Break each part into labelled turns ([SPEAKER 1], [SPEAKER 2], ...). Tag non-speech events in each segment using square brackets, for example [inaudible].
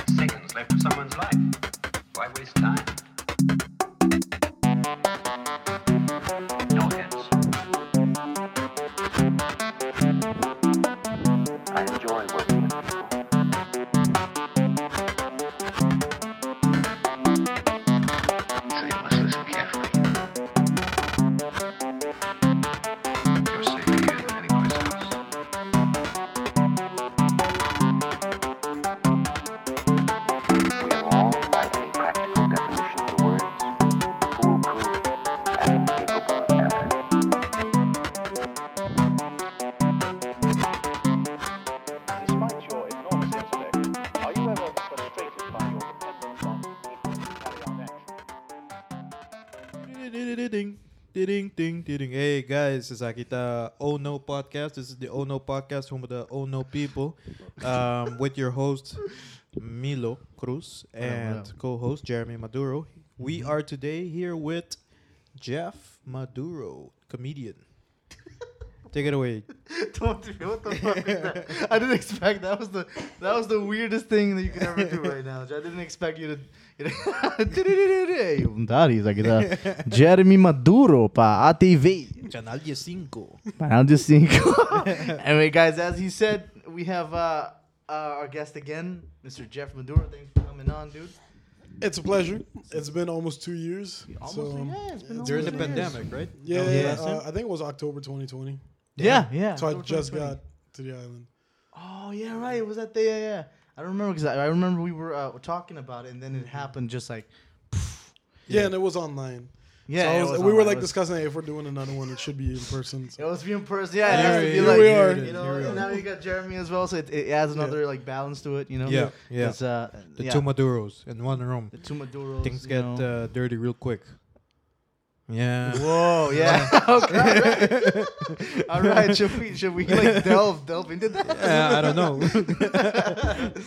[SPEAKER 1] aspect of someone's life. Why waste time? No hints. I enjoy working with people. So you must listen carefully. You're safer here than anyone else. We have all, by any practical definition of the words, foolproof and incapable of error.
[SPEAKER 2] Despite your enormous intellect, are you ever frustrated by your dependence on people to carry out action?
[SPEAKER 3] Ding, ding, ding, ding. Hey guys, this is Akita Oh No Podcast. This is the Oh No Podcast, home of the Oh No people, um, with your host Milo Cruz and co-host Jeremy Maduro. We
[SPEAKER 4] Mm-hmm.
[SPEAKER 3] are today here with Jeff Maduro, comedian. Take it away.
[SPEAKER 4] Don't do- what the fuck is that? [laughs] I didn't expect that was the that was the weirdest thing that you could ever do right now. I didn't expect you to. [laughs] Hey, Darius, aqui tá. Jeremy Maduro para ATV.
[SPEAKER 3] Canal 5.
[SPEAKER 4] Canal de cinco. [laughs] anyway, guys, as he said, we have uh, uh, our guest again, Mr. Jeff Maduro. Thanks for coming on, dude.
[SPEAKER 5] It's a pleasure. It's been almost two years.
[SPEAKER 4] Almost
[SPEAKER 5] so, um,
[SPEAKER 4] yeah, it's been almost
[SPEAKER 3] During the
[SPEAKER 4] two years.
[SPEAKER 3] pandemic, right?
[SPEAKER 5] yeah,
[SPEAKER 4] Yeah.
[SPEAKER 5] uh, I think it was October 2020.
[SPEAKER 4] Yeah, yeah.
[SPEAKER 5] so I
[SPEAKER 4] October
[SPEAKER 5] just
[SPEAKER 4] 2020.
[SPEAKER 5] got to the island.
[SPEAKER 4] Oh yeah, right. It was that day. Yeah, yeah. I don't remember because I, I remember we were uh, talking about it, and then it happened just like
[SPEAKER 5] Yeah, and it was online.
[SPEAKER 4] yeah.
[SPEAKER 5] so I
[SPEAKER 4] it
[SPEAKER 5] was-
[SPEAKER 4] was
[SPEAKER 5] we were
[SPEAKER 4] online.
[SPEAKER 5] like
[SPEAKER 4] it was,
[SPEAKER 5] discussing hey, if we're doing another one, it should be in person. So.
[SPEAKER 4] It was being person. Yeah, it
[SPEAKER 3] Here
[SPEAKER 4] has to
[SPEAKER 3] we-
[SPEAKER 4] be
[SPEAKER 3] here
[SPEAKER 4] like
[SPEAKER 5] we are.
[SPEAKER 4] You know,
[SPEAKER 3] Here we
[SPEAKER 4] and
[SPEAKER 3] are.
[SPEAKER 4] now you got Jeremy as well, so it, it adds another like balance to it. You know.
[SPEAKER 3] Yeah, yeah.
[SPEAKER 4] 'Cause, Uh,
[SPEAKER 3] The
[SPEAKER 4] yeah.
[SPEAKER 3] two Maduros in one room.
[SPEAKER 4] the two Maduros.
[SPEAKER 3] Things
[SPEAKER 4] you
[SPEAKER 3] get
[SPEAKER 4] know.
[SPEAKER 3] uh, dirty real quick. Yeah.
[SPEAKER 4] Whoa! Oh, Yeah. [laughs] okay. [laughs] All right. Should we should we like delve delve into that?
[SPEAKER 3] Uh, I don't know.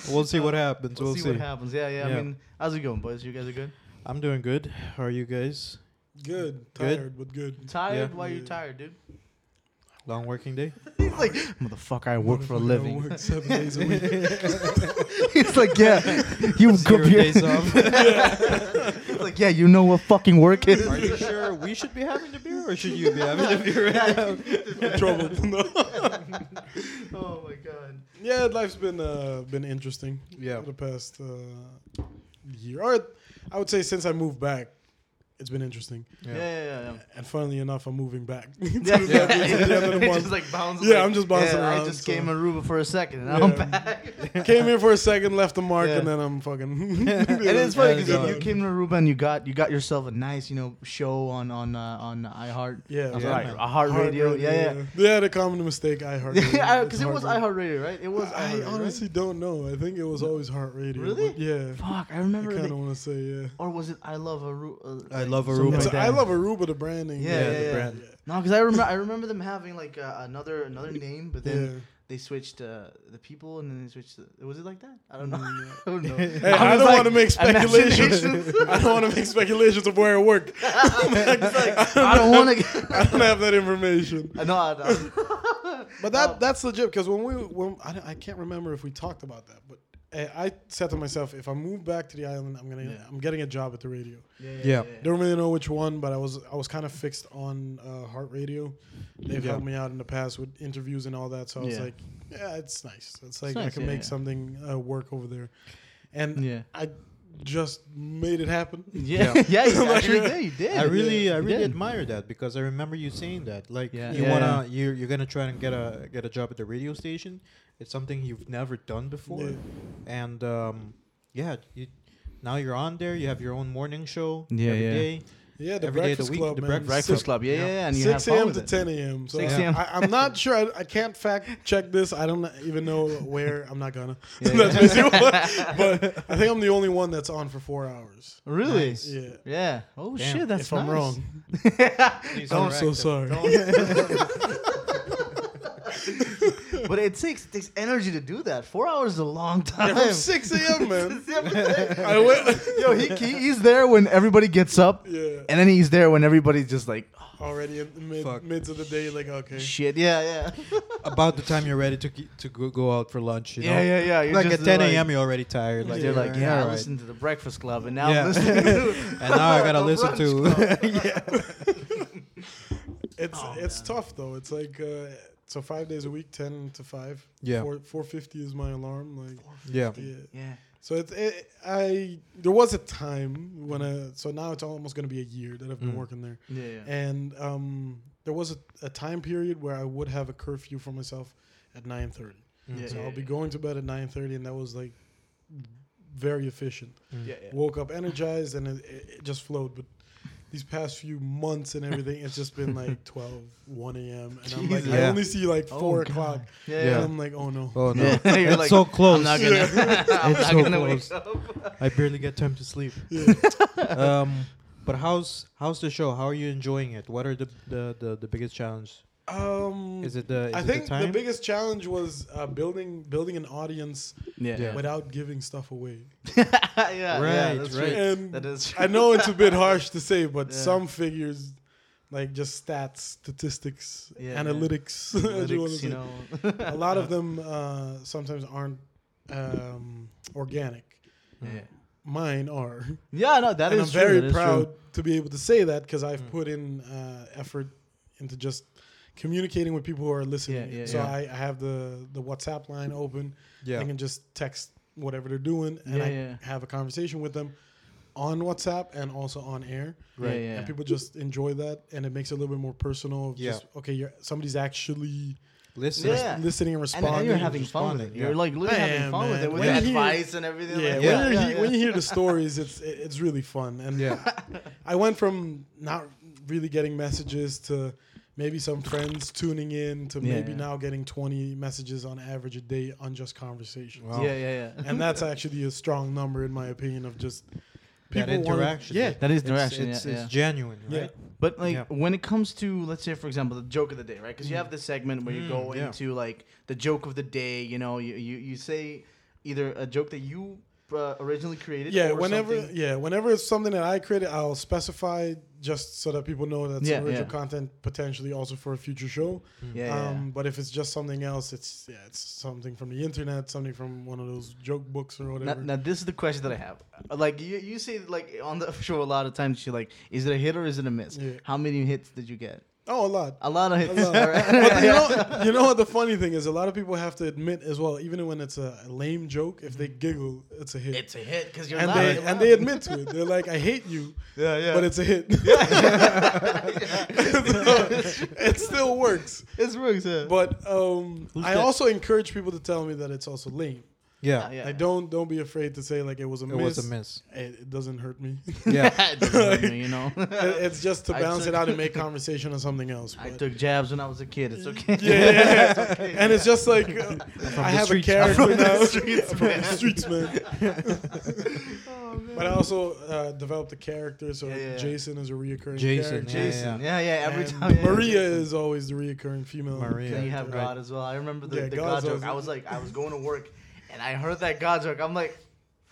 [SPEAKER 3] [laughs] we'll see what happens.
[SPEAKER 4] We'll, see, what happens. Yeah, yeah,
[SPEAKER 3] Yeah.
[SPEAKER 4] I mean, how's it going, boys? You guys are good.
[SPEAKER 3] I'm doing good. How are you guys?
[SPEAKER 5] Good.
[SPEAKER 3] Good.
[SPEAKER 5] Tired, but good.
[SPEAKER 4] Tired?
[SPEAKER 3] Yeah.
[SPEAKER 4] Why are you
[SPEAKER 5] Yeah.
[SPEAKER 4] tired, dude?
[SPEAKER 3] Long working day.
[SPEAKER 4] [laughs] He's like, motherfucker, I work for a
[SPEAKER 5] Motherfucker, I
[SPEAKER 4] living.
[SPEAKER 5] work seven days a week.
[SPEAKER 4] [laughs]
[SPEAKER 5] [laughs]
[SPEAKER 4] He's like, yeah,
[SPEAKER 3] [laughs]
[SPEAKER 4] you
[SPEAKER 3] Zero days off.
[SPEAKER 4] [laughs] He's like, yeah, you know what fucking [laughs] work is.
[SPEAKER 3] Are you sure we should be having the beer, or should you [laughs] be having the beer? Right now?
[SPEAKER 5] Trouble.
[SPEAKER 4] Oh my god.
[SPEAKER 5] yeah, life's been uh, been interesting.
[SPEAKER 3] Yeah.
[SPEAKER 5] For the past uh, year, or I would say since I moved back, it's been interesting.
[SPEAKER 4] Yeah, yeah, yeah.
[SPEAKER 5] And funnily enough, I'm moving back. [laughs]
[SPEAKER 4] Yeah,
[SPEAKER 5] To the
[SPEAKER 4] yeah,
[SPEAKER 5] end of the
[SPEAKER 4] [laughs] It's
[SPEAKER 5] month.
[SPEAKER 4] just like bouncing.
[SPEAKER 5] Yeah,
[SPEAKER 4] like,
[SPEAKER 5] I'm just bouncing
[SPEAKER 4] yeah, I
[SPEAKER 5] around,
[SPEAKER 4] just
[SPEAKER 5] so-
[SPEAKER 4] came in Aruba for a second, and now I'm
[SPEAKER 5] Yeah.
[SPEAKER 4] back.
[SPEAKER 5] [laughs] Came here for a second, left a mark,
[SPEAKER 3] Yeah.
[SPEAKER 5] and then I'm
[SPEAKER 4] [laughs]
[SPEAKER 5] fucking.
[SPEAKER 4] And
[SPEAKER 5] [laughs]
[SPEAKER 4] it's funny
[SPEAKER 3] Yeah,
[SPEAKER 4] because
[SPEAKER 3] so-
[SPEAKER 4] you, you came to Aruba and you got you got yourself a nice you know show on on uh, on iHeart.
[SPEAKER 5] Yeah,
[SPEAKER 4] I'm sorry,
[SPEAKER 5] yeah.
[SPEAKER 4] iHeart Radio. Yeah, yeah.
[SPEAKER 5] Yeah, the common mistake I heart.
[SPEAKER 4] [laughs] Yeah, because it was iHeart Radio, right? It was
[SPEAKER 5] I
[SPEAKER 4] iHeart.
[SPEAKER 5] honestly don't know. I think it was always heart radio.
[SPEAKER 4] Really?
[SPEAKER 5] but Yeah.
[SPEAKER 4] Fuck, I
[SPEAKER 5] I
[SPEAKER 4] remember.
[SPEAKER 5] kind
[SPEAKER 4] that-
[SPEAKER 5] of want to say yeah.
[SPEAKER 4] Or was it I Love Aruba?
[SPEAKER 3] I love
[SPEAKER 4] something
[SPEAKER 3] Aruba.
[SPEAKER 5] So
[SPEAKER 4] like
[SPEAKER 5] I
[SPEAKER 4] that.
[SPEAKER 5] love Aruba the branding.
[SPEAKER 4] Yeah, yeah, yeah. No, because I remember I remember them having like uh, another another name, but then
[SPEAKER 5] Yeah.
[SPEAKER 4] they switched uh, the people, and then they switched. The, was it like that? I don't know. [laughs] I don't know.
[SPEAKER 5] Hey, I,
[SPEAKER 4] was
[SPEAKER 5] don't
[SPEAKER 4] like,
[SPEAKER 5] want to make speculations.
[SPEAKER 4] imaginations.
[SPEAKER 5] [laughs] I don't want to make speculations of where I work.
[SPEAKER 4] I don't want to.
[SPEAKER 5] [laughs] I don't have that information.
[SPEAKER 4] [laughs] no, I don't.
[SPEAKER 5] But that that's legit because when we when I, don't- I can't remember if we talked about that, but eh, I, I said to myself, if I move back to the island, I'm gonna I'm getting a job at the radio.
[SPEAKER 3] Yeah.
[SPEAKER 5] Don't really know which one, but I was I was kind of fixed on uh, Heart Radio. They've
[SPEAKER 3] Yeah.
[SPEAKER 5] helped me out in the past with interviews and all that, so I was
[SPEAKER 4] Yeah.
[SPEAKER 5] like, yeah, it's nice. It's like I
[SPEAKER 4] nice,
[SPEAKER 5] can
[SPEAKER 4] yeah,
[SPEAKER 5] make
[SPEAKER 4] yeah.
[SPEAKER 5] something uh, work over there, and
[SPEAKER 4] Yeah.
[SPEAKER 5] I just made it happen.
[SPEAKER 4] Yeah, [laughs]
[SPEAKER 3] Yeah.
[SPEAKER 4] uh, yeah, yeah, you
[SPEAKER 5] [laughs] Like,
[SPEAKER 4] actually
[SPEAKER 5] yeah.
[SPEAKER 4] did. You did.
[SPEAKER 3] I really, I really
[SPEAKER 4] did.
[SPEAKER 3] admire that because I remember you saying that. Like,
[SPEAKER 4] Yeah.
[SPEAKER 3] you
[SPEAKER 4] Yeah.
[SPEAKER 3] wanna, you're, you're gonna try and get a get a job at the radio station. It's something you've never done before,
[SPEAKER 5] Yeah.
[SPEAKER 3] and um, yeah, you now you're on there. You have your own morning show
[SPEAKER 4] Yeah,
[SPEAKER 3] every
[SPEAKER 4] yeah.
[SPEAKER 3] day.
[SPEAKER 5] Yeah, the
[SPEAKER 3] Every day of the
[SPEAKER 5] Breakfast
[SPEAKER 3] week,
[SPEAKER 5] Club,
[SPEAKER 3] the
[SPEAKER 5] man.
[SPEAKER 3] Breakfast
[SPEAKER 5] Six-
[SPEAKER 4] Breakfast Club. Yeah, yeah, yeah. And you
[SPEAKER 5] six
[SPEAKER 4] have fun
[SPEAKER 5] a.m.
[SPEAKER 4] with
[SPEAKER 5] to
[SPEAKER 4] it.
[SPEAKER 5] ten a.m. So
[SPEAKER 4] 6
[SPEAKER 5] I-
[SPEAKER 4] a.m..
[SPEAKER 5] I, I'm not sure. I, I can't fact check this. I don't even know where. I'm not gonna.
[SPEAKER 4] [laughs] Yeah,
[SPEAKER 5] [laughs] that's
[SPEAKER 4] yeah.
[SPEAKER 5] basically what. But I think I'm the only one that's on for four hours.
[SPEAKER 4] Really?
[SPEAKER 3] Nice.
[SPEAKER 5] Yeah.
[SPEAKER 4] Yeah. Oh
[SPEAKER 3] Damn,
[SPEAKER 4] shit, that's
[SPEAKER 5] if I'm
[SPEAKER 4] nice. [laughs]
[SPEAKER 5] wrong,
[SPEAKER 3] Please
[SPEAKER 5] I'm so
[SPEAKER 3] correct
[SPEAKER 5] sorry.
[SPEAKER 3] it.
[SPEAKER 4] but it takes it takes energy to do that. Four hours is a long time.
[SPEAKER 5] [laughs]
[SPEAKER 4] [laughs]
[SPEAKER 5] From 6 a.m., man.
[SPEAKER 4] Yeah, but-
[SPEAKER 5] I went
[SPEAKER 4] [laughs] Yo, he, he he's there when everybody gets up,
[SPEAKER 5] Yeah.
[SPEAKER 4] and then he's there when everybody's just like, oh,
[SPEAKER 5] already in the
[SPEAKER 3] Fuck.
[SPEAKER 5] mid, mids of the day. Like, okay.
[SPEAKER 4] shit, [laughs] yeah, yeah,
[SPEAKER 3] About the time you're ready to ge- to go, go out for lunch, you know?
[SPEAKER 4] yeah, yeah, yeah. You're
[SPEAKER 3] Like
[SPEAKER 4] just
[SPEAKER 3] at 10
[SPEAKER 4] like-
[SPEAKER 3] a.m., you're already tired. Like,
[SPEAKER 4] They're
[SPEAKER 3] yeah,
[SPEAKER 4] like, yeah, I
[SPEAKER 3] alright.
[SPEAKER 4] listened to the Breakfast Club, and now
[SPEAKER 3] Yeah.
[SPEAKER 4] I'm listening to [laughs]
[SPEAKER 3] And now I gotta
[SPEAKER 4] the
[SPEAKER 3] listen
[SPEAKER 4] Brunch [laughs] Club.
[SPEAKER 3] to. yeah.
[SPEAKER 5] It's
[SPEAKER 4] Oh,
[SPEAKER 5] it's tough though. It's like uh, so five days a week, ten to five.
[SPEAKER 3] Yeah.
[SPEAKER 5] Four four fifty is my alarm. Like
[SPEAKER 3] [laughs] Yeah.
[SPEAKER 5] yeah.
[SPEAKER 4] Yeah,
[SPEAKER 5] So it's it, I there was a time when I so now it's almost gonna be a year that I've been working there.
[SPEAKER 4] yeah, Mm. yeah.
[SPEAKER 5] And um, there was a, a time period where I would have a curfew for myself at nine thirty.
[SPEAKER 4] Yeah,
[SPEAKER 5] so
[SPEAKER 4] yeah,
[SPEAKER 5] I'll be
[SPEAKER 4] yeah.
[SPEAKER 5] going to bed at nine thirty, and that was like very efficient.
[SPEAKER 4] yeah,
[SPEAKER 5] [laughs]
[SPEAKER 4] yeah.
[SPEAKER 5] Woke up energized, and it, it, it just flowed. But these past few months and everything, it's just been
[SPEAKER 4] [laughs]
[SPEAKER 5] like 12, 1 a.m. And I'm like, I
[SPEAKER 3] Yeah.
[SPEAKER 5] only see like four o'clock.
[SPEAKER 4] Oh Yeah,
[SPEAKER 5] And
[SPEAKER 3] yeah.
[SPEAKER 5] I'm like, oh no.
[SPEAKER 3] Oh, no.
[SPEAKER 4] Yeah. [laughs] You're
[SPEAKER 3] it's
[SPEAKER 4] like,
[SPEAKER 3] so close.
[SPEAKER 4] I'm not gonna. [laughs] I'm
[SPEAKER 3] It's
[SPEAKER 4] not
[SPEAKER 3] so
[SPEAKER 4] gonna
[SPEAKER 3] close.
[SPEAKER 4] wake up.
[SPEAKER 3] I barely get time to sleep.
[SPEAKER 4] [laughs]
[SPEAKER 5] Yeah.
[SPEAKER 3] um, but how's how's the show? How are you enjoying it? What are the the, the, the biggest challenge?
[SPEAKER 5] Um,
[SPEAKER 3] Is it the is
[SPEAKER 5] I
[SPEAKER 3] it
[SPEAKER 5] think
[SPEAKER 3] the
[SPEAKER 5] the,
[SPEAKER 3] time?
[SPEAKER 5] biggest challenge was uh, building building an audience
[SPEAKER 4] Yeah,
[SPEAKER 3] Yeah.
[SPEAKER 4] yeah,
[SPEAKER 5] without giving stuff away.
[SPEAKER 4] yeah.
[SPEAKER 3] Right,
[SPEAKER 4] that's
[SPEAKER 5] [laughs]
[SPEAKER 3] right.
[SPEAKER 4] True.
[SPEAKER 5] And
[SPEAKER 4] That is
[SPEAKER 5] I
[SPEAKER 4] true.
[SPEAKER 5] know it's a bit harsh to say, but
[SPEAKER 4] Yeah.
[SPEAKER 5] some figures, like just stats, statistics,
[SPEAKER 4] Yeah, yeah.
[SPEAKER 5] analytics, [laughs] as you wanna
[SPEAKER 4] Analytics,
[SPEAKER 5] say,
[SPEAKER 4] you know.
[SPEAKER 5] a lot of them uh, sometimes aren't um, organic.
[SPEAKER 4] yeah.
[SPEAKER 5] Mine are.
[SPEAKER 4] [laughs] yeah, no, that
[SPEAKER 5] and
[SPEAKER 4] is
[SPEAKER 5] I'm
[SPEAKER 4] true,
[SPEAKER 5] very
[SPEAKER 4] that is true. Mm.
[SPEAKER 5] proud to be able to say that because I've put in uh, effort into just communicating with people who are listening.
[SPEAKER 4] Yeah, yeah,
[SPEAKER 5] so
[SPEAKER 4] yeah.
[SPEAKER 5] I, I have the the WhatsApp line open.
[SPEAKER 3] Yeah.
[SPEAKER 5] I can just text whatever they're doing, and
[SPEAKER 4] Yeah,
[SPEAKER 5] I
[SPEAKER 4] yeah.
[SPEAKER 5] have a conversation with them on WhatsApp and also on air.
[SPEAKER 4] Right. Yeah, yeah.
[SPEAKER 5] And people just enjoy that, and it makes it a little bit more personal. Of
[SPEAKER 3] Yeah.
[SPEAKER 5] Just, okay, you're, somebody's actually
[SPEAKER 3] Listen.
[SPEAKER 4] Yeah.
[SPEAKER 5] listening and
[SPEAKER 4] And,
[SPEAKER 5] responding.
[SPEAKER 4] and you're having fun with it.
[SPEAKER 3] responding,
[SPEAKER 4] You're
[SPEAKER 3] yeah.
[SPEAKER 4] like literally having
[SPEAKER 5] Man,
[SPEAKER 4] fun with
[SPEAKER 5] man.
[SPEAKER 4] it with
[SPEAKER 5] When
[SPEAKER 4] the
[SPEAKER 5] you hear-
[SPEAKER 4] advice and everything.
[SPEAKER 5] Yeah,
[SPEAKER 4] like,
[SPEAKER 5] when,
[SPEAKER 3] Yeah.
[SPEAKER 5] you hear, when you hear
[SPEAKER 3] [laughs]
[SPEAKER 5] the stories, it's it- it's really fun. And
[SPEAKER 3] Yeah.
[SPEAKER 5] [laughs] I went from not really getting messages to maybe some friends tuning in to
[SPEAKER 4] Yeah,
[SPEAKER 5] maybe
[SPEAKER 4] yeah.
[SPEAKER 5] now getting 20 messages on average a day on just conversations.
[SPEAKER 3] Wow.
[SPEAKER 4] yeah, yeah, yeah.
[SPEAKER 5] And that's actually a strong number in my opinion of just
[SPEAKER 3] That
[SPEAKER 5] wanna-
[SPEAKER 3] interaction.
[SPEAKER 5] yeah.
[SPEAKER 4] That is
[SPEAKER 3] It's-
[SPEAKER 4] direction.
[SPEAKER 3] It's,
[SPEAKER 4] yeah,
[SPEAKER 3] it's
[SPEAKER 4] yeah.
[SPEAKER 3] genuine,
[SPEAKER 5] Yeah. Mm.
[SPEAKER 3] right?
[SPEAKER 4] But like
[SPEAKER 3] Yeah.
[SPEAKER 4] when it comes to let's say for example the joke of the day, right? Because you have this segment where you go
[SPEAKER 3] Mm, yeah.
[SPEAKER 4] into like the joke of the day. You know, you you, you say either a joke that you uh, originally created.
[SPEAKER 5] Yeah,
[SPEAKER 4] or
[SPEAKER 5] whenever
[SPEAKER 4] something-
[SPEAKER 5] yeah, whenever it's something that I created, I'll specify just so that people know that's
[SPEAKER 4] Yeah,
[SPEAKER 5] original
[SPEAKER 4] yeah.
[SPEAKER 5] content potentially also for a future show.
[SPEAKER 4] Yeah, yeah,
[SPEAKER 5] Um, but if it's just something else, it's yeah, it's something from the internet, something from one of those joke books or
[SPEAKER 4] Now,
[SPEAKER 5] whatever.
[SPEAKER 4] now this is the question that I have. Like you, you say like on the show a lot of times you're like, is it a hit or is it a miss?
[SPEAKER 5] Yeah.
[SPEAKER 4] How many hits did you get?
[SPEAKER 5] oh, a lot. [laughs]
[SPEAKER 4] A lot of hits.
[SPEAKER 5] lot.
[SPEAKER 4] alright.
[SPEAKER 5] But you know, you know what the funny thing is? A lot of people have to admit as well, even when it's a lame joke, if
[SPEAKER 4] Mm.
[SPEAKER 5] they giggle, it's a hit.
[SPEAKER 4] [laughs] it's a hit because you're
[SPEAKER 5] and
[SPEAKER 4] not.
[SPEAKER 5] they and they admit to it. They're like, "I hate you,"
[SPEAKER 4] yeah, yeah.
[SPEAKER 5] but it's a hit. [laughs] So, it still works.
[SPEAKER 4] it's works. Yeah.
[SPEAKER 5] But um, I
[SPEAKER 3] that?
[SPEAKER 5] also encourage people to tell me that it's also lame.
[SPEAKER 3] Yeah.
[SPEAKER 4] yeah.
[SPEAKER 5] I don't don't be afraid to say like it was a
[SPEAKER 3] It
[SPEAKER 5] miss.
[SPEAKER 3] was a miss.
[SPEAKER 5] It, it doesn't hurt me.
[SPEAKER 3] Yeah.
[SPEAKER 4] [laughs] It doesn't matter, you know.
[SPEAKER 5] [laughs] It- it's just to
[SPEAKER 4] I
[SPEAKER 5] balance
[SPEAKER 4] took-
[SPEAKER 5] it out and make conversation on something else.
[SPEAKER 4] I
[SPEAKER 5] but- [laughs]
[SPEAKER 4] took jabs when I was a kid. It's okay.
[SPEAKER 5] Yeah, yeah, yeah. and it's just like uh, I have a
[SPEAKER 3] streets.
[SPEAKER 5] character
[SPEAKER 3] From the
[SPEAKER 5] now [laughs] from the streets, man. But I also uh, developed a character, so
[SPEAKER 4] Yeah, yeah, yeah.
[SPEAKER 5] Jason is a reoccurring
[SPEAKER 3] Jason,
[SPEAKER 5] character.
[SPEAKER 3] yeah,
[SPEAKER 4] Jason. Yeah, yeah. every
[SPEAKER 5] And
[SPEAKER 4] time. yeah,
[SPEAKER 5] Maria
[SPEAKER 4] Jason.
[SPEAKER 5] is always the reoccurring female.
[SPEAKER 3] Maria.
[SPEAKER 4] Then you have
[SPEAKER 3] Right.
[SPEAKER 4] God as well. I remember the,
[SPEAKER 5] Yeah,
[SPEAKER 4] the God
[SPEAKER 5] God's
[SPEAKER 4] joke.
[SPEAKER 5] always-
[SPEAKER 4] I was like, I was going to work, and I heard that God joke. I'm
[SPEAKER 5] [laughs]
[SPEAKER 4] like,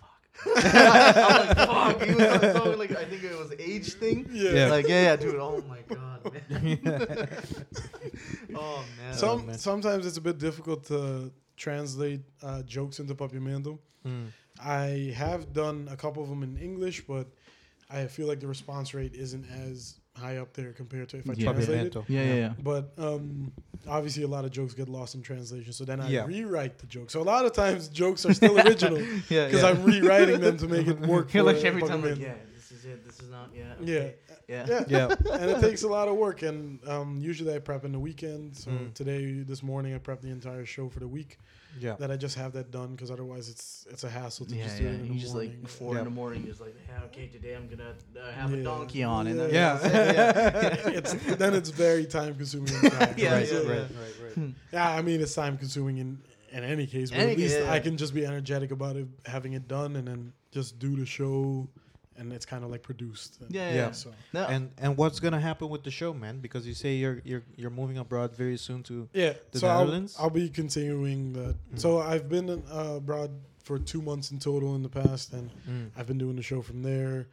[SPEAKER 4] [laughs] fuck. [laughs] I'm like, fuck. He was so, like, I think it was age thing.
[SPEAKER 5] Yeah.
[SPEAKER 3] Yeah.
[SPEAKER 4] Like, yeah, yeah, dude. Oh my God,
[SPEAKER 3] [laughs]
[SPEAKER 4] man. oh man.
[SPEAKER 5] Some
[SPEAKER 3] man.
[SPEAKER 5] sometimes it's a bit difficult to translate uh, jokes into Papiamento.
[SPEAKER 4] Hmm.
[SPEAKER 5] I have done a couple of them in English, but I feel like the response rate isn't as high up there compared to if I
[SPEAKER 4] Yeah.
[SPEAKER 5] translate it.
[SPEAKER 3] Papiamento.
[SPEAKER 4] yeah, yeah, yeah.
[SPEAKER 5] But um, obviously, a lot of jokes get lost in translation. So then I
[SPEAKER 3] Yeah.
[SPEAKER 5] rewrite the joke. So a lot of times, jokes are
[SPEAKER 4] [laughs]
[SPEAKER 5] still original because
[SPEAKER 4] Yeah, yeah.
[SPEAKER 5] I'm rewriting them to make it
[SPEAKER 4] [laughs]
[SPEAKER 5] work.
[SPEAKER 4] You're
[SPEAKER 5] for
[SPEAKER 4] like every time, like,
[SPEAKER 5] Pokemon.
[SPEAKER 4] yeah, this is it. This is not. Yeah.
[SPEAKER 5] Yeah.
[SPEAKER 4] okay, Yeah.
[SPEAKER 5] yeah,
[SPEAKER 3] Yeah.
[SPEAKER 5] and it takes a lot of work. And um, usually, I prep in the weekend. So
[SPEAKER 4] Mm.
[SPEAKER 5] today, this morning, I prepped the entire show for the week. [laughs]
[SPEAKER 3] Yeah.
[SPEAKER 5] That I just have that done because otherwise, it's it's a hassle to
[SPEAKER 4] Yeah,
[SPEAKER 5] just do
[SPEAKER 4] yeah.
[SPEAKER 5] it in
[SPEAKER 4] You
[SPEAKER 5] the
[SPEAKER 4] just
[SPEAKER 5] morning.
[SPEAKER 4] like four
[SPEAKER 3] Yeah.
[SPEAKER 4] in the morning. You're just like, yeah, okay, today I'm gonna uh, have a
[SPEAKER 5] Yeah.
[SPEAKER 4] donkey on, and
[SPEAKER 5] Yeah.
[SPEAKER 4] then
[SPEAKER 3] Yeah. [laughs]
[SPEAKER 5] [laughs] it's then it's very time consuming. and time
[SPEAKER 4] [laughs] Yeah,
[SPEAKER 5] consuming.
[SPEAKER 3] Right,
[SPEAKER 4] yeah,
[SPEAKER 3] right,
[SPEAKER 4] yeah.
[SPEAKER 3] right, right.
[SPEAKER 5] Yeah, I mean it's time consuming in in any case, but
[SPEAKER 4] Any
[SPEAKER 5] at
[SPEAKER 4] case,
[SPEAKER 5] least
[SPEAKER 4] yeah,
[SPEAKER 5] I
[SPEAKER 4] yeah.
[SPEAKER 5] can just be energetic about it, having it done, and then just do the show and it's kind of like produced. And
[SPEAKER 4] Yeah, yeah.
[SPEAKER 3] Yeah.
[SPEAKER 4] yeah.
[SPEAKER 5] So
[SPEAKER 4] No,
[SPEAKER 3] And and what's gonna happen with the show, man? Because you say you're you're you're moving abroad very soon to
[SPEAKER 5] yeah,
[SPEAKER 3] The
[SPEAKER 5] so I'll,
[SPEAKER 3] Netherlands?
[SPEAKER 5] I'll be continuing that.
[SPEAKER 4] Hmm.
[SPEAKER 5] So I've been uh, abroad for two months in total in the past, and
[SPEAKER 4] Hmm.
[SPEAKER 5] I've been doing the show from there.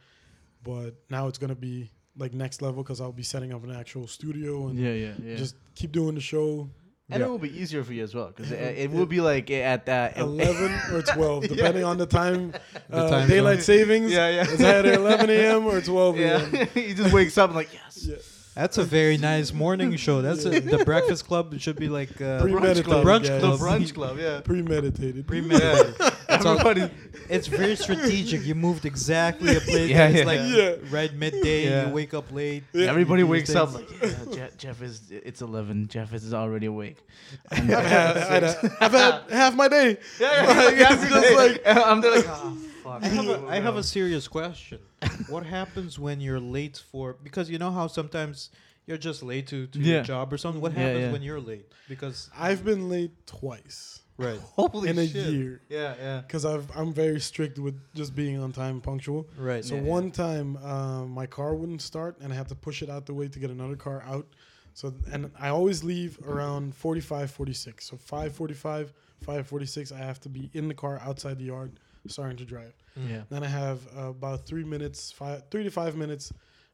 [SPEAKER 5] But now it's gonna be like next level because I'll be setting up an actual studio and
[SPEAKER 4] yeah, yeah, yeah.
[SPEAKER 5] just keep doing the show
[SPEAKER 4] [laughs] and
[SPEAKER 3] Yeah.
[SPEAKER 4] it will be easier for you as well because it, it will be like at that
[SPEAKER 5] 11 or 12, depending on the time. uh,
[SPEAKER 3] time
[SPEAKER 5] daylight
[SPEAKER 3] zone.
[SPEAKER 5] savings.
[SPEAKER 4] Yeah, yeah.
[SPEAKER 5] It's either 11 a.m. or 12 a.m.
[SPEAKER 4] [laughs] Yeah, [laughs] he just wakes up and like yes.
[SPEAKER 5] Yeah.
[SPEAKER 3] That's a very nice morning show. That's a, the Breakfast Club should be like uh,
[SPEAKER 5] Brunch Premeditated,
[SPEAKER 3] the brunch
[SPEAKER 5] guys.
[SPEAKER 3] club.
[SPEAKER 4] The brunch club, yeah.
[SPEAKER 5] Premeditated.
[SPEAKER 3] Premeditated. It's all- [laughs]
[SPEAKER 4] Everybody-
[SPEAKER 3] it's
[SPEAKER 5] [laughs]
[SPEAKER 3] very strategic. You moved exactly a place.
[SPEAKER 4] Yeah,
[SPEAKER 3] that's
[SPEAKER 4] yeah.
[SPEAKER 3] like
[SPEAKER 5] Yeah.
[SPEAKER 3] right midday.
[SPEAKER 4] Yeah.
[SPEAKER 3] You wake up late.
[SPEAKER 4] Everybody
[SPEAKER 3] You do
[SPEAKER 4] wakes up
[SPEAKER 3] things.
[SPEAKER 4] like yeah, Jeff, Jeff is it's eleven. Jeff is already awake.
[SPEAKER 3] [laughs]
[SPEAKER 5] I've, had, I've, had, I've had half my day.
[SPEAKER 4] [laughs]
[SPEAKER 3] [laughs]
[SPEAKER 4] Yeah,
[SPEAKER 5] yeah, it's just like-
[SPEAKER 4] I'm there like oh, fuck.
[SPEAKER 3] I have, a, I
[SPEAKER 5] [laughs]
[SPEAKER 3] have a serious question. What happens when you're late for? Because you know how sometimes you're just late to, to
[SPEAKER 4] Yeah.
[SPEAKER 3] your job or something. What
[SPEAKER 4] Yeah,
[SPEAKER 3] happens
[SPEAKER 4] yeah.
[SPEAKER 3] when you're late? Because
[SPEAKER 5] I've been late twice
[SPEAKER 3] right,
[SPEAKER 4] holy
[SPEAKER 5] in a
[SPEAKER 4] shit.
[SPEAKER 5] year
[SPEAKER 4] Yeah, yeah.
[SPEAKER 5] because I'm very strict with just being on time punctual.
[SPEAKER 3] right.
[SPEAKER 5] So
[SPEAKER 4] Yeah,
[SPEAKER 5] one time, uh, my car wouldn't start, and I had to push it out the way to get another car out. So and I always leave around 45, 46. So 545, 546, I have to be in the car outside the yard, starting to drive.
[SPEAKER 4] Yeah.
[SPEAKER 5] Then I have uh, about three minutes, five, three to five minutes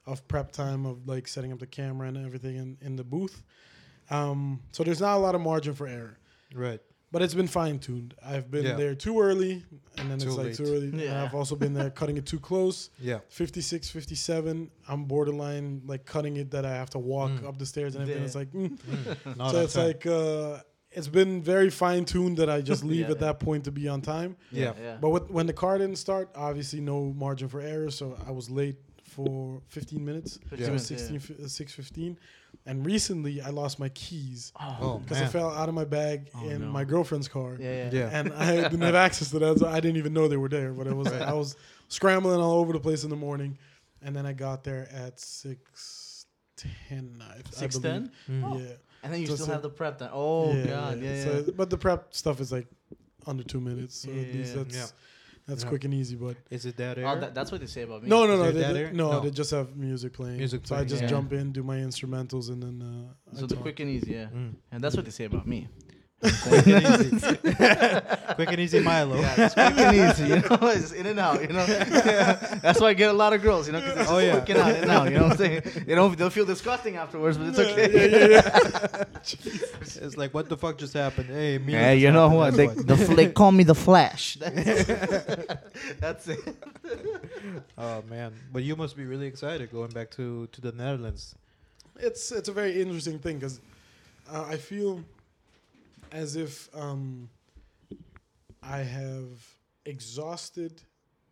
[SPEAKER 5] of prep time of like setting up the camera and everything in, in the booth. Um, so there's not a lot of margin for error.
[SPEAKER 3] right.
[SPEAKER 5] But it's been fine tuned. I've been
[SPEAKER 3] Yeah.
[SPEAKER 5] there too early, and then
[SPEAKER 3] Too
[SPEAKER 5] it's like
[SPEAKER 3] late.
[SPEAKER 5] too early. And
[SPEAKER 4] Yeah.
[SPEAKER 5] I've also been there cutting it too close.
[SPEAKER 4] [laughs]
[SPEAKER 3] Yeah.
[SPEAKER 5] 56, 57, I'm borderline like cutting it that I have to walk up the stairs and everything.
[SPEAKER 4] Yeah.
[SPEAKER 5] It's like, mm.
[SPEAKER 3] Mm. Not
[SPEAKER 5] so
[SPEAKER 3] on
[SPEAKER 5] it's
[SPEAKER 3] time.
[SPEAKER 5] like, uh, it's been very fine tuned that I just
[SPEAKER 4] [laughs]
[SPEAKER 5] leave
[SPEAKER 4] Yeah,
[SPEAKER 5] at that point to be on time.
[SPEAKER 3] yeah.
[SPEAKER 4] yeah.
[SPEAKER 5] But with, when the car didn't start, obviously no margin for error. So I was late for 15 minutes,
[SPEAKER 4] 15
[SPEAKER 5] so
[SPEAKER 4] minutes,
[SPEAKER 5] 16, fi- uh, 615. And recently I lost my keys
[SPEAKER 3] Oh
[SPEAKER 5] because I
[SPEAKER 3] man. Oh,
[SPEAKER 5] fell out of my bag in
[SPEAKER 4] no.
[SPEAKER 5] my girlfriend's car
[SPEAKER 4] yeah, yeah,
[SPEAKER 3] Yeah.
[SPEAKER 5] and I didn't have access to that. So I didn't even know they were there. But it was I was scrambling all over the place in the morning, and then I got there at six ten. I, I
[SPEAKER 4] Six
[SPEAKER 5] believe.
[SPEAKER 4] ten,
[SPEAKER 3] Mm,
[SPEAKER 4] Oh.
[SPEAKER 5] Yeah.
[SPEAKER 4] and then you
[SPEAKER 5] So
[SPEAKER 4] still
[SPEAKER 5] it's
[SPEAKER 4] have the prep time. Oh
[SPEAKER 5] yeah,
[SPEAKER 4] god, yeah, yeah.
[SPEAKER 5] So, but the prep stuff is like under two minutes. So at least
[SPEAKER 4] Yeah.
[SPEAKER 5] that's
[SPEAKER 3] Yeah.
[SPEAKER 5] that's
[SPEAKER 3] Yeah.
[SPEAKER 5] quick and easy. But
[SPEAKER 3] Is it that air?
[SPEAKER 4] Oh, that, that's what they say about me.
[SPEAKER 5] no, no,
[SPEAKER 3] Is
[SPEAKER 5] no,
[SPEAKER 3] there
[SPEAKER 5] they,
[SPEAKER 3] dead
[SPEAKER 5] they-
[SPEAKER 3] air?
[SPEAKER 5] no,
[SPEAKER 3] No.
[SPEAKER 5] They just have music playing.
[SPEAKER 3] Music
[SPEAKER 5] so I
[SPEAKER 3] playing,
[SPEAKER 5] just
[SPEAKER 4] yeah.
[SPEAKER 5] jump in, do my instrumentals, and then uh, I
[SPEAKER 4] So the
[SPEAKER 5] talk.
[SPEAKER 4] quick and easy, yeah. [laughs]
[SPEAKER 3] Mm.
[SPEAKER 4] And that's what they say about
[SPEAKER 5] [laughs]
[SPEAKER 4] me.
[SPEAKER 3] Quick and easy. [laughs] Quick and easy Milo.
[SPEAKER 4] Yeah,
[SPEAKER 3] [laughs]
[SPEAKER 4] it's quick and easy, you know. [laughs] It's just in and out, you know. That's why I get a lot of girls, you know. 'cause it's
[SPEAKER 3] Oh,
[SPEAKER 4] just
[SPEAKER 3] yeah.
[SPEAKER 4] quick and out, in and out. You know what I'm saying? They don't, they'll feel disgusting afterwards, but
[SPEAKER 3] [laughs]
[SPEAKER 4] it's okay. [laughs]
[SPEAKER 3] It's like what the fuck just happened? Hey, me.
[SPEAKER 4] Yeah, you know what? They, the, fl- they call me the Flash. That's, that's it.
[SPEAKER 3] Oh man, but you must be really excited going back to to the Netherlands.
[SPEAKER 5] it's it's a very interesting thing because uh, I feel as if um, I have exhausted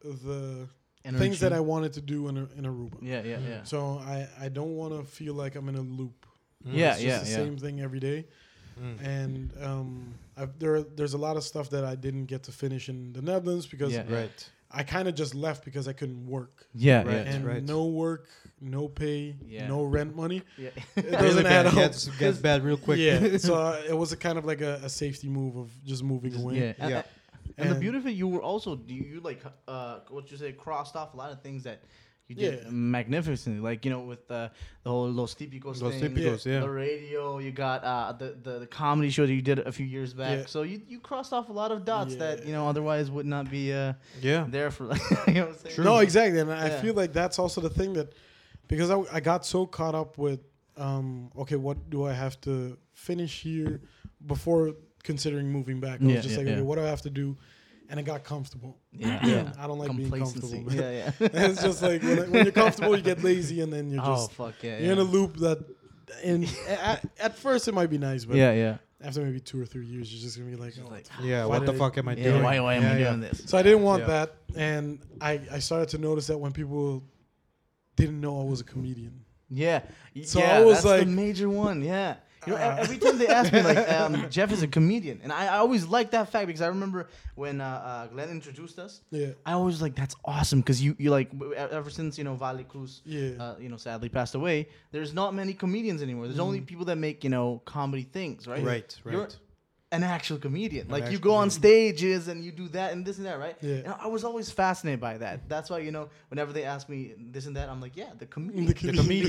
[SPEAKER 5] the things that I wanted to do in, in Aruba.
[SPEAKER 4] Yeah, yeah, yeah.
[SPEAKER 5] So I, I don't want to feel like I'm in a loop.
[SPEAKER 4] Mm. yeah,
[SPEAKER 5] It's just
[SPEAKER 4] yeah,
[SPEAKER 5] the
[SPEAKER 4] yeah.
[SPEAKER 5] same thing every day.
[SPEAKER 3] Mm.
[SPEAKER 5] And um, I've, there there's a lot of stuff that I didn't get to finish in the Netherlands because
[SPEAKER 4] Yeah.
[SPEAKER 3] Right.
[SPEAKER 5] I kind of just left because I couldn't work.
[SPEAKER 4] Yeah,
[SPEAKER 3] Right.
[SPEAKER 4] yeah.
[SPEAKER 5] and
[SPEAKER 3] right.
[SPEAKER 5] no work, no pay,
[SPEAKER 4] Yeah.
[SPEAKER 5] no rent money.
[SPEAKER 4] yeah.
[SPEAKER 5] It
[SPEAKER 3] Really
[SPEAKER 5] doesn't add
[SPEAKER 3] bad.
[SPEAKER 5] up.
[SPEAKER 3] Gets, gets bad real quick.
[SPEAKER 5] Yeah, so uh, it was a kind of like a, a safety move of just moving away.
[SPEAKER 4] Yeah. And,
[SPEAKER 3] Yeah.
[SPEAKER 4] and the
[SPEAKER 5] And-
[SPEAKER 4] beauty of it, you were also you, you like uh what you say crossed off a lot of things that you did
[SPEAKER 5] Yeah.
[SPEAKER 4] magnificently, like you know with uh, the whole Los Típicos
[SPEAKER 3] Los
[SPEAKER 4] thing,
[SPEAKER 3] Típicos, yeah.
[SPEAKER 4] the radio. You got uh the, the the comedy show that you did a few years back.
[SPEAKER 5] Yeah.
[SPEAKER 4] So you you crossed off a lot of dots that
[SPEAKER 5] Yeah.
[SPEAKER 4] you know otherwise would not be uh
[SPEAKER 3] [laughs] Yeah.
[SPEAKER 4] there for [laughs] like you know what I'm saying?
[SPEAKER 5] No, exactly, and I
[SPEAKER 4] Yeah.
[SPEAKER 5] feel like that's also the thing that because I, I got so caught up with um, okay, what do I have to finish here before considering moving back? I
[SPEAKER 4] Yeah,
[SPEAKER 5] was just
[SPEAKER 4] yeah,
[SPEAKER 5] like,
[SPEAKER 4] yeah.
[SPEAKER 5] okay, what do I have to do? And it got comfortable.
[SPEAKER 4] Yeah,
[SPEAKER 5] [clears throat] I don't like being comfortable.
[SPEAKER 4] [laughs]
[SPEAKER 5] man. [laughs]
[SPEAKER 4] Yeah, yeah.
[SPEAKER 5] it's just like when, when you're comfortable, you get lazy, and then you're
[SPEAKER 4] oh
[SPEAKER 5] just
[SPEAKER 4] fuck yeah.
[SPEAKER 5] you're in a loop that.
[SPEAKER 4] [laughs]
[SPEAKER 5] And at, at first, it might be nice, but
[SPEAKER 4] Yeah, yeah.
[SPEAKER 5] after maybe two or three years, you're just gonna be like, oh,
[SPEAKER 4] like, "Ah,
[SPEAKER 3] Yeah.
[SPEAKER 5] Why
[SPEAKER 3] What the
[SPEAKER 5] did I-
[SPEAKER 3] fuck am I
[SPEAKER 4] yeah,
[SPEAKER 3] doing?
[SPEAKER 4] why, why am I
[SPEAKER 3] Yeah, yeah.
[SPEAKER 4] doing this?
[SPEAKER 5] So I didn't want
[SPEAKER 3] Yeah.
[SPEAKER 5] that, and I, I started to notice that when people didn't know I was a comedian.
[SPEAKER 4] Yeah. Y-
[SPEAKER 5] So
[SPEAKER 4] yeah,
[SPEAKER 5] I was
[SPEAKER 4] that's the
[SPEAKER 5] like-
[SPEAKER 4] major one. Yeah. You know, e-
[SPEAKER 5] Ah.
[SPEAKER 4] every time they ask me,
[SPEAKER 5] [laughs]
[SPEAKER 4] like, um, Jeff is a comedian, and I, I always like that fact because I remember when uh, uh, Glenn introduced us.
[SPEAKER 5] Yeah.
[SPEAKER 4] I always like that's awesome because you you like w- e- ever since you know Vale Cruz,
[SPEAKER 5] Yeah.
[SPEAKER 4] uh, you know sadly passed away.
[SPEAKER 5] Mm.
[SPEAKER 4] There's not many comedians anymore. There's only people that make you know comedy things, right?
[SPEAKER 3] Right,
[SPEAKER 4] You're-
[SPEAKER 3] right.
[SPEAKER 4] an actual comedian. like you
[SPEAKER 3] actual
[SPEAKER 4] go on stages and you do that and this and that, right?
[SPEAKER 5] Yeah.
[SPEAKER 4] And I was always fascinated by that. That's why you know whenever they ask me this and that, I'm like, yeah, the comedian.
[SPEAKER 5] [laughs] The comedian.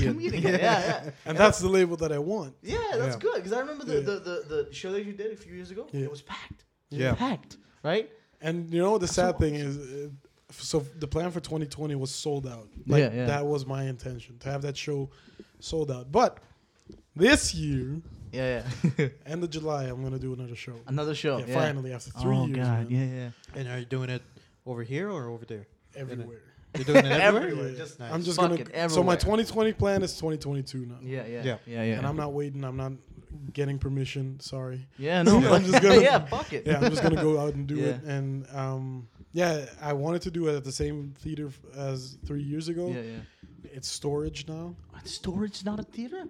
[SPEAKER 4] [laughs] The comedian. yeah,
[SPEAKER 5] [laughs]
[SPEAKER 4] yeah.
[SPEAKER 5] And that's the label that I want.
[SPEAKER 4] Yeah, that's
[SPEAKER 3] Yeah.
[SPEAKER 4] good because I remember the,
[SPEAKER 5] Yeah.
[SPEAKER 4] the, the, the show that you did a few years ago.
[SPEAKER 5] Yeah.
[SPEAKER 4] It was packed.
[SPEAKER 3] Yeah.
[SPEAKER 4] Packed, right?
[SPEAKER 5] And you know what the sad thing is, uh, f- so the plan for 2020 was sold out. Like,
[SPEAKER 4] Yeah, yeah.
[SPEAKER 5] That was my intention to have that show sold out. But this year,
[SPEAKER 4] Yeah, yeah.
[SPEAKER 5] end of July, I'm gonna do another show.
[SPEAKER 4] [laughs] Another show.
[SPEAKER 5] Yeah, finally after three
[SPEAKER 4] oh
[SPEAKER 5] years,
[SPEAKER 4] God,
[SPEAKER 5] man.
[SPEAKER 4] yeah, yeah.
[SPEAKER 3] And are you doing it over here or over there?
[SPEAKER 5] everywhere.
[SPEAKER 3] You're doing
[SPEAKER 5] [laughs]
[SPEAKER 3] it everywhere.
[SPEAKER 4] Everywhere.
[SPEAKER 5] Yeah.
[SPEAKER 4] Just
[SPEAKER 3] Nice.
[SPEAKER 5] I'm just
[SPEAKER 4] Fuck
[SPEAKER 5] gonna.
[SPEAKER 4] it,
[SPEAKER 5] so my
[SPEAKER 4] everywhere.
[SPEAKER 5] 2020 plan is 2022 now,
[SPEAKER 4] yeah, yeah,
[SPEAKER 3] Yeah.
[SPEAKER 4] yeah, yeah, yeah.
[SPEAKER 5] and I'm not waiting. I'm not getting permission. Sorry.
[SPEAKER 4] yeah, [laughs]
[SPEAKER 5] [laughs]
[SPEAKER 4] no,
[SPEAKER 5] I'm just gonna-
[SPEAKER 4] [laughs] yeah, fuck it.
[SPEAKER 5] yeah, I'm just gonna go out and do it.
[SPEAKER 4] Yeah.
[SPEAKER 5] And um, yeah, I wanted to do it at the same theater f- as three years ago.
[SPEAKER 4] [laughs] Yeah, yeah.
[SPEAKER 5] It's storage now,
[SPEAKER 4] Storage not a theater?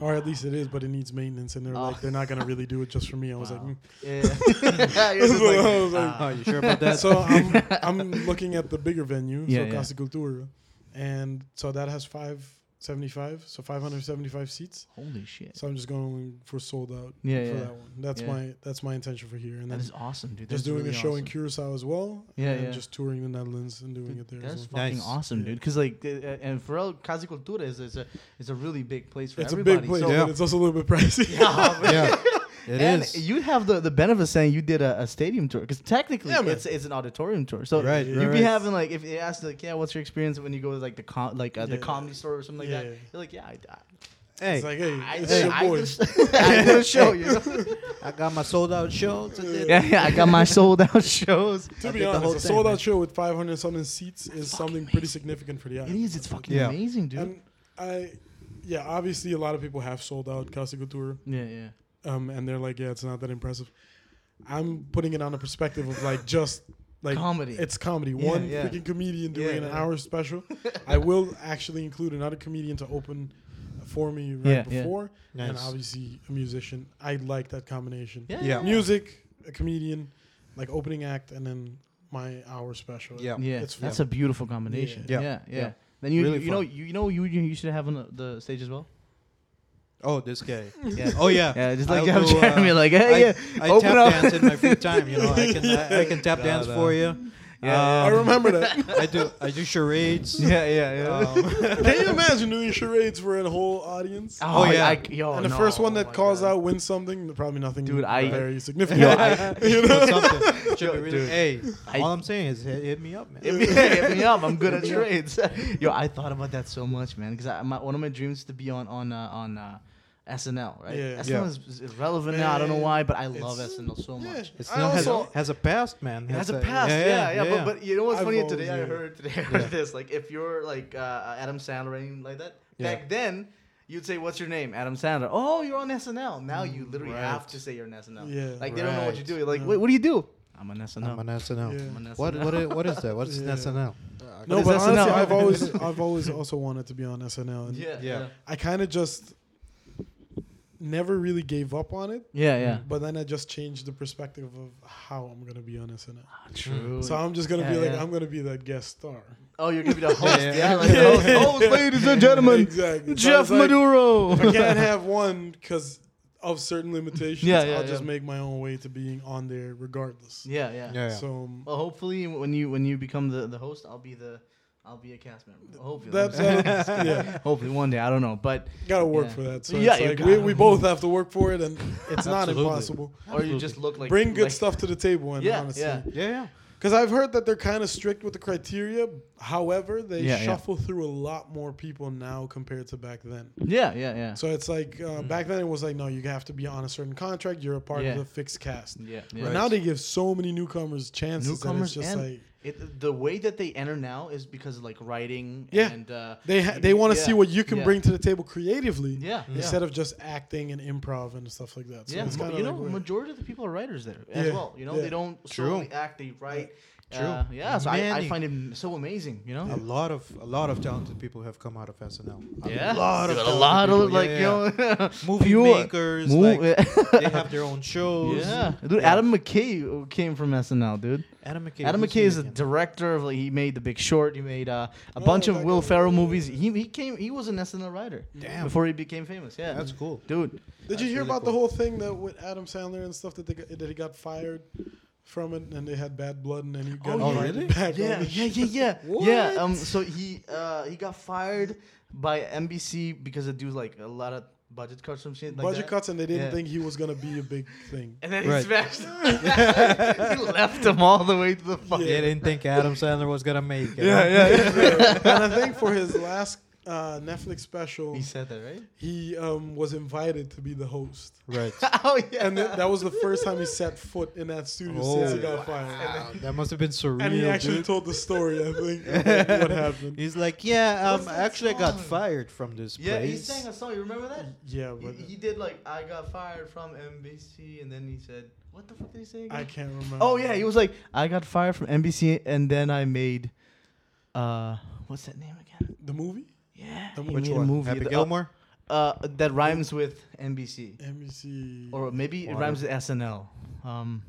[SPEAKER 5] or at least it is, but it needs maintenance. And they're
[SPEAKER 4] Oh.
[SPEAKER 5] like, they're not gonna really do it just for me. I was like, mm.
[SPEAKER 4] Yeah. [laughs] You're
[SPEAKER 5] [laughs]
[SPEAKER 4] just like, ah.
[SPEAKER 5] I was like,
[SPEAKER 3] Oh, you sure about that?
[SPEAKER 4] [laughs]
[SPEAKER 5] [laughs] so I'm, I'm looking at the bigger venue,
[SPEAKER 4] Yeah,
[SPEAKER 5] so
[SPEAKER 4] yeah.
[SPEAKER 5] Casa Cultura, and so that has five seventy five, so five hundred seventy five seats.
[SPEAKER 4] Holy shit.
[SPEAKER 5] So I'm just going for sold out
[SPEAKER 4] Yeah,
[SPEAKER 5] for
[SPEAKER 4] yeah.
[SPEAKER 5] that one. That's
[SPEAKER 4] Yeah.
[SPEAKER 5] my that's my intention for here. And
[SPEAKER 4] That
[SPEAKER 5] then
[SPEAKER 4] is awesome, dude.
[SPEAKER 5] just
[SPEAKER 4] That's
[SPEAKER 5] doing
[SPEAKER 4] really
[SPEAKER 5] a show in
[SPEAKER 4] awesome.
[SPEAKER 5] Curacao as well.
[SPEAKER 4] Yeah,
[SPEAKER 5] and
[SPEAKER 4] yeah.
[SPEAKER 5] Just touring the Netherlands and doing it there.
[SPEAKER 4] That's
[SPEAKER 5] as well.
[SPEAKER 4] fucking
[SPEAKER 3] Nice.
[SPEAKER 4] awesome,
[SPEAKER 5] Yeah.
[SPEAKER 4] dude. Because like, uh, uh, and for real, Casa Cultura is is a is a really big place for
[SPEAKER 5] It's a
[SPEAKER 4] everybody.
[SPEAKER 5] big place,
[SPEAKER 4] So,
[SPEAKER 3] Yeah.
[SPEAKER 5] but it's also a little bit pricey.
[SPEAKER 4] [laughs] Yeah, man.
[SPEAKER 3] yeah, it
[SPEAKER 4] and
[SPEAKER 3] is.
[SPEAKER 4] you have the, the benefit of saying you did a, a stadium tour because technically
[SPEAKER 5] Yeah, man.
[SPEAKER 4] it's it's an auditorium tour. So
[SPEAKER 3] Right,
[SPEAKER 4] you'd
[SPEAKER 3] right,
[SPEAKER 4] be
[SPEAKER 3] right.
[SPEAKER 4] having like if they ask like yeah, what's your experience when you go to like the com- like uh, the
[SPEAKER 5] Yeah.
[SPEAKER 4] comedy store or something like
[SPEAKER 5] Yeah.
[SPEAKER 4] that? You're like yeah, I I,
[SPEAKER 3] hey,
[SPEAKER 5] [laughs] It's like, hey,
[SPEAKER 4] I,
[SPEAKER 5] it's
[SPEAKER 4] did-
[SPEAKER 5] your
[SPEAKER 4] I,
[SPEAKER 5] boy.
[SPEAKER 4] did, a- I did a show. You
[SPEAKER 3] [laughs]
[SPEAKER 4] know?
[SPEAKER 3] I got my sold out show today.
[SPEAKER 4] yeah, yeah, I got my sold out shows.
[SPEAKER 5] to
[SPEAKER 3] I
[SPEAKER 5] be
[SPEAKER 3] did the whole
[SPEAKER 5] honest, a
[SPEAKER 3] thing,
[SPEAKER 5] sold
[SPEAKER 3] man.
[SPEAKER 5] out show with 500 something seats is something pretty significant for the
[SPEAKER 4] It
[SPEAKER 5] island.
[SPEAKER 4] is. It's fucking
[SPEAKER 3] Yeah.
[SPEAKER 4] amazing, dude.
[SPEAKER 5] And I, yeah, obviously a lot of people have sold out Casa Cultura,
[SPEAKER 4] yeah, yeah.
[SPEAKER 5] um, and they're like, yeah, it's not that impressive. I'm putting it on a perspective of like just like
[SPEAKER 4] Comedy.
[SPEAKER 5] It's comedy.
[SPEAKER 4] Yeah,
[SPEAKER 5] One
[SPEAKER 4] yeah.
[SPEAKER 5] freaking comedian doing
[SPEAKER 4] Yeah,
[SPEAKER 5] an
[SPEAKER 4] yeah.
[SPEAKER 5] hour
[SPEAKER 4] [laughs]
[SPEAKER 5] special. I will actually include another comedian to open for me right
[SPEAKER 4] Yeah, yeah.
[SPEAKER 5] before, and
[SPEAKER 3] Nice.
[SPEAKER 5] obviously a musician. I like that combination.
[SPEAKER 4] Yeah.
[SPEAKER 3] Yeah.
[SPEAKER 5] Music, a comedian, like opening act, and then my hour special.
[SPEAKER 3] Yeah.
[SPEAKER 4] Yeah,
[SPEAKER 5] It's
[SPEAKER 4] that's
[SPEAKER 5] fun.
[SPEAKER 4] a beautiful combination.
[SPEAKER 3] Yeah.
[SPEAKER 4] Yeah,
[SPEAKER 3] Yeah.
[SPEAKER 4] yeah.
[SPEAKER 3] Yeah.
[SPEAKER 4] Then you
[SPEAKER 3] Really
[SPEAKER 4] you know
[SPEAKER 3] fun.
[SPEAKER 4] you, you know you you you should have on the, the stage as well.
[SPEAKER 3] Oh, this guy.
[SPEAKER 4] Yeah.
[SPEAKER 3] Oh yeah.
[SPEAKER 4] Yeah, just like
[SPEAKER 3] I'll
[SPEAKER 4] you have
[SPEAKER 3] do, uh,
[SPEAKER 4] Jeremy, like, hey,
[SPEAKER 3] I,
[SPEAKER 4] yeah,
[SPEAKER 3] I
[SPEAKER 4] open
[SPEAKER 3] tap
[SPEAKER 4] up.
[SPEAKER 3] dance in my free time. You know, I can I, I can
[SPEAKER 4] [laughs]
[SPEAKER 3] tap
[SPEAKER 4] Yeah.
[SPEAKER 3] dance
[SPEAKER 4] Da, da.
[SPEAKER 3] for you.
[SPEAKER 5] I
[SPEAKER 3] Um,
[SPEAKER 5] remember that.
[SPEAKER 4] [laughs]
[SPEAKER 3] I do I do charades.
[SPEAKER 4] yeah, yeah, yeah.
[SPEAKER 3] Um,
[SPEAKER 5] Can you imagine doing charades for a whole audience?
[SPEAKER 3] Oh,
[SPEAKER 4] oh,
[SPEAKER 3] yeah.
[SPEAKER 4] yeah, I, yo,
[SPEAKER 5] and the
[SPEAKER 4] no,
[SPEAKER 5] first one
[SPEAKER 4] oh
[SPEAKER 5] that
[SPEAKER 4] my
[SPEAKER 5] calls
[SPEAKER 4] God.
[SPEAKER 5] out wins something, probably nothing
[SPEAKER 4] Dude, I-
[SPEAKER 5] very
[SPEAKER 4] [laughs]
[SPEAKER 5] significant.
[SPEAKER 4] Yo, I,
[SPEAKER 3] [laughs] you know,
[SPEAKER 4] [laughs]
[SPEAKER 3] something. Should be really-
[SPEAKER 4] dude.
[SPEAKER 3] hey,
[SPEAKER 4] I-
[SPEAKER 3] all I'm saying is hit, hit me up,
[SPEAKER 4] [laughs]
[SPEAKER 3] man.
[SPEAKER 4] hit, me, hit me up. I'm good at trades. [laughs] yo, I thought about that so much, man, because my, one of my dreams is to be on on uh, on uh, SNL, right?
[SPEAKER 5] Yeah.
[SPEAKER 4] SNL
[SPEAKER 3] Yeah.
[SPEAKER 4] Is, is irrelevant now. I don't know
[SPEAKER 5] Man,
[SPEAKER 4] why, but I love
[SPEAKER 5] it's-
[SPEAKER 4] SNL so
[SPEAKER 5] yeah.
[SPEAKER 4] much.
[SPEAKER 3] It's
[SPEAKER 5] I
[SPEAKER 3] not has,
[SPEAKER 5] also-
[SPEAKER 3] has a past, man.
[SPEAKER 4] It has a
[SPEAKER 3] Has
[SPEAKER 4] past, yeah, yeah.
[SPEAKER 3] yeah.
[SPEAKER 4] But, but you know what's
[SPEAKER 5] I've
[SPEAKER 4] funny?
[SPEAKER 5] always
[SPEAKER 4] Today I
[SPEAKER 5] hated it.
[SPEAKER 4] heard today I heard
[SPEAKER 3] Yeah.
[SPEAKER 4] this. Like if you're like uh, Adam Sandler or anything like that,
[SPEAKER 3] Yeah.
[SPEAKER 4] back then you'd say, "What's your name?" Adam Sandler. Oh, you're on SNL. Now you literally have to say you're on SNL.
[SPEAKER 5] Yeah.
[SPEAKER 4] Like they don't know what you
[SPEAKER 3] Right.
[SPEAKER 4] do. You're like,
[SPEAKER 5] Yeah.
[SPEAKER 4] wait, what do you do? I'm on SNL.
[SPEAKER 3] I'm an SNL.
[SPEAKER 5] Yeah.
[SPEAKER 4] I'm on
[SPEAKER 3] What
[SPEAKER 4] SNL.
[SPEAKER 3] what i- what is that? What's
[SPEAKER 5] Yeah.
[SPEAKER 3] SNL?
[SPEAKER 5] no,
[SPEAKER 4] What
[SPEAKER 5] but
[SPEAKER 4] is
[SPEAKER 5] honestly,
[SPEAKER 4] SNL?
[SPEAKER 5] I've [laughs] always, I've always also wanted to be on SNL,
[SPEAKER 4] [laughs]
[SPEAKER 5] and
[SPEAKER 4] yeah,
[SPEAKER 3] Yeah.
[SPEAKER 4] [laughs] yeah,
[SPEAKER 5] I kind of just never really gave up on it.
[SPEAKER 4] yeah, yeah.
[SPEAKER 5] But then I just changed the perspective of how I'm gonna be on SNL.
[SPEAKER 4] True.
[SPEAKER 5] So I'm just gonna
[SPEAKER 4] Yeah,
[SPEAKER 5] be like,
[SPEAKER 4] yeah.
[SPEAKER 5] I'm gonna be that guest star.
[SPEAKER 4] oh, you're
[SPEAKER 5] [laughs]
[SPEAKER 4] gonna be the host.
[SPEAKER 3] Yeah.
[SPEAKER 4] [laughs] yeah, like the host. host,
[SPEAKER 3] [laughs]
[SPEAKER 4] ladies and [laughs] gentlemen,
[SPEAKER 5] exactly. So
[SPEAKER 4] Jeff
[SPEAKER 5] it's like,
[SPEAKER 4] Maduro.
[SPEAKER 5] I can't have one because of certain limitations.
[SPEAKER 4] Yeah, yeah,
[SPEAKER 5] I'll
[SPEAKER 4] yeah.
[SPEAKER 5] just make my own way to being on there regardless.
[SPEAKER 4] yeah, yeah,
[SPEAKER 3] Yeah. yeah.
[SPEAKER 5] So um,
[SPEAKER 4] Well, hopefully when you when you become the, the host, I'll be the I'll be a cast member. Hopefully,
[SPEAKER 5] that,
[SPEAKER 4] [laughs]
[SPEAKER 5] that- yeah,
[SPEAKER 4] hopefully one day. I don't know, but
[SPEAKER 5] gotta work
[SPEAKER 4] Yeah.
[SPEAKER 5] for that. So
[SPEAKER 4] Yeah, you
[SPEAKER 5] it's like we,
[SPEAKER 4] gotta.
[SPEAKER 5] we both have to work for
[SPEAKER 4] [laughs]
[SPEAKER 5] it, and it's not
[SPEAKER 3] Absolutely.
[SPEAKER 5] impossible.
[SPEAKER 4] or you just look like
[SPEAKER 5] Bring good
[SPEAKER 4] like-
[SPEAKER 5] stuff to the table, and
[SPEAKER 4] Yeah,
[SPEAKER 5] honestly,
[SPEAKER 4] yeah.
[SPEAKER 3] yeah, yeah.
[SPEAKER 5] because I've heard that they're kind of strict with the criteria. However, they
[SPEAKER 4] Yeah, yeah.
[SPEAKER 5] shuffle through a lot more people now compared to back then.
[SPEAKER 4] Yeah, yeah, yeah.
[SPEAKER 5] So it's like uh, back then it was like, no, you have to be on a certain contract. You're a part
[SPEAKER 4] Mm. Yeah.
[SPEAKER 5] of the fixed cast.
[SPEAKER 4] yeah,
[SPEAKER 5] But now they give so many newcomers chances.
[SPEAKER 4] Newcomers
[SPEAKER 5] and it's
[SPEAKER 4] and
[SPEAKER 5] just like
[SPEAKER 4] it, the way that they enter now is because of like writing
[SPEAKER 5] Yeah.
[SPEAKER 4] and uh,
[SPEAKER 5] they ha-
[SPEAKER 4] you-
[SPEAKER 5] they want to
[SPEAKER 4] yeah,
[SPEAKER 5] see what you can
[SPEAKER 4] yeah.
[SPEAKER 5] bring to the table creatively.
[SPEAKER 4] Yeah, yeah.
[SPEAKER 5] Instead of just acting and improv and stuff like that. So
[SPEAKER 4] yeah,
[SPEAKER 5] it's
[SPEAKER 4] mo-
[SPEAKER 5] kind of
[SPEAKER 4] you know,
[SPEAKER 5] like weird.
[SPEAKER 4] majority of the people are writers there as
[SPEAKER 5] Yeah,
[SPEAKER 4] well. You know,
[SPEAKER 5] yeah.
[SPEAKER 4] they don't
[SPEAKER 3] True.
[SPEAKER 4] solely act; they write.
[SPEAKER 3] True.
[SPEAKER 4] Uh, yeah, so I, I
[SPEAKER 3] Many-
[SPEAKER 4] find it so amazing, you know?
[SPEAKER 3] A lot of a lot of talented people have come out of SNL. A
[SPEAKER 4] Yeah.
[SPEAKER 3] lot of
[SPEAKER 4] a
[SPEAKER 3] talented
[SPEAKER 4] lot of
[SPEAKER 3] people.
[SPEAKER 4] like
[SPEAKER 3] Yeah,
[SPEAKER 4] [laughs]
[SPEAKER 3] yeah.
[SPEAKER 4] you know
[SPEAKER 3] [laughs] movie
[SPEAKER 4] pure-
[SPEAKER 3] makers.
[SPEAKER 4] Move- [laughs]
[SPEAKER 3] like, they have their own shows.
[SPEAKER 4] yeah, dude.
[SPEAKER 3] Yeah.
[SPEAKER 4] Adam McKay came from SNL, dude.
[SPEAKER 3] Adam McKay.
[SPEAKER 4] Adam
[SPEAKER 3] who's
[SPEAKER 4] McKay
[SPEAKER 3] he
[SPEAKER 4] is a
[SPEAKER 3] again?
[SPEAKER 4] director of like he made The Big Short. He made uh, a bunch of
[SPEAKER 5] that
[SPEAKER 4] Will
[SPEAKER 5] guy.
[SPEAKER 4] Ferrell movies. He he came. He was an SNL writer.
[SPEAKER 3] Damn.
[SPEAKER 4] Before he became famous. Yeah.
[SPEAKER 3] That's cool.
[SPEAKER 4] Dude.
[SPEAKER 5] Did you hear
[SPEAKER 3] really
[SPEAKER 5] about the
[SPEAKER 3] cool.
[SPEAKER 5] whole thing that with Adam Sandler and stuff that they got, that he got fired from it and they had bad blood and then he got
[SPEAKER 3] Oh,
[SPEAKER 5] invited
[SPEAKER 3] really?
[SPEAKER 5] back
[SPEAKER 4] Yeah.
[SPEAKER 5] on the
[SPEAKER 4] Yeah.
[SPEAKER 5] show.
[SPEAKER 4] Yeah. Yeah. Yeah. Um. So he uh he got fired by NBC because they do like a lot of budget cuts from shit. Like
[SPEAKER 5] budget
[SPEAKER 4] that.
[SPEAKER 5] cuts and they didn't
[SPEAKER 4] Yeah.
[SPEAKER 5] think he was gonna be a big thing.
[SPEAKER 4] [laughs] And then
[SPEAKER 3] Right.
[SPEAKER 4] he smashed. he left him all the way to the fucking.
[SPEAKER 3] They didn't think Adam Sandler was gonna make it. huh?
[SPEAKER 5] [laughs] and I think for his last uh, Netflix special,
[SPEAKER 4] He said that, right?
[SPEAKER 5] he um, was invited to be the host,
[SPEAKER 3] Right.
[SPEAKER 4] [laughs] Oh yeah.
[SPEAKER 5] and th- that was the first time he set foot in that studio
[SPEAKER 4] Oh,
[SPEAKER 5] since he got fired.
[SPEAKER 3] That must have been surreal,
[SPEAKER 5] And he actually
[SPEAKER 3] dude.
[SPEAKER 5] told the story.
[SPEAKER 4] [laughs]
[SPEAKER 5] I
[SPEAKER 3] [laughs]
[SPEAKER 5] think of, like, what happened.
[SPEAKER 3] He's like, yeah, um,
[SPEAKER 4] What's that
[SPEAKER 3] actually, I got
[SPEAKER 4] song?
[SPEAKER 3] fired from this
[SPEAKER 4] yeah, he
[SPEAKER 3] place.
[SPEAKER 4] sang a song. You remember that?
[SPEAKER 5] Yeah, but
[SPEAKER 4] He, he did like I got fired from NBC, and then he said, "What the fuck did he say?"
[SPEAKER 5] I
[SPEAKER 4] Again?
[SPEAKER 5] can't remember.
[SPEAKER 4] Oh yeah, he was like, "I got fired from NBC, and then I made, uh, what's that name again?"
[SPEAKER 5] the movie.
[SPEAKER 4] Yeah,
[SPEAKER 5] The
[SPEAKER 4] he
[SPEAKER 5] movie.
[SPEAKER 4] made
[SPEAKER 3] Which
[SPEAKER 4] a
[SPEAKER 3] one?
[SPEAKER 4] movie
[SPEAKER 3] Happy
[SPEAKER 4] that-
[SPEAKER 3] Gilmore.
[SPEAKER 4] Uh, that rhymes with NBC,
[SPEAKER 5] NBC.
[SPEAKER 4] or maybe it
[SPEAKER 3] Water.
[SPEAKER 4] rhymes with SNL. Um,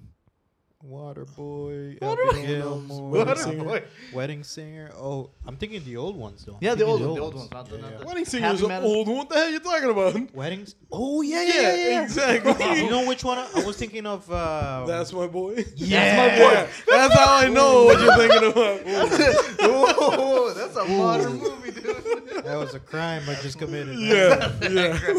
[SPEAKER 3] Waterboy.
[SPEAKER 4] Waterboy.
[SPEAKER 3] Happy Gilmore.
[SPEAKER 5] Wedding
[SPEAKER 4] Water
[SPEAKER 5] Singer.
[SPEAKER 4] Boy.
[SPEAKER 3] Wedding singer. Oh, I'm thinking the old ones though. I'm
[SPEAKER 4] Yeah, the
[SPEAKER 3] thinking
[SPEAKER 4] old one, the old ones, not the- not the-
[SPEAKER 5] Wedding Singer
[SPEAKER 4] Happy
[SPEAKER 5] is an
[SPEAKER 4] Madison-
[SPEAKER 5] old. What the hell are you talking about?
[SPEAKER 3] Weddings. Oh yeah, yeah, yeah, yeah. [laughs]
[SPEAKER 5] exactly.
[SPEAKER 3] you know which one? I, I was thinking of. Um,
[SPEAKER 5] [laughs] That's my boy.
[SPEAKER 4] That's my
[SPEAKER 5] Yeah, that's how I
[SPEAKER 3] [laughs]
[SPEAKER 5] know [laughs] what you're thinking about.
[SPEAKER 3] Oh,
[SPEAKER 4] Whoa, that's a modern movie, dude.
[SPEAKER 3] that was a crime I just committed.
[SPEAKER 5] [laughs] Yeah, yeah.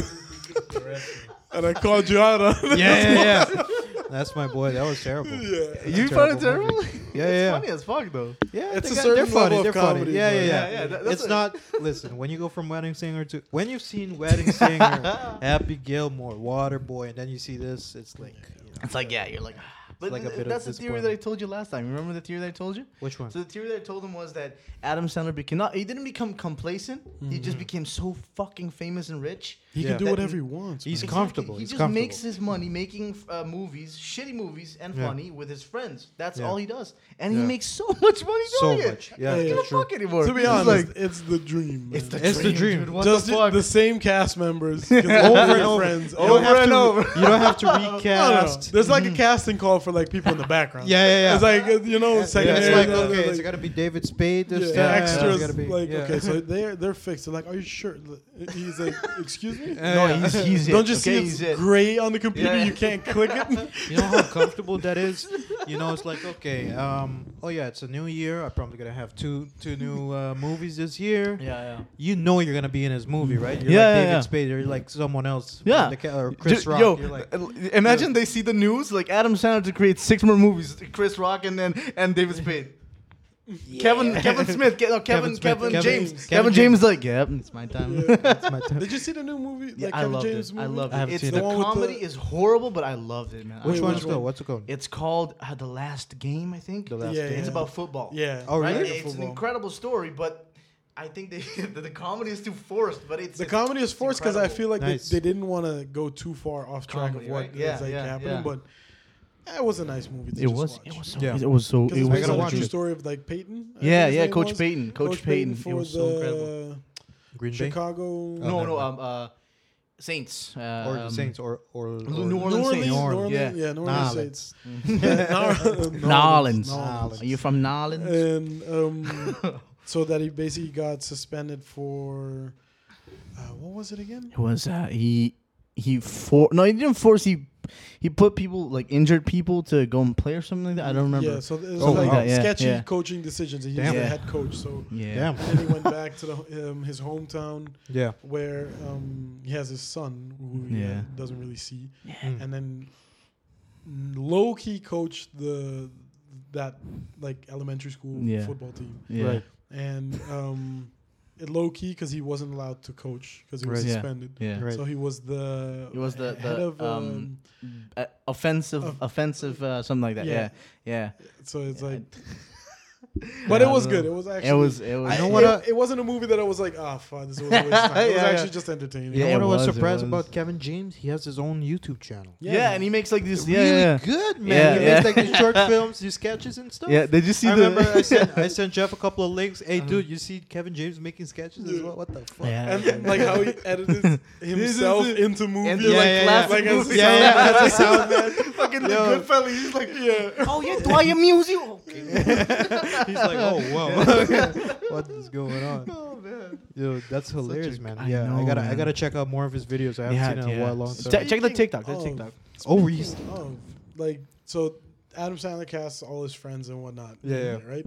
[SPEAKER 5] [laughs] and I called you out on it.
[SPEAKER 3] yeah, yeah. That's my boy. That was terrible.
[SPEAKER 5] Yeah.
[SPEAKER 3] That's a
[SPEAKER 4] you found it terrible?
[SPEAKER 3] movie. Yeah,
[SPEAKER 4] it's
[SPEAKER 3] yeah.
[SPEAKER 4] funny as fuck though.
[SPEAKER 3] Yeah,
[SPEAKER 5] It's
[SPEAKER 3] they
[SPEAKER 5] a
[SPEAKER 3] got-
[SPEAKER 5] certain
[SPEAKER 3] they're
[SPEAKER 5] level
[SPEAKER 3] funny.
[SPEAKER 5] of
[SPEAKER 3] They're funny.
[SPEAKER 5] comedy,
[SPEAKER 3] Yeah, yeah, yeah.
[SPEAKER 5] but-
[SPEAKER 4] Yeah, yeah, that- that's
[SPEAKER 3] it's
[SPEAKER 4] what-
[SPEAKER 3] not. Listen, when you go from Wedding Singer to when you've seen Wedding
[SPEAKER 5] [laughs]
[SPEAKER 3] Singer, Happy Gilmore, Waterboy, and then you see this, it's like you know,
[SPEAKER 4] It's like yeah, you're like. But
[SPEAKER 3] like a
[SPEAKER 4] th-
[SPEAKER 3] bit of
[SPEAKER 4] that's the theory that I
[SPEAKER 3] disappointment.
[SPEAKER 4] told you last time. Remember the theory that I told you?
[SPEAKER 3] which
[SPEAKER 5] [laughs]
[SPEAKER 3] one?
[SPEAKER 4] So the theory that I told him was that Adam Sandler became not he didn't become complacent. He
[SPEAKER 3] Mm-hmm.
[SPEAKER 4] just became so fucking famous and rich.
[SPEAKER 5] He
[SPEAKER 3] Yeah.
[SPEAKER 5] can do
[SPEAKER 4] That-
[SPEAKER 5] whatever he wants.
[SPEAKER 3] He's
[SPEAKER 5] man.
[SPEAKER 4] Exactly.
[SPEAKER 3] comfortable.
[SPEAKER 4] He
[SPEAKER 3] He's
[SPEAKER 4] just
[SPEAKER 3] comfortable.
[SPEAKER 4] makes his money making uh, movies, shitty movies, and
[SPEAKER 3] Yeah.
[SPEAKER 4] funny with his friends. That's
[SPEAKER 3] Yeah.
[SPEAKER 4] all he does, and
[SPEAKER 3] Yeah.
[SPEAKER 4] he makes so [laughs] much money
[SPEAKER 3] so
[SPEAKER 4] doing it.
[SPEAKER 3] much. Yeah,
[SPEAKER 5] Yeah,
[SPEAKER 4] He
[SPEAKER 3] yeah,
[SPEAKER 4] don't give a
[SPEAKER 3] true.
[SPEAKER 4] fuck anymore.
[SPEAKER 5] To be
[SPEAKER 4] He's
[SPEAKER 5] honest,
[SPEAKER 4] like,
[SPEAKER 5] it's the dream. Man.
[SPEAKER 4] it's the
[SPEAKER 3] It's the dream.
[SPEAKER 4] dude, what
[SPEAKER 5] Just
[SPEAKER 4] the fuck?
[SPEAKER 5] the same cast
[SPEAKER 3] [laughs]
[SPEAKER 5] members. over
[SPEAKER 3] Over and over.
[SPEAKER 5] Friends,
[SPEAKER 3] You don't
[SPEAKER 5] over
[SPEAKER 3] have
[SPEAKER 5] and
[SPEAKER 3] to-
[SPEAKER 5] over.
[SPEAKER 3] You don't have to
[SPEAKER 5] [laughs] No, no, no.
[SPEAKER 3] recast.
[SPEAKER 5] There's like a casting call for like people in the background.
[SPEAKER 3] Mm-hmm. Yeah, yeah, yeah.
[SPEAKER 5] It's like uh, you know,
[SPEAKER 3] Yeah,
[SPEAKER 5] secondary.
[SPEAKER 3] it's like
[SPEAKER 5] you know,
[SPEAKER 3] okay, it's
[SPEAKER 5] uh, like,
[SPEAKER 3] gotta be David Spade. This
[SPEAKER 5] yeah,
[SPEAKER 3] time, it's
[SPEAKER 5] extras.
[SPEAKER 3] gotta be-
[SPEAKER 5] like
[SPEAKER 3] yeah.
[SPEAKER 5] okay, so they're they're fixed. They're like, are you sure? He's like, excuse me.
[SPEAKER 4] no, he's, he's
[SPEAKER 5] Don't
[SPEAKER 4] it, okay?
[SPEAKER 5] you see
[SPEAKER 4] He's
[SPEAKER 5] it's
[SPEAKER 4] it.
[SPEAKER 5] gray on the computer?
[SPEAKER 4] Yeah.
[SPEAKER 5] You can't click it.
[SPEAKER 3] [laughs] You know how comfortable that is. You know, it's like okay, um, oh yeah, it's a new year. I'm probably gonna have two two new uh, movies this year.
[SPEAKER 4] Yeah, yeah.
[SPEAKER 3] You know you're gonna be in his movie, right? You're
[SPEAKER 4] Yeah,
[SPEAKER 3] like
[SPEAKER 4] yeah,
[SPEAKER 3] David
[SPEAKER 4] yeah.
[SPEAKER 3] Spade or like someone else. from
[SPEAKER 4] Yeah.
[SPEAKER 3] the ca- or Chris
[SPEAKER 4] Dude,
[SPEAKER 3] Rock.
[SPEAKER 4] Yo,
[SPEAKER 3] you're like,
[SPEAKER 4] uh, imagine they see the news like Adam Sandler to create six more movies, Chris Rock and then and [laughs] David Spade. Kevin Kevin Smith, Ke- no,
[SPEAKER 3] Kevin
[SPEAKER 4] Kevin Kevin,
[SPEAKER 3] Smith, Kevin
[SPEAKER 4] James,
[SPEAKER 3] James.
[SPEAKER 4] Kevin
[SPEAKER 3] Kevin
[SPEAKER 4] James, like yeah, it's my time.
[SPEAKER 3] [laughs]
[SPEAKER 4] [laughs]
[SPEAKER 5] Yeah.
[SPEAKER 3] "That's my turn."
[SPEAKER 5] [laughs] Did you see the new movie? Like
[SPEAKER 4] Yeah, I
[SPEAKER 5] Kevin
[SPEAKER 4] loved
[SPEAKER 5] James
[SPEAKER 4] it.
[SPEAKER 5] movie?
[SPEAKER 4] I loved
[SPEAKER 3] I
[SPEAKER 4] it.
[SPEAKER 3] haven't
[SPEAKER 4] It's
[SPEAKER 3] seen
[SPEAKER 4] the
[SPEAKER 5] it. The one with
[SPEAKER 4] comedy
[SPEAKER 5] the-
[SPEAKER 4] is horrible, but I loved it, man. I
[SPEAKER 3] Which
[SPEAKER 4] loved
[SPEAKER 5] Wait,
[SPEAKER 3] one's
[SPEAKER 5] which
[SPEAKER 3] called?
[SPEAKER 5] one?
[SPEAKER 3] What's it called?
[SPEAKER 4] it. It's called uh, The Last Game, I think.
[SPEAKER 3] The Last
[SPEAKER 5] Yeah,
[SPEAKER 3] Game.
[SPEAKER 4] It's about football.
[SPEAKER 5] Yeah.
[SPEAKER 3] Oh,
[SPEAKER 4] Right?
[SPEAKER 3] really?
[SPEAKER 5] Yeah,
[SPEAKER 4] It's an
[SPEAKER 5] football.
[SPEAKER 4] incredible story, but I think they, [laughs] the, the comedy is too forced. But it's
[SPEAKER 5] The
[SPEAKER 4] it's-
[SPEAKER 5] comedy is
[SPEAKER 4] it's
[SPEAKER 5] forced because I
[SPEAKER 4] incredible.
[SPEAKER 5] feel like they-
[SPEAKER 3] Nice.
[SPEAKER 5] they, didn't want to go too far off track
[SPEAKER 4] Comedy,
[SPEAKER 5] of what
[SPEAKER 4] right?
[SPEAKER 5] was
[SPEAKER 4] Yeah,
[SPEAKER 5] like
[SPEAKER 4] yeah,
[SPEAKER 5] happening,
[SPEAKER 4] yeah.
[SPEAKER 5] but eh, it was a nice movie. To
[SPEAKER 4] it
[SPEAKER 5] just
[SPEAKER 4] was
[SPEAKER 5] watch.
[SPEAKER 4] it was so
[SPEAKER 3] Yeah.
[SPEAKER 4] it was so
[SPEAKER 5] Because
[SPEAKER 4] it
[SPEAKER 5] it's
[SPEAKER 4] was
[SPEAKER 5] based
[SPEAKER 3] gotta
[SPEAKER 5] on
[SPEAKER 4] so
[SPEAKER 5] a
[SPEAKER 3] watch
[SPEAKER 5] true
[SPEAKER 3] it.
[SPEAKER 5] story of like Peyton. I
[SPEAKER 4] Yeah,
[SPEAKER 5] think his
[SPEAKER 4] yeah,
[SPEAKER 5] name
[SPEAKER 4] Coach
[SPEAKER 5] was.
[SPEAKER 4] Payton. Coach Payton, he
[SPEAKER 5] for
[SPEAKER 4] was so
[SPEAKER 5] the
[SPEAKER 4] incredible.
[SPEAKER 3] Green Bay
[SPEAKER 5] Chicago.
[SPEAKER 3] Oh,
[SPEAKER 4] No,
[SPEAKER 3] never
[SPEAKER 4] no,
[SPEAKER 3] mind.
[SPEAKER 4] um, uh, Saints.
[SPEAKER 3] or
[SPEAKER 4] um,
[SPEAKER 3] the Saints or or, or
[SPEAKER 4] New Orleans
[SPEAKER 5] New Orleans,
[SPEAKER 4] Saints.
[SPEAKER 5] New
[SPEAKER 3] New
[SPEAKER 5] Orleans,
[SPEAKER 4] Orleans.
[SPEAKER 5] yeah, New
[SPEAKER 3] Nah,
[SPEAKER 5] Orleans
[SPEAKER 3] let's-
[SPEAKER 4] [laughs]
[SPEAKER 5] Saints. [laughs] Nor-
[SPEAKER 4] New Orleans.
[SPEAKER 3] Nolans.
[SPEAKER 4] Are you from Nolans?
[SPEAKER 3] Uh,
[SPEAKER 5] and um, so that he basically got suspended for uh, what was it again?
[SPEAKER 4] It was uh, he he for no he didn't force he he put people like injured people to go and play or something like that. I don't remember.
[SPEAKER 5] Yeah, so it was
[SPEAKER 3] Oh,
[SPEAKER 5] like
[SPEAKER 3] wow.
[SPEAKER 4] Yeah,
[SPEAKER 5] sketchy
[SPEAKER 4] yeah.
[SPEAKER 5] coaching decisions. and He
[SPEAKER 3] Damn.
[SPEAKER 5] was
[SPEAKER 4] Yeah.
[SPEAKER 5] the head coach, so
[SPEAKER 4] Yeah.
[SPEAKER 3] Damn.
[SPEAKER 5] then he went back to the, um, his hometown
[SPEAKER 3] Yeah.
[SPEAKER 5] where um, he has his son who he uh,
[SPEAKER 4] Yeah.
[SPEAKER 5] doesn't really see,
[SPEAKER 3] Mm.
[SPEAKER 5] and then low key coached the that like elementary school
[SPEAKER 4] Yeah.
[SPEAKER 5] football team.
[SPEAKER 4] Yeah.
[SPEAKER 3] Right.
[SPEAKER 5] and um, it low key because he wasn't allowed to coach because he was
[SPEAKER 3] Right.
[SPEAKER 4] Yeah.
[SPEAKER 5] suspended.
[SPEAKER 4] Yeah.
[SPEAKER 3] Right.
[SPEAKER 5] So he was the
[SPEAKER 4] He was the-
[SPEAKER 5] head
[SPEAKER 4] the,
[SPEAKER 5] of
[SPEAKER 4] um, Uh, offensive,
[SPEAKER 5] Of-
[SPEAKER 4] offensive, uh, something like that. Yeah. [laughs]
[SPEAKER 5] Yeah.
[SPEAKER 4] Yeah.
[SPEAKER 5] so it's like But
[SPEAKER 4] Yeah,
[SPEAKER 5] it was
[SPEAKER 4] no.
[SPEAKER 5] good. It was actually.
[SPEAKER 4] It was. It was.
[SPEAKER 5] I,
[SPEAKER 3] You know
[SPEAKER 5] it,
[SPEAKER 3] what I-
[SPEAKER 5] it wasn't a movie that I was like, ah, fuck, this was a waste of time. It was
[SPEAKER 4] uh, [laughs] Yeah, yeah.
[SPEAKER 5] actually just entertaining.
[SPEAKER 3] You know
[SPEAKER 4] Yeah,
[SPEAKER 3] what
[SPEAKER 4] it
[SPEAKER 3] I was
[SPEAKER 4] was, it
[SPEAKER 3] surprised
[SPEAKER 4] was.
[SPEAKER 3] about Kevin James? He has his own YouTube channel.
[SPEAKER 4] yeah, and he makes like this. Yeah,
[SPEAKER 3] really
[SPEAKER 4] yeah.
[SPEAKER 3] good, man.
[SPEAKER 4] Yeah,
[SPEAKER 3] he
[SPEAKER 4] yeah.
[SPEAKER 3] makes like these short
[SPEAKER 4] [laughs]
[SPEAKER 3] films, these sketches and stuff.
[SPEAKER 4] Yeah, Did you see
[SPEAKER 3] I
[SPEAKER 4] the? Uh-huh.
[SPEAKER 3] remember
[SPEAKER 4] [laughs]
[SPEAKER 3] I sent I sent Jeff a couple of links. Hey, dude, you see Kevin James making sketches as
[SPEAKER 5] Yeah.
[SPEAKER 3] well? What the fuck?
[SPEAKER 4] yeah.
[SPEAKER 5] And like how he
[SPEAKER 4] [laughs]
[SPEAKER 5] edited himself
[SPEAKER 4] it.
[SPEAKER 5] into movies.
[SPEAKER 4] the, like, classic
[SPEAKER 5] Like, as a
[SPEAKER 4] movies.
[SPEAKER 5] sound
[SPEAKER 3] Yeah, yeah,
[SPEAKER 5] man.
[SPEAKER 3] as a sound
[SPEAKER 5] [laughs]
[SPEAKER 3] man.
[SPEAKER 4] Fucking the
[SPEAKER 3] Yo.
[SPEAKER 4] good fella. He's like,
[SPEAKER 5] yeah.
[SPEAKER 4] oh yeah, do I
[SPEAKER 3] [laughs]
[SPEAKER 4] amuse
[SPEAKER 5] [laughs]
[SPEAKER 4] you? Okay.
[SPEAKER 3] He's like, oh wow, [laughs] what is going on?
[SPEAKER 4] Oh man.
[SPEAKER 3] Dude, that's hilarious,
[SPEAKER 4] a-
[SPEAKER 3] man.
[SPEAKER 4] I
[SPEAKER 3] yeah, I
[SPEAKER 4] know,
[SPEAKER 3] gotta I
[SPEAKER 4] man.
[SPEAKER 3] gotta check out more of his videos. I haven't
[SPEAKER 4] Yeah,
[SPEAKER 3] seen it in a
[SPEAKER 4] yeah.
[SPEAKER 3] while, long
[SPEAKER 4] Ste-
[SPEAKER 3] time.
[SPEAKER 4] check the TikTok. The
[SPEAKER 5] of-
[SPEAKER 4] TikTok.
[SPEAKER 3] oh, he's
[SPEAKER 5] Oh, like so. Adam Sandler casts all his friends and whatnot. in
[SPEAKER 3] Yeah, yeah.
[SPEAKER 5] there, right.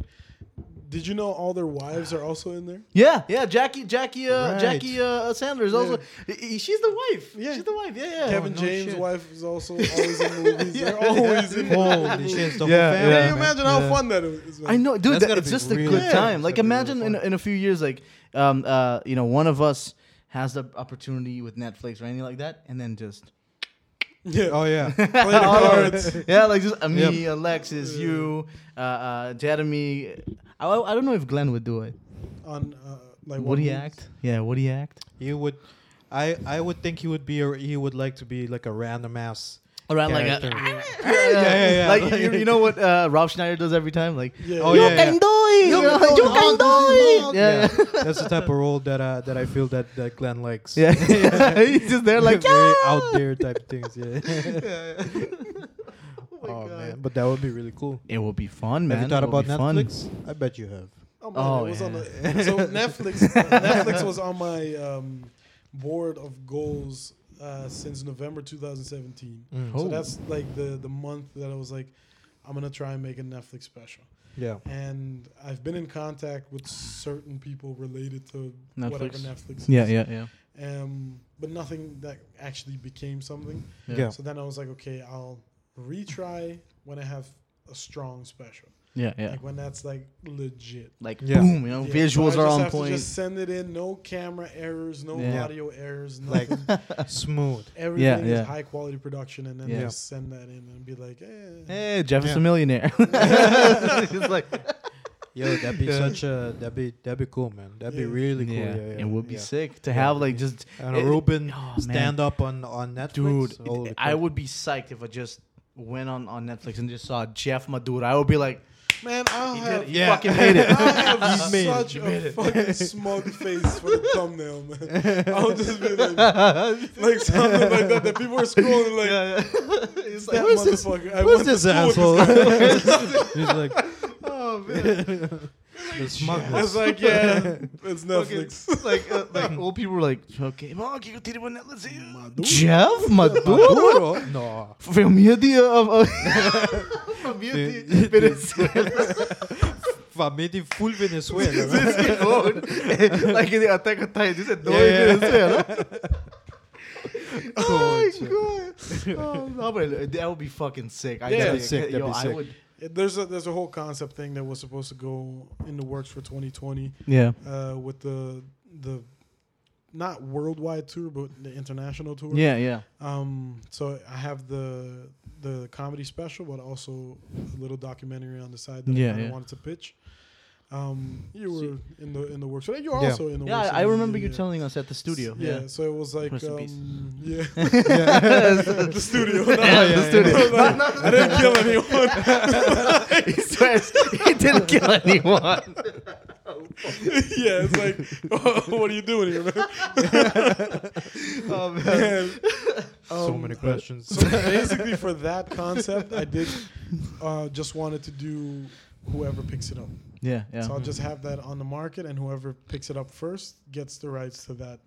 [SPEAKER 5] Did you know all their wives are also in there?
[SPEAKER 4] Yeah, yeah. Jackie, Jackie, uh,
[SPEAKER 3] Right.
[SPEAKER 4] Jackie uh, Sanders. Also, I- I- she's the wife.
[SPEAKER 5] Yeah.
[SPEAKER 4] she's the wife. Yeah, Oh, yeah.
[SPEAKER 5] Kevin
[SPEAKER 3] no
[SPEAKER 5] James'
[SPEAKER 3] shit.
[SPEAKER 5] wife is also always in
[SPEAKER 4] [laughs]
[SPEAKER 5] movies. They're always in.
[SPEAKER 3] holy shit, it's the
[SPEAKER 4] Yeah,
[SPEAKER 3] whole
[SPEAKER 5] Can
[SPEAKER 3] family.
[SPEAKER 4] yeah.
[SPEAKER 5] you
[SPEAKER 3] man.
[SPEAKER 5] imagine how
[SPEAKER 4] Yeah.
[SPEAKER 5] fun that is? man?
[SPEAKER 4] I know, dude.
[SPEAKER 3] That's
[SPEAKER 4] That,
[SPEAKER 3] gotta
[SPEAKER 4] it's
[SPEAKER 3] be
[SPEAKER 4] just a
[SPEAKER 3] really
[SPEAKER 4] good
[SPEAKER 3] fun.
[SPEAKER 4] time.
[SPEAKER 3] That's
[SPEAKER 4] Like,
[SPEAKER 3] gotta be
[SPEAKER 4] imagine
[SPEAKER 3] really
[SPEAKER 4] in,
[SPEAKER 3] fun.
[SPEAKER 4] in a few years, like, um, uh, you know, one of us has the opportunity with Netflix or anything like that, and
[SPEAKER 3] [laughs]
[SPEAKER 4] then just
[SPEAKER 5] Yeah.
[SPEAKER 3] Oh
[SPEAKER 4] [laughs]
[SPEAKER 3] yeah.
[SPEAKER 5] Play the cards.
[SPEAKER 4] yeah, like just uh, me,
[SPEAKER 3] Yep.
[SPEAKER 4] Alexis, you, uh, uh, Jeremy. I, I don't know if Glenn would do it.
[SPEAKER 5] on uh, like
[SPEAKER 4] Would he
[SPEAKER 5] one-
[SPEAKER 4] act? Yeah, would he act?
[SPEAKER 3] He would. I I would think he would be. A, he would like to be like a random ass.
[SPEAKER 4] Around
[SPEAKER 3] character.
[SPEAKER 4] like a.
[SPEAKER 3] yeah, yeah, yeah.
[SPEAKER 4] [laughs] Like you, you know what uh, Rob Schneider does every time, like
[SPEAKER 5] Yeah.
[SPEAKER 3] Oh,
[SPEAKER 4] you
[SPEAKER 3] yeah,
[SPEAKER 4] can
[SPEAKER 3] yeah.
[SPEAKER 4] do it, you,
[SPEAKER 3] can
[SPEAKER 4] know,
[SPEAKER 3] do
[SPEAKER 4] you
[SPEAKER 3] it.
[SPEAKER 4] can do it.
[SPEAKER 3] Yeah.
[SPEAKER 4] Yeah, [laughs]
[SPEAKER 3] That's the type of role that uh, that I feel that, that Glenn likes.
[SPEAKER 4] yeah. [laughs] He's just there, like
[SPEAKER 3] very
[SPEAKER 4] [laughs] yeah.
[SPEAKER 3] out there type things.
[SPEAKER 4] [laughs]
[SPEAKER 3] Yeah. [laughs] oh man, but that would be really cool.
[SPEAKER 4] It will be fun, man.
[SPEAKER 3] have you thought
[SPEAKER 4] It will
[SPEAKER 3] about
[SPEAKER 4] be fun.
[SPEAKER 3] Netflix? I bet you have.
[SPEAKER 5] Oh, man,
[SPEAKER 4] Oh,
[SPEAKER 5] it was on
[SPEAKER 4] yeah. [laughs]
[SPEAKER 5] the, so Netflix Netflix was on my um, board of goals uh, since November 2017.
[SPEAKER 4] Oh.
[SPEAKER 3] Mm,
[SPEAKER 5] So that's like the the month that I was like, I'm gonna try and make a Netflix special.
[SPEAKER 3] Yeah.
[SPEAKER 5] And I've been in contact with certain people related to whatever
[SPEAKER 4] Netflix.
[SPEAKER 5] Netflix. Is.
[SPEAKER 4] Yeah, yeah, yeah.
[SPEAKER 5] Um, but nothing that actually became something.
[SPEAKER 3] Yeah.
[SPEAKER 4] Yeah.
[SPEAKER 5] So then I was like, okay, I'll retry when I have a strong special.
[SPEAKER 4] Yeah, yeah.
[SPEAKER 5] Like when that's like legit.
[SPEAKER 4] Like
[SPEAKER 3] Yeah.
[SPEAKER 4] boom, you know,
[SPEAKER 5] Yeah,
[SPEAKER 4] visuals
[SPEAKER 5] so I
[SPEAKER 4] are
[SPEAKER 5] just
[SPEAKER 4] on
[SPEAKER 5] have to
[SPEAKER 4] point.
[SPEAKER 5] just send it in. No camera errors. No
[SPEAKER 4] Yeah.
[SPEAKER 5] audio errors.
[SPEAKER 3] Like
[SPEAKER 4] [laughs]
[SPEAKER 5] Nothing.
[SPEAKER 3] smooth.
[SPEAKER 5] Everything
[SPEAKER 4] yeah.
[SPEAKER 5] is high quality production, and then
[SPEAKER 4] Yeah.
[SPEAKER 5] just send that in and be like, eh.
[SPEAKER 4] Hey, Jeff is
[SPEAKER 3] Yeah.
[SPEAKER 4] a
[SPEAKER 3] [laughs]
[SPEAKER 4] millionaire. [laughs] It's like
[SPEAKER 3] Yo, that'd be such a that'd be that'd be cool, man. That'd
[SPEAKER 5] Yeah.
[SPEAKER 3] be really cool.
[SPEAKER 4] yeah,
[SPEAKER 3] Yeah, yeah,
[SPEAKER 4] it would be
[SPEAKER 3] yeah.
[SPEAKER 4] sick to
[SPEAKER 3] Yeah,
[SPEAKER 4] have
[SPEAKER 3] it would
[SPEAKER 4] like
[SPEAKER 3] be-
[SPEAKER 4] just
[SPEAKER 3] And a
[SPEAKER 4] it-
[SPEAKER 3] Ruben
[SPEAKER 4] oh, man.
[SPEAKER 3] stand up on on Netflix.
[SPEAKER 4] dude.
[SPEAKER 3] Holy
[SPEAKER 4] it- I
[SPEAKER 3] crap.
[SPEAKER 4] would be psyched if I just went on on Netflix and just saw Jeff Madura. I would be
[SPEAKER 3] [laughs]
[SPEAKER 4] like,
[SPEAKER 5] man, I'll
[SPEAKER 4] he
[SPEAKER 5] have.
[SPEAKER 4] did it.
[SPEAKER 3] Yeah.
[SPEAKER 5] [laughs]
[SPEAKER 4] fucking made
[SPEAKER 5] I
[SPEAKER 4] [laughs] it.
[SPEAKER 5] have
[SPEAKER 3] made it.
[SPEAKER 5] such
[SPEAKER 3] You made
[SPEAKER 5] a
[SPEAKER 3] it.
[SPEAKER 5] fucking smug face for
[SPEAKER 4] [laughs]
[SPEAKER 5] the thumbnail, man. I'll just be like, like something like that that people are scrolling like,
[SPEAKER 4] [laughs] Yeah, yeah. [laughs] It's
[SPEAKER 5] that
[SPEAKER 4] like,
[SPEAKER 3] Who's this-
[SPEAKER 5] motherfucker. I
[SPEAKER 3] Who's
[SPEAKER 5] went to
[SPEAKER 3] this
[SPEAKER 5] school with
[SPEAKER 3] asshole? [laughs]
[SPEAKER 5] guy."
[SPEAKER 3] He's like,
[SPEAKER 4] oh
[SPEAKER 3] [laughs]
[SPEAKER 4] man.
[SPEAKER 3] the smugness.
[SPEAKER 5] It's like, yeah, it's Netflix.
[SPEAKER 4] Fucking, like,
[SPEAKER 3] [laughs]
[SPEAKER 4] uh, like old people were like, okay, mano, que eu tirei uma Netflix aí." Jeff Maduro?
[SPEAKER 3] Maduro? [laughs] No.
[SPEAKER 4] Foi medo of. [laughs] of
[SPEAKER 3] Dude,
[SPEAKER 4] Família de
[SPEAKER 3] dude.
[SPEAKER 4] [laughs]
[SPEAKER 3] [laughs]
[SPEAKER 4] Venezuela.
[SPEAKER 3] Família full
[SPEAKER 4] [laughs]
[SPEAKER 3] Venezuela. Oh, man.
[SPEAKER 4] Diz que foi. Like, ele até que tá aí, diz é doido
[SPEAKER 3] Yeah, yeah.
[SPEAKER 4] Venezuela. Ai,
[SPEAKER 3] Gotcha.
[SPEAKER 4] God. Oh, no, but that would be fucking sick. I
[SPEAKER 5] Yeah.
[SPEAKER 4] gotta-
[SPEAKER 5] That'd
[SPEAKER 3] be sick, that'd
[SPEAKER 4] yo,
[SPEAKER 3] be
[SPEAKER 4] I
[SPEAKER 3] sick.
[SPEAKER 4] would-
[SPEAKER 5] There's a there's a whole concept thing that was supposed to go in the works for 2020
[SPEAKER 4] Yeah.
[SPEAKER 5] uh, with the the not worldwide tour but the international tour.
[SPEAKER 4] Yeah, yeah.
[SPEAKER 5] Um. So I have the the comedy special, but also a little documentary on the side that
[SPEAKER 4] Yeah,
[SPEAKER 5] I kinda
[SPEAKER 4] yeah.
[SPEAKER 5] wanted to pitch. Um. You were in the in the works. So you are
[SPEAKER 3] Yeah.
[SPEAKER 5] also in the
[SPEAKER 4] Yeah,
[SPEAKER 5] works.
[SPEAKER 4] I I remember
[SPEAKER 5] Yeah,
[SPEAKER 4] you
[SPEAKER 5] yeah.
[SPEAKER 4] telling us at the studio. [laughs]
[SPEAKER 5] Yeah, so it was like,
[SPEAKER 4] Rest in peace.
[SPEAKER 5] um, yeah,
[SPEAKER 4] [laughs]
[SPEAKER 5] [laughs]
[SPEAKER 4] Yeah.
[SPEAKER 5] the studio.
[SPEAKER 4] [laughs] Yeah, the studio.
[SPEAKER 5] Like, I didn't kill anyone.
[SPEAKER 4] he swears he didn't [laughs] kill anyone.
[SPEAKER 5] [laughs] yeah, it's like, what are you doing here, man?
[SPEAKER 4] [laughs] Oh, man.
[SPEAKER 5] And,
[SPEAKER 3] so
[SPEAKER 5] um,
[SPEAKER 3] many questions.
[SPEAKER 5] So basically, for that concept, I did uh, just wanted to do whoever picks it up.
[SPEAKER 4] Yeah, yeah. Mm-hmm.
[SPEAKER 5] So I'll just have that on the market, and whoever picks it up first gets the rights to that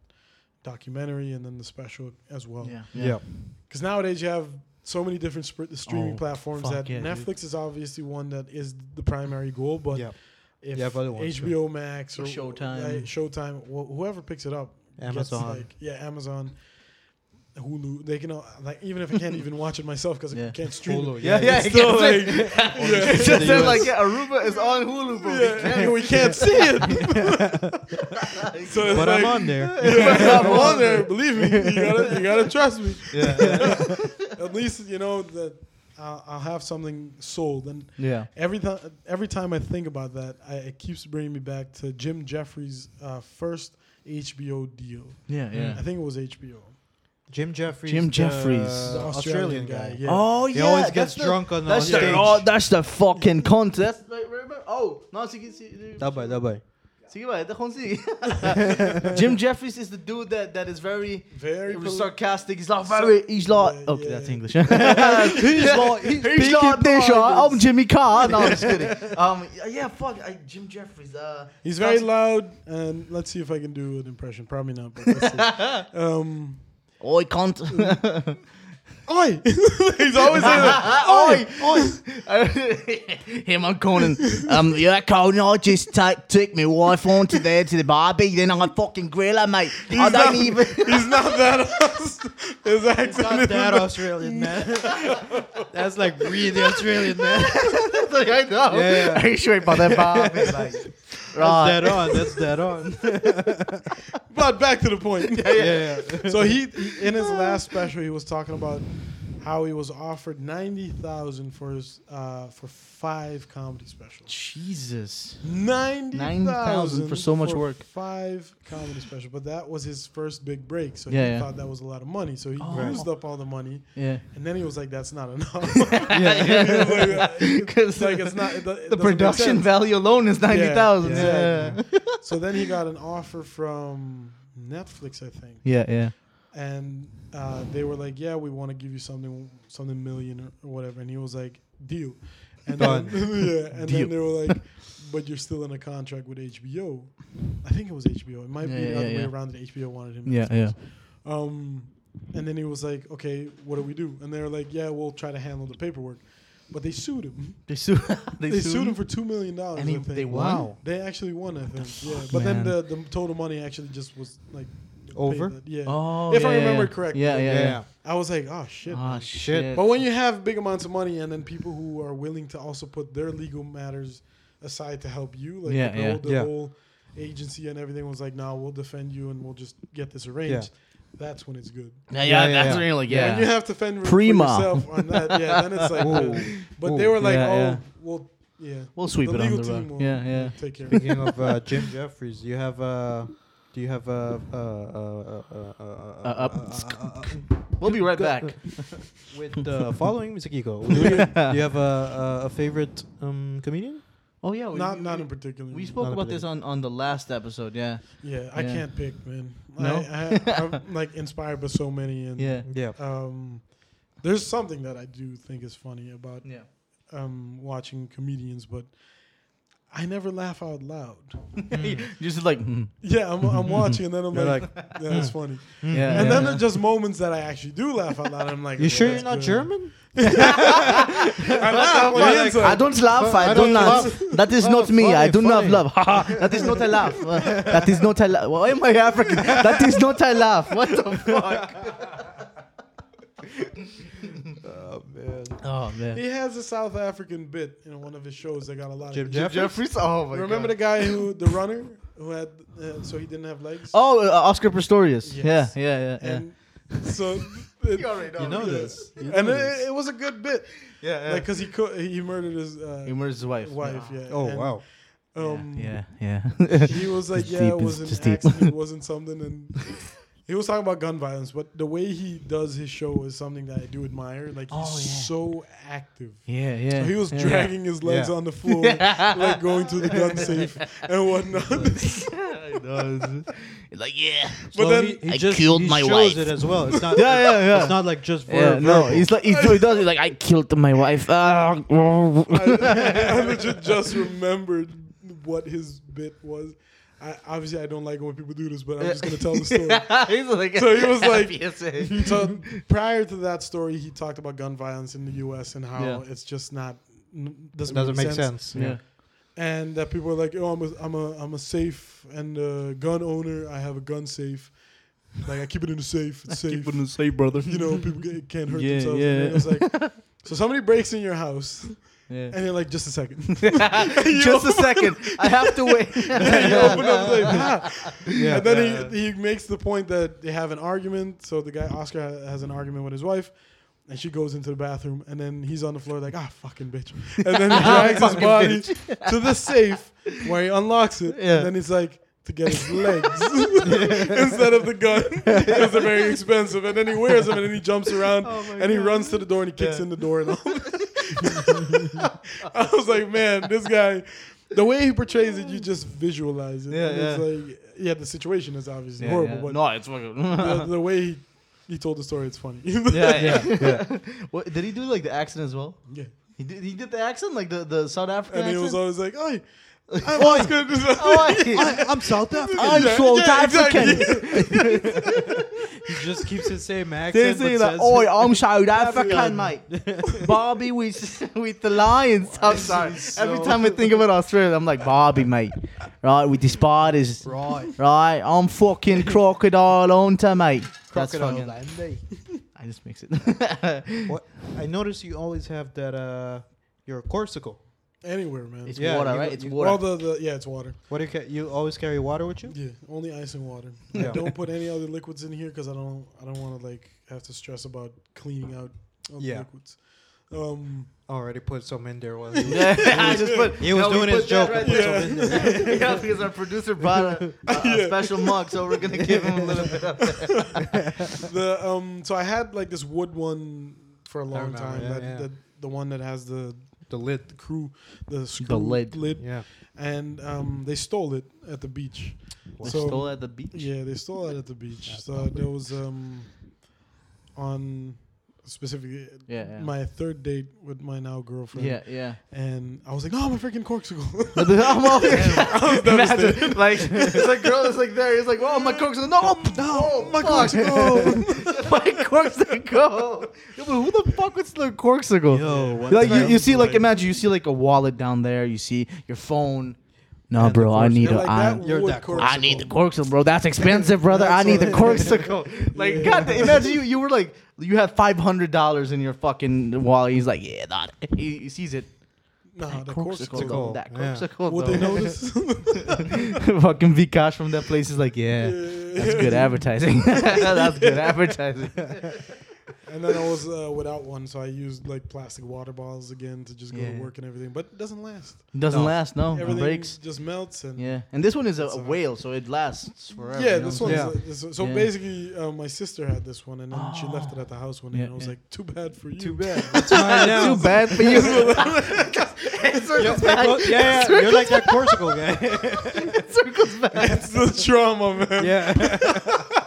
[SPEAKER 5] documentary and then the special as well.
[SPEAKER 4] yeah,
[SPEAKER 3] yeah.
[SPEAKER 5] Because nowadays you have so many different sp- streaming
[SPEAKER 4] Oh,
[SPEAKER 5] platforms
[SPEAKER 4] fuck
[SPEAKER 5] that
[SPEAKER 4] yeah, dude.
[SPEAKER 5] Netflix is obviously one that is the primary goal, but
[SPEAKER 3] Yeah.
[SPEAKER 5] if
[SPEAKER 3] You have other ones, too.
[SPEAKER 5] HBO Max or
[SPEAKER 4] Or Showtime.
[SPEAKER 5] like, Showtime, wh- whoever picks it up, gets,
[SPEAKER 3] Amazon.
[SPEAKER 5] like, yeah, Amazon, Hulu, they can all, like even if I can't even watch it myself because
[SPEAKER 4] Yeah.
[SPEAKER 5] I can't stream
[SPEAKER 3] Hulu,
[SPEAKER 5] it.
[SPEAKER 3] yeah,
[SPEAKER 4] yeah,
[SPEAKER 5] it's
[SPEAKER 4] I
[SPEAKER 5] still
[SPEAKER 4] [laughs] guess
[SPEAKER 5] like,
[SPEAKER 4] It
[SPEAKER 5] yeah,
[SPEAKER 4] just
[SPEAKER 3] The
[SPEAKER 4] said
[SPEAKER 3] US.
[SPEAKER 4] like, yeah, Aruba is on Hulu, bro.
[SPEAKER 5] [laughs] yeah, and we can't
[SPEAKER 3] [laughs]
[SPEAKER 5] see it. so it's
[SPEAKER 3] But
[SPEAKER 5] like,
[SPEAKER 3] I'm on there.
[SPEAKER 4] [laughs]
[SPEAKER 5] yeah, I'm on [laughs] there. Believe me, you gotta, you gotta trust me.
[SPEAKER 3] Yeah.
[SPEAKER 5] At least you know that I'll, I'll have something sold. And
[SPEAKER 4] Yeah.
[SPEAKER 5] every time every time I think about that, I, it keeps bringing me back to Jim Jeffries' uh, first HBO deal.
[SPEAKER 4] Yeah, yeah.
[SPEAKER 5] I think it was HBO.
[SPEAKER 3] Jim Jeffries. uh,
[SPEAKER 4] Jim
[SPEAKER 3] the
[SPEAKER 4] Jeffries.
[SPEAKER 5] The
[SPEAKER 3] Australian,
[SPEAKER 5] Australian
[SPEAKER 3] guy.
[SPEAKER 5] guy, yeah.
[SPEAKER 4] Oh
[SPEAKER 3] He
[SPEAKER 4] yeah,
[SPEAKER 3] always gets
[SPEAKER 4] that's the-
[SPEAKER 3] drunk on,
[SPEAKER 4] That's
[SPEAKER 3] on
[SPEAKER 4] the
[SPEAKER 3] stage.
[SPEAKER 4] oh, that's the fucking contest. That's like, remember? Oh, no, sige, sige,
[SPEAKER 3] Dabei, dabei.
[SPEAKER 4] sige ba? Ito kung sige. [laughs] Jim Jeffries is the dude that that is very
[SPEAKER 5] Very
[SPEAKER 4] He was
[SPEAKER 5] poli-
[SPEAKER 4] sarcastic. He's like very. He's like.
[SPEAKER 5] Yeah,
[SPEAKER 4] okay,
[SPEAKER 5] yeah.
[SPEAKER 4] that's English. [laughs] he's like. He's, like this. uh, I'm Jimmy Carr. No, I'm just kidding. Um. Yeah. Fuck. I, Jim Jeffries. Uh.
[SPEAKER 5] He's very
[SPEAKER 4] that's-
[SPEAKER 5] loud, and let's see if I can do an impression. Probably not, but let's see. Um,
[SPEAKER 4] Oi, cunt.
[SPEAKER 5] Oi! [laughs] He's always saying that.
[SPEAKER 4] [laughs] oi, oi. [laughs] Him on Conan.
[SPEAKER 5] [laughs]
[SPEAKER 4] Um, yeah, Conan, [laughs] I just take take my wife [laughs] on to there to the barbie, then I fucking grill her, mate. I don't
[SPEAKER 5] not-
[SPEAKER 4] even.
[SPEAKER 5] He's not that. Aus- His accent
[SPEAKER 3] Not
[SPEAKER 5] is
[SPEAKER 3] that [laughs] Australian man. That's like really Australian man.
[SPEAKER 4] I know.
[SPEAKER 3] Yeah.
[SPEAKER 4] Are you sure about [laughs] that barbie, mate? Right.
[SPEAKER 3] That's dead on. That's dead on.
[SPEAKER 5] But back to the point.
[SPEAKER 3] yeah, yeah.
[SPEAKER 5] So he, he- in his last special, he was talking about how he was offered ninety thousand for his uh, for five comedy specials.
[SPEAKER 4] Jesus.
[SPEAKER 5] Ninety thousand
[SPEAKER 4] for so much work.
[SPEAKER 5] Five comedy specials, but that was his first big break. So
[SPEAKER 4] Yeah,
[SPEAKER 5] he
[SPEAKER 4] yeah.
[SPEAKER 5] thought that was a lot of money. So he
[SPEAKER 4] Oh.
[SPEAKER 5] used up all the money,
[SPEAKER 4] Yeah.
[SPEAKER 5] and then he was like, "That's not enough."
[SPEAKER 4] [laughs] Because
[SPEAKER 5] it's like it's not it do-
[SPEAKER 4] the
[SPEAKER 5] it doesn't make
[SPEAKER 4] production
[SPEAKER 5] sense.
[SPEAKER 4] value alone is ninety thousand.
[SPEAKER 5] Yeah,
[SPEAKER 4] Yeah,
[SPEAKER 5] exactly. so then he got an offer from Netflix, I think.
[SPEAKER 4] yeah, yeah.
[SPEAKER 5] and uh, they were like, "Yeah, we want to give you something, something million or- or whatever." And he was like, "Deal." And then, [laughs] yeah, and
[SPEAKER 4] Deal.
[SPEAKER 5] then they were like, "But you're still in a contract with HBO." I think it was HBO. It might
[SPEAKER 4] Yeah,
[SPEAKER 5] be the
[SPEAKER 4] yeah,
[SPEAKER 5] other way
[SPEAKER 4] yeah.
[SPEAKER 5] around that HBO wanted him.
[SPEAKER 4] Yeah, yeah.
[SPEAKER 5] Um, and then he was like, "Okay, what do we do?" And they were like, "Yeah, we'll try to handle the paperwork." But they sued him.
[SPEAKER 4] They sued. [laughs] they,
[SPEAKER 5] They, sued, him for two million dollars.
[SPEAKER 4] And he-
[SPEAKER 5] I think.
[SPEAKER 4] they won? Wow.
[SPEAKER 5] They actually won, I think. Yeah,
[SPEAKER 4] fuck, man.
[SPEAKER 5] but then the, the total money actually just was like paid
[SPEAKER 3] Over?
[SPEAKER 5] that- Yeah.
[SPEAKER 4] Oh,
[SPEAKER 5] if
[SPEAKER 4] yeah,
[SPEAKER 5] I
[SPEAKER 4] yeah,
[SPEAKER 5] remember
[SPEAKER 4] yeah.
[SPEAKER 5] correctly.
[SPEAKER 4] Yeah, yeah, yeah.
[SPEAKER 3] Yeah.
[SPEAKER 5] I was like, oh shit.
[SPEAKER 4] Ah,
[SPEAKER 3] Shit.
[SPEAKER 5] but when you have big amounts of money and then people who are willing to also put their legal matters aside to help you, like
[SPEAKER 4] Yeah,
[SPEAKER 5] the,
[SPEAKER 4] yeah.
[SPEAKER 5] Whole, the
[SPEAKER 3] Yeah.
[SPEAKER 5] whole agency and everything was like, nah, we'll defend you and we'll just get this arranged. That's when it's good.
[SPEAKER 4] yeah, yeah,
[SPEAKER 3] Yeah, yeah,
[SPEAKER 4] that's
[SPEAKER 3] yeah.
[SPEAKER 4] really
[SPEAKER 5] Yeah.
[SPEAKER 4] yeah.
[SPEAKER 5] When you have to fend for
[SPEAKER 4] Prima.
[SPEAKER 5] yourself on that, yeah, then it's
[SPEAKER 4] [laughs]
[SPEAKER 5] like,
[SPEAKER 3] Ooh.
[SPEAKER 5] but
[SPEAKER 3] Ooh.
[SPEAKER 5] they were like,
[SPEAKER 4] Yeah,
[SPEAKER 5] oh,
[SPEAKER 4] yeah.
[SPEAKER 5] well, yeah.
[SPEAKER 4] We'll sweep
[SPEAKER 5] the
[SPEAKER 4] it under
[SPEAKER 5] legal
[SPEAKER 4] the
[SPEAKER 5] team
[SPEAKER 4] rug.
[SPEAKER 5] will
[SPEAKER 4] Yeah, yeah.
[SPEAKER 5] take care of it.
[SPEAKER 3] Speaking of uh, Jim Jeffries, do you have uh, do you have uh, uh, uh, uh, uh, uh,
[SPEAKER 4] Uh, up. We'll be right back.
[SPEAKER 3] [laughs] with the following music ego? Do you,
[SPEAKER 4] [laughs]
[SPEAKER 3] do you have a, a, a favorite um, comedian?
[SPEAKER 4] Oh yeah, we,
[SPEAKER 5] Not,
[SPEAKER 4] we,
[SPEAKER 5] not
[SPEAKER 4] we,
[SPEAKER 5] in particular.
[SPEAKER 4] we spoke
[SPEAKER 3] Not
[SPEAKER 4] about this on, on the last episode. Yeah,
[SPEAKER 5] Yeah, I
[SPEAKER 4] Yeah.
[SPEAKER 5] can't pick, man.
[SPEAKER 4] No?
[SPEAKER 5] I, I, I'm like inspired by so many, and
[SPEAKER 4] yeah,
[SPEAKER 3] Yeah.
[SPEAKER 5] um, there's something that I do think is funny about
[SPEAKER 4] yeah.
[SPEAKER 5] um, watching comedians, but I never laugh out loud.
[SPEAKER 4] [laughs]
[SPEAKER 5] [laughs]
[SPEAKER 4] Just like mm.
[SPEAKER 5] Yeah, I'm, I'm watching, and then I'm
[SPEAKER 3] You're
[SPEAKER 5] like, yeah,
[SPEAKER 4] [laughs]
[SPEAKER 5] that's funny.
[SPEAKER 4] yeah,
[SPEAKER 5] [laughs] and
[SPEAKER 4] yeah.
[SPEAKER 5] then there's just moments that I actually do laugh out loud. and I'm like,
[SPEAKER 3] You
[SPEAKER 5] okay,
[SPEAKER 3] sure you're
[SPEAKER 5] that's
[SPEAKER 3] not
[SPEAKER 4] [laughs]
[SPEAKER 5] good.
[SPEAKER 3] German?
[SPEAKER 5] I laugh
[SPEAKER 3] Well,
[SPEAKER 5] on the
[SPEAKER 3] like,
[SPEAKER 5] inside.
[SPEAKER 4] I don't laugh. I,
[SPEAKER 3] I
[SPEAKER 4] don't
[SPEAKER 3] don't
[SPEAKER 4] laugh. That
[SPEAKER 5] Oh,
[SPEAKER 4] is not me. I
[SPEAKER 3] funny,
[SPEAKER 4] do not
[SPEAKER 3] funny.
[SPEAKER 4] laugh. [laughs] that is not a laugh. that is not a laugh. Why am I African? That is not a laugh. What the fuck?
[SPEAKER 3] Oh man.
[SPEAKER 4] Oh man.
[SPEAKER 5] He has a South African bit in one of his shows that got a lot of.
[SPEAKER 3] Jim
[SPEAKER 5] Jeff-
[SPEAKER 3] Jeffries.
[SPEAKER 4] Oh my
[SPEAKER 5] Remember the guy who
[SPEAKER 3] [laughs]
[SPEAKER 5] the runner who had uh, so he didn't have legs.
[SPEAKER 4] Oh, uh, Oscar Pistorius.
[SPEAKER 5] Yes.
[SPEAKER 4] Yeah, yeah, yeah, yeah.
[SPEAKER 5] and so
[SPEAKER 4] [laughs]
[SPEAKER 5] it,
[SPEAKER 3] You know this. You
[SPEAKER 5] and
[SPEAKER 3] know
[SPEAKER 5] it,
[SPEAKER 3] this.
[SPEAKER 5] it was a good bit.
[SPEAKER 4] yeah,
[SPEAKER 5] Like 'cause like, cause he co- he murdered his uh,
[SPEAKER 4] He murders his wife.
[SPEAKER 5] wife. Yeah.
[SPEAKER 3] Oh
[SPEAKER 5] and,
[SPEAKER 3] wow.
[SPEAKER 5] Um,
[SPEAKER 4] yeah, yeah.
[SPEAKER 5] He was like,
[SPEAKER 4] It's
[SPEAKER 5] yeah,
[SPEAKER 4] deep,
[SPEAKER 5] it
[SPEAKER 4] it's
[SPEAKER 5] was an
[SPEAKER 4] just deep.
[SPEAKER 5] accident. It wasn't something, and he was talking about gun violence. But the way he does his show is something that I do admire. Like he's
[SPEAKER 4] Oh, yeah.
[SPEAKER 5] so active.
[SPEAKER 4] [laughs] yeah, yeah.
[SPEAKER 5] So he was
[SPEAKER 4] yeah.
[SPEAKER 5] dragging his legs
[SPEAKER 3] Yeah.
[SPEAKER 5] on the floor, like going
[SPEAKER 4] [laughs]
[SPEAKER 5] to the gun safe
[SPEAKER 3] [laughs]
[SPEAKER 5] and whatnot.
[SPEAKER 4] He [laughs] does. like yeah.
[SPEAKER 5] but
[SPEAKER 3] so
[SPEAKER 5] then-
[SPEAKER 3] he, he
[SPEAKER 6] I
[SPEAKER 3] just,
[SPEAKER 6] killed
[SPEAKER 3] he
[SPEAKER 6] my wife.
[SPEAKER 3] shows it as well. It's not.
[SPEAKER 4] [laughs] Yeah, yeah, yeah.
[SPEAKER 3] It's not like just. Ver-
[SPEAKER 4] Yeah, no,
[SPEAKER 3] verbal.
[SPEAKER 4] he's like he's, he does. He's like I killed my wife. Ah, [laughs]
[SPEAKER 5] I, I legit just remembered what his bit was. I, obviously, I don't like when people do this, but I'm just gonna tell the story.
[SPEAKER 4] he's like,
[SPEAKER 5] So he was
[SPEAKER 4] [laughs]
[SPEAKER 5] like- [laughs]
[SPEAKER 4] PSA.
[SPEAKER 5] so prior to that story, he talked about gun violence in the U.S. and how
[SPEAKER 4] Yeah.
[SPEAKER 5] it's just not n- doesn't,
[SPEAKER 3] doesn't
[SPEAKER 5] make, sense.
[SPEAKER 4] yeah,
[SPEAKER 5] and that people are like, "Oh, I'm a I'm a I'm a safe and a gun owner. I have a gun safe. Like I keep it in the safe. It's safe.
[SPEAKER 4] safe, brother.
[SPEAKER 5] you know, people get, can't hurt
[SPEAKER 4] Yeah,
[SPEAKER 5] themselves."
[SPEAKER 4] yeah.
[SPEAKER 5] And then it was like, so somebody breaks in your house,
[SPEAKER 4] Yeah.
[SPEAKER 5] and you're like, "Just a second. [laughs]
[SPEAKER 4] Just a second, I have to wait.
[SPEAKER 5] you open up the ah.
[SPEAKER 3] Yeah.
[SPEAKER 5] and then he, he makes the point that they have an argument. So the guy Oscar ha- has an argument with his wife, And she goes into the bathroom, and then he's on the floor like, ah, fucking bitch. And then
[SPEAKER 4] [laughs] Ah,
[SPEAKER 5] he drags his body to the safe where he unlocks it.
[SPEAKER 4] Yeah.
[SPEAKER 5] And then he's like, to get
[SPEAKER 4] [laughs]
[SPEAKER 5] his legs instead of the gun because they're very expensive. And then he wears them, and then he jumps around,
[SPEAKER 4] Oh
[SPEAKER 5] and he runs to the door, and he kicks in the door. And all. [laughs] I was like, man, this guy, the way he portrays it, you just visualize it.
[SPEAKER 4] Yeah,
[SPEAKER 5] And
[SPEAKER 4] yeah.
[SPEAKER 5] It's like, yeah, the situation is obviously horrible, but
[SPEAKER 4] no, it's fucking.
[SPEAKER 6] [laughs]
[SPEAKER 5] the, the way he, he told the story, it's funny.
[SPEAKER 4] [laughs]
[SPEAKER 5] [laughs]
[SPEAKER 4] yeah, yeah. what, did he do like the accent as well?
[SPEAKER 5] Yeah.
[SPEAKER 4] He did. He did the accent, like the, the South African
[SPEAKER 5] And he was
[SPEAKER 4] accent.
[SPEAKER 5] always like, "Oi, I'm always gonna do something." [laughs]
[SPEAKER 4] oh,
[SPEAKER 3] I'm South African.
[SPEAKER 4] I'm
[SPEAKER 5] Yeah,
[SPEAKER 4] South
[SPEAKER 5] yeah, exactly.
[SPEAKER 4] African.
[SPEAKER 3] He just keeps his same
[SPEAKER 4] They
[SPEAKER 3] accent.
[SPEAKER 4] say
[SPEAKER 3] But
[SPEAKER 4] like, oh,
[SPEAKER 3] says,
[SPEAKER 4] "Oi, I'm South African, mate." Barbie with with the lions. I'm sorry. Every time I think about Australia, I'm like Barbie, mate. Right with the spiders.
[SPEAKER 3] Right.
[SPEAKER 4] Right. I'm fucking crocodile hunter, mate. That's fucking.
[SPEAKER 3] Andy.
[SPEAKER 4] I just mix it. [laughs]
[SPEAKER 3] What? I notice you always have that. Uh, your Corsico.
[SPEAKER 5] Anywhere, man.
[SPEAKER 4] it's
[SPEAKER 3] Yeah,
[SPEAKER 4] water,
[SPEAKER 3] you-
[SPEAKER 4] right? It's
[SPEAKER 3] you-
[SPEAKER 4] water.
[SPEAKER 5] All the, the yeah, it's water.
[SPEAKER 3] What do you ca- you always carry water with you?
[SPEAKER 5] Yeah, only ice and water.
[SPEAKER 3] Yeah.
[SPEAKER 5] I don't put any other liquids in here because I don't I don't want to like have to stress about cleaning out all the
[SPEAKER 3] Yeah.
[SPEAKER 5] liquids. Um,
[SPEAKER 3] Already put some in there. While you
[SPEAKER 4] [laughs] yeah, [laughs] I just put.
[SPEAKER 3] He was
[SPEAKER 4] no, we
[SPEAKER 3] doing his
[SPEAKER 4] put that
[SPEAKER 3] joke.
[SPEAKER 4] right
[SPEAKER 3] Put
[SPEAKER 4] there.
[SPEAKER 3] some in there.
[SPEAKER 4] [laughs] yeah, because our producer brought a, a, a special mug, so we're gonna give him a little bit of
[SPEAKER 5] the um, so I had like this wood one for a long
[SPEAKER 3] remember,
[SPEAKER 5] time.
[SPEAKER 3] yeah,
[SPEAKER 5] that,
[SPEAKER 3] yeah.
[SPEAKER 5] that the one that has the
[SPEAKER 3] The lid.
[SPEAKER 5] the crew, the screw
[SPEAKER 4] lid. [laughs]
[SPEAKER 3] Yeah.
[SPEAKER 5] and um, they stole it at the beach. So-
[SPEAKER 4] stole at the beach.
[SPEAKER 5] Yeah, they stole it at the beach. so there was um, on specifically
[SPEAKER 4] Yeah, yeah.
[SPEAKER 5] my third date with my now girlfriend.
[SPEAKER 4] Yeah, yeah.
[SPEAKER 5] and I was like, "No, I'm a freaking corkscrew." [laughs]
[SPEAKER 4] [laughs] I'm all- [laughs] Imagine, like it's like girl is like there. He's like, oh my corks, no, no, my corks, no, [laughs] my corks, go. Yo, but who the fuck would steal a corksicle?
[SPEAKER 3] Yo, what
[SPEAKER 4] like
[SPEAKER 3] the
[SPEAKER 4] you,
[SPEAKER 3] hell?
[SPEAKER 4] you see, like imagine you see like a wallet down there. You see your phone. No,
[SPEAKER 3] And the
[SPEAKER 4] bro, I
[SPEAKER 3] corks-
[SPEAKER 4] need
[SPEAKER 5] They're
[SPEAKER 4] a,
[SPEAKER 5] like,
[SPEAKER 4] I,
[SPEAKER 5] that
[SPEAKER 3] You're
[SPEAKER 5] wood
[SPEAKER 3] that
[SPEAKER 5] corkscrew.
[SPEAKER 4] [laughs] I need [laughs] the corksicle, bro. That's expensive, brother. I need the corksicle. Like, god, imagine you, you were like, you had five hundred dollars in your fucking wallet. He's like, yeah, that. He, he sees it.
[SPEAKER 5] Nah, the
[SPEAKER 4] Corksicle,
[SPEAKER 5] corkscrew.
[SPEAKER 4] though.
[SPEAKER 3] Corksicle,
[SPEAKER 4] That
[SPEAKER 3] yeah.
[SPEAKER 4] corksicle. [laughs]
[SPEAKER 5] Would
[SPEAKER 4] though.
[SPEAKER 5] they notice? [laughs]
[SPEAKER 4] [laughs] fucking Vikash from that place is like, yeah, that's good advertising. [laughs] that's good advertising.
[SPEAKER 5] and then I was uh, without one, so I used like plastic water bottles again to just go
[SPEAKER 4] Yeah.
[SPEAKER 5] to work and everything. But it doesn't last.
[SPEAKER 4] Doesn't
[SPEAKER 3] No.
[SPEAKER 4] last, no. It
[SPEAKER 5] Everything
[SPEAKER 4] breaks.
[SPEAKER 5] just melts and.
[SPEAKER 4] Yeah, and this one is a, a
[SPEAKER 5] It's a-
[SPEAKER 4] whale, so it lasts forever.
[SPEAKER 5] Yeah,
[SPEAKER 4] you know
[SPEAKER 5] this
[SPEAKER 4] what [laughs]
[SPEAKER 5] one's
[SPEAKER 4] I'm
[SPEAKER 3] Yeah.
[SPEAKER 5] like- this- so
[SPEAKER 4] Yeah.
[SPEAKER 5] basically, uh, my sister had this one, and then she left it at the house one day.
[SPEAKER 4] Yeah,
[SPEAKER 5] and I was
[SPEAKER 4] yeah.
[SPEAKER 5] like, "Too bad for you." [laughs]
[SPEAKER 3] Too bad. That's
[SPEAKER 4] [laughs]
[SPEAKER 3] mine
[SPEAKER 4] saying?
[SPEAKER 3] now.
[SPEAKER 4] Too bad for you. it
[SPEAKER 3] Yo,
[SPEAKER 4] circles back.
[SPEAKER 3] yeah, yeah, you're like that Corsico
[SPEAKER 4] [laughs]
[SPEAKER 3] guy.
[SPEAKER 4] It circles back.
[SPEAKER 5] It's the trauma, man.
[SPEAKER 3] yeah.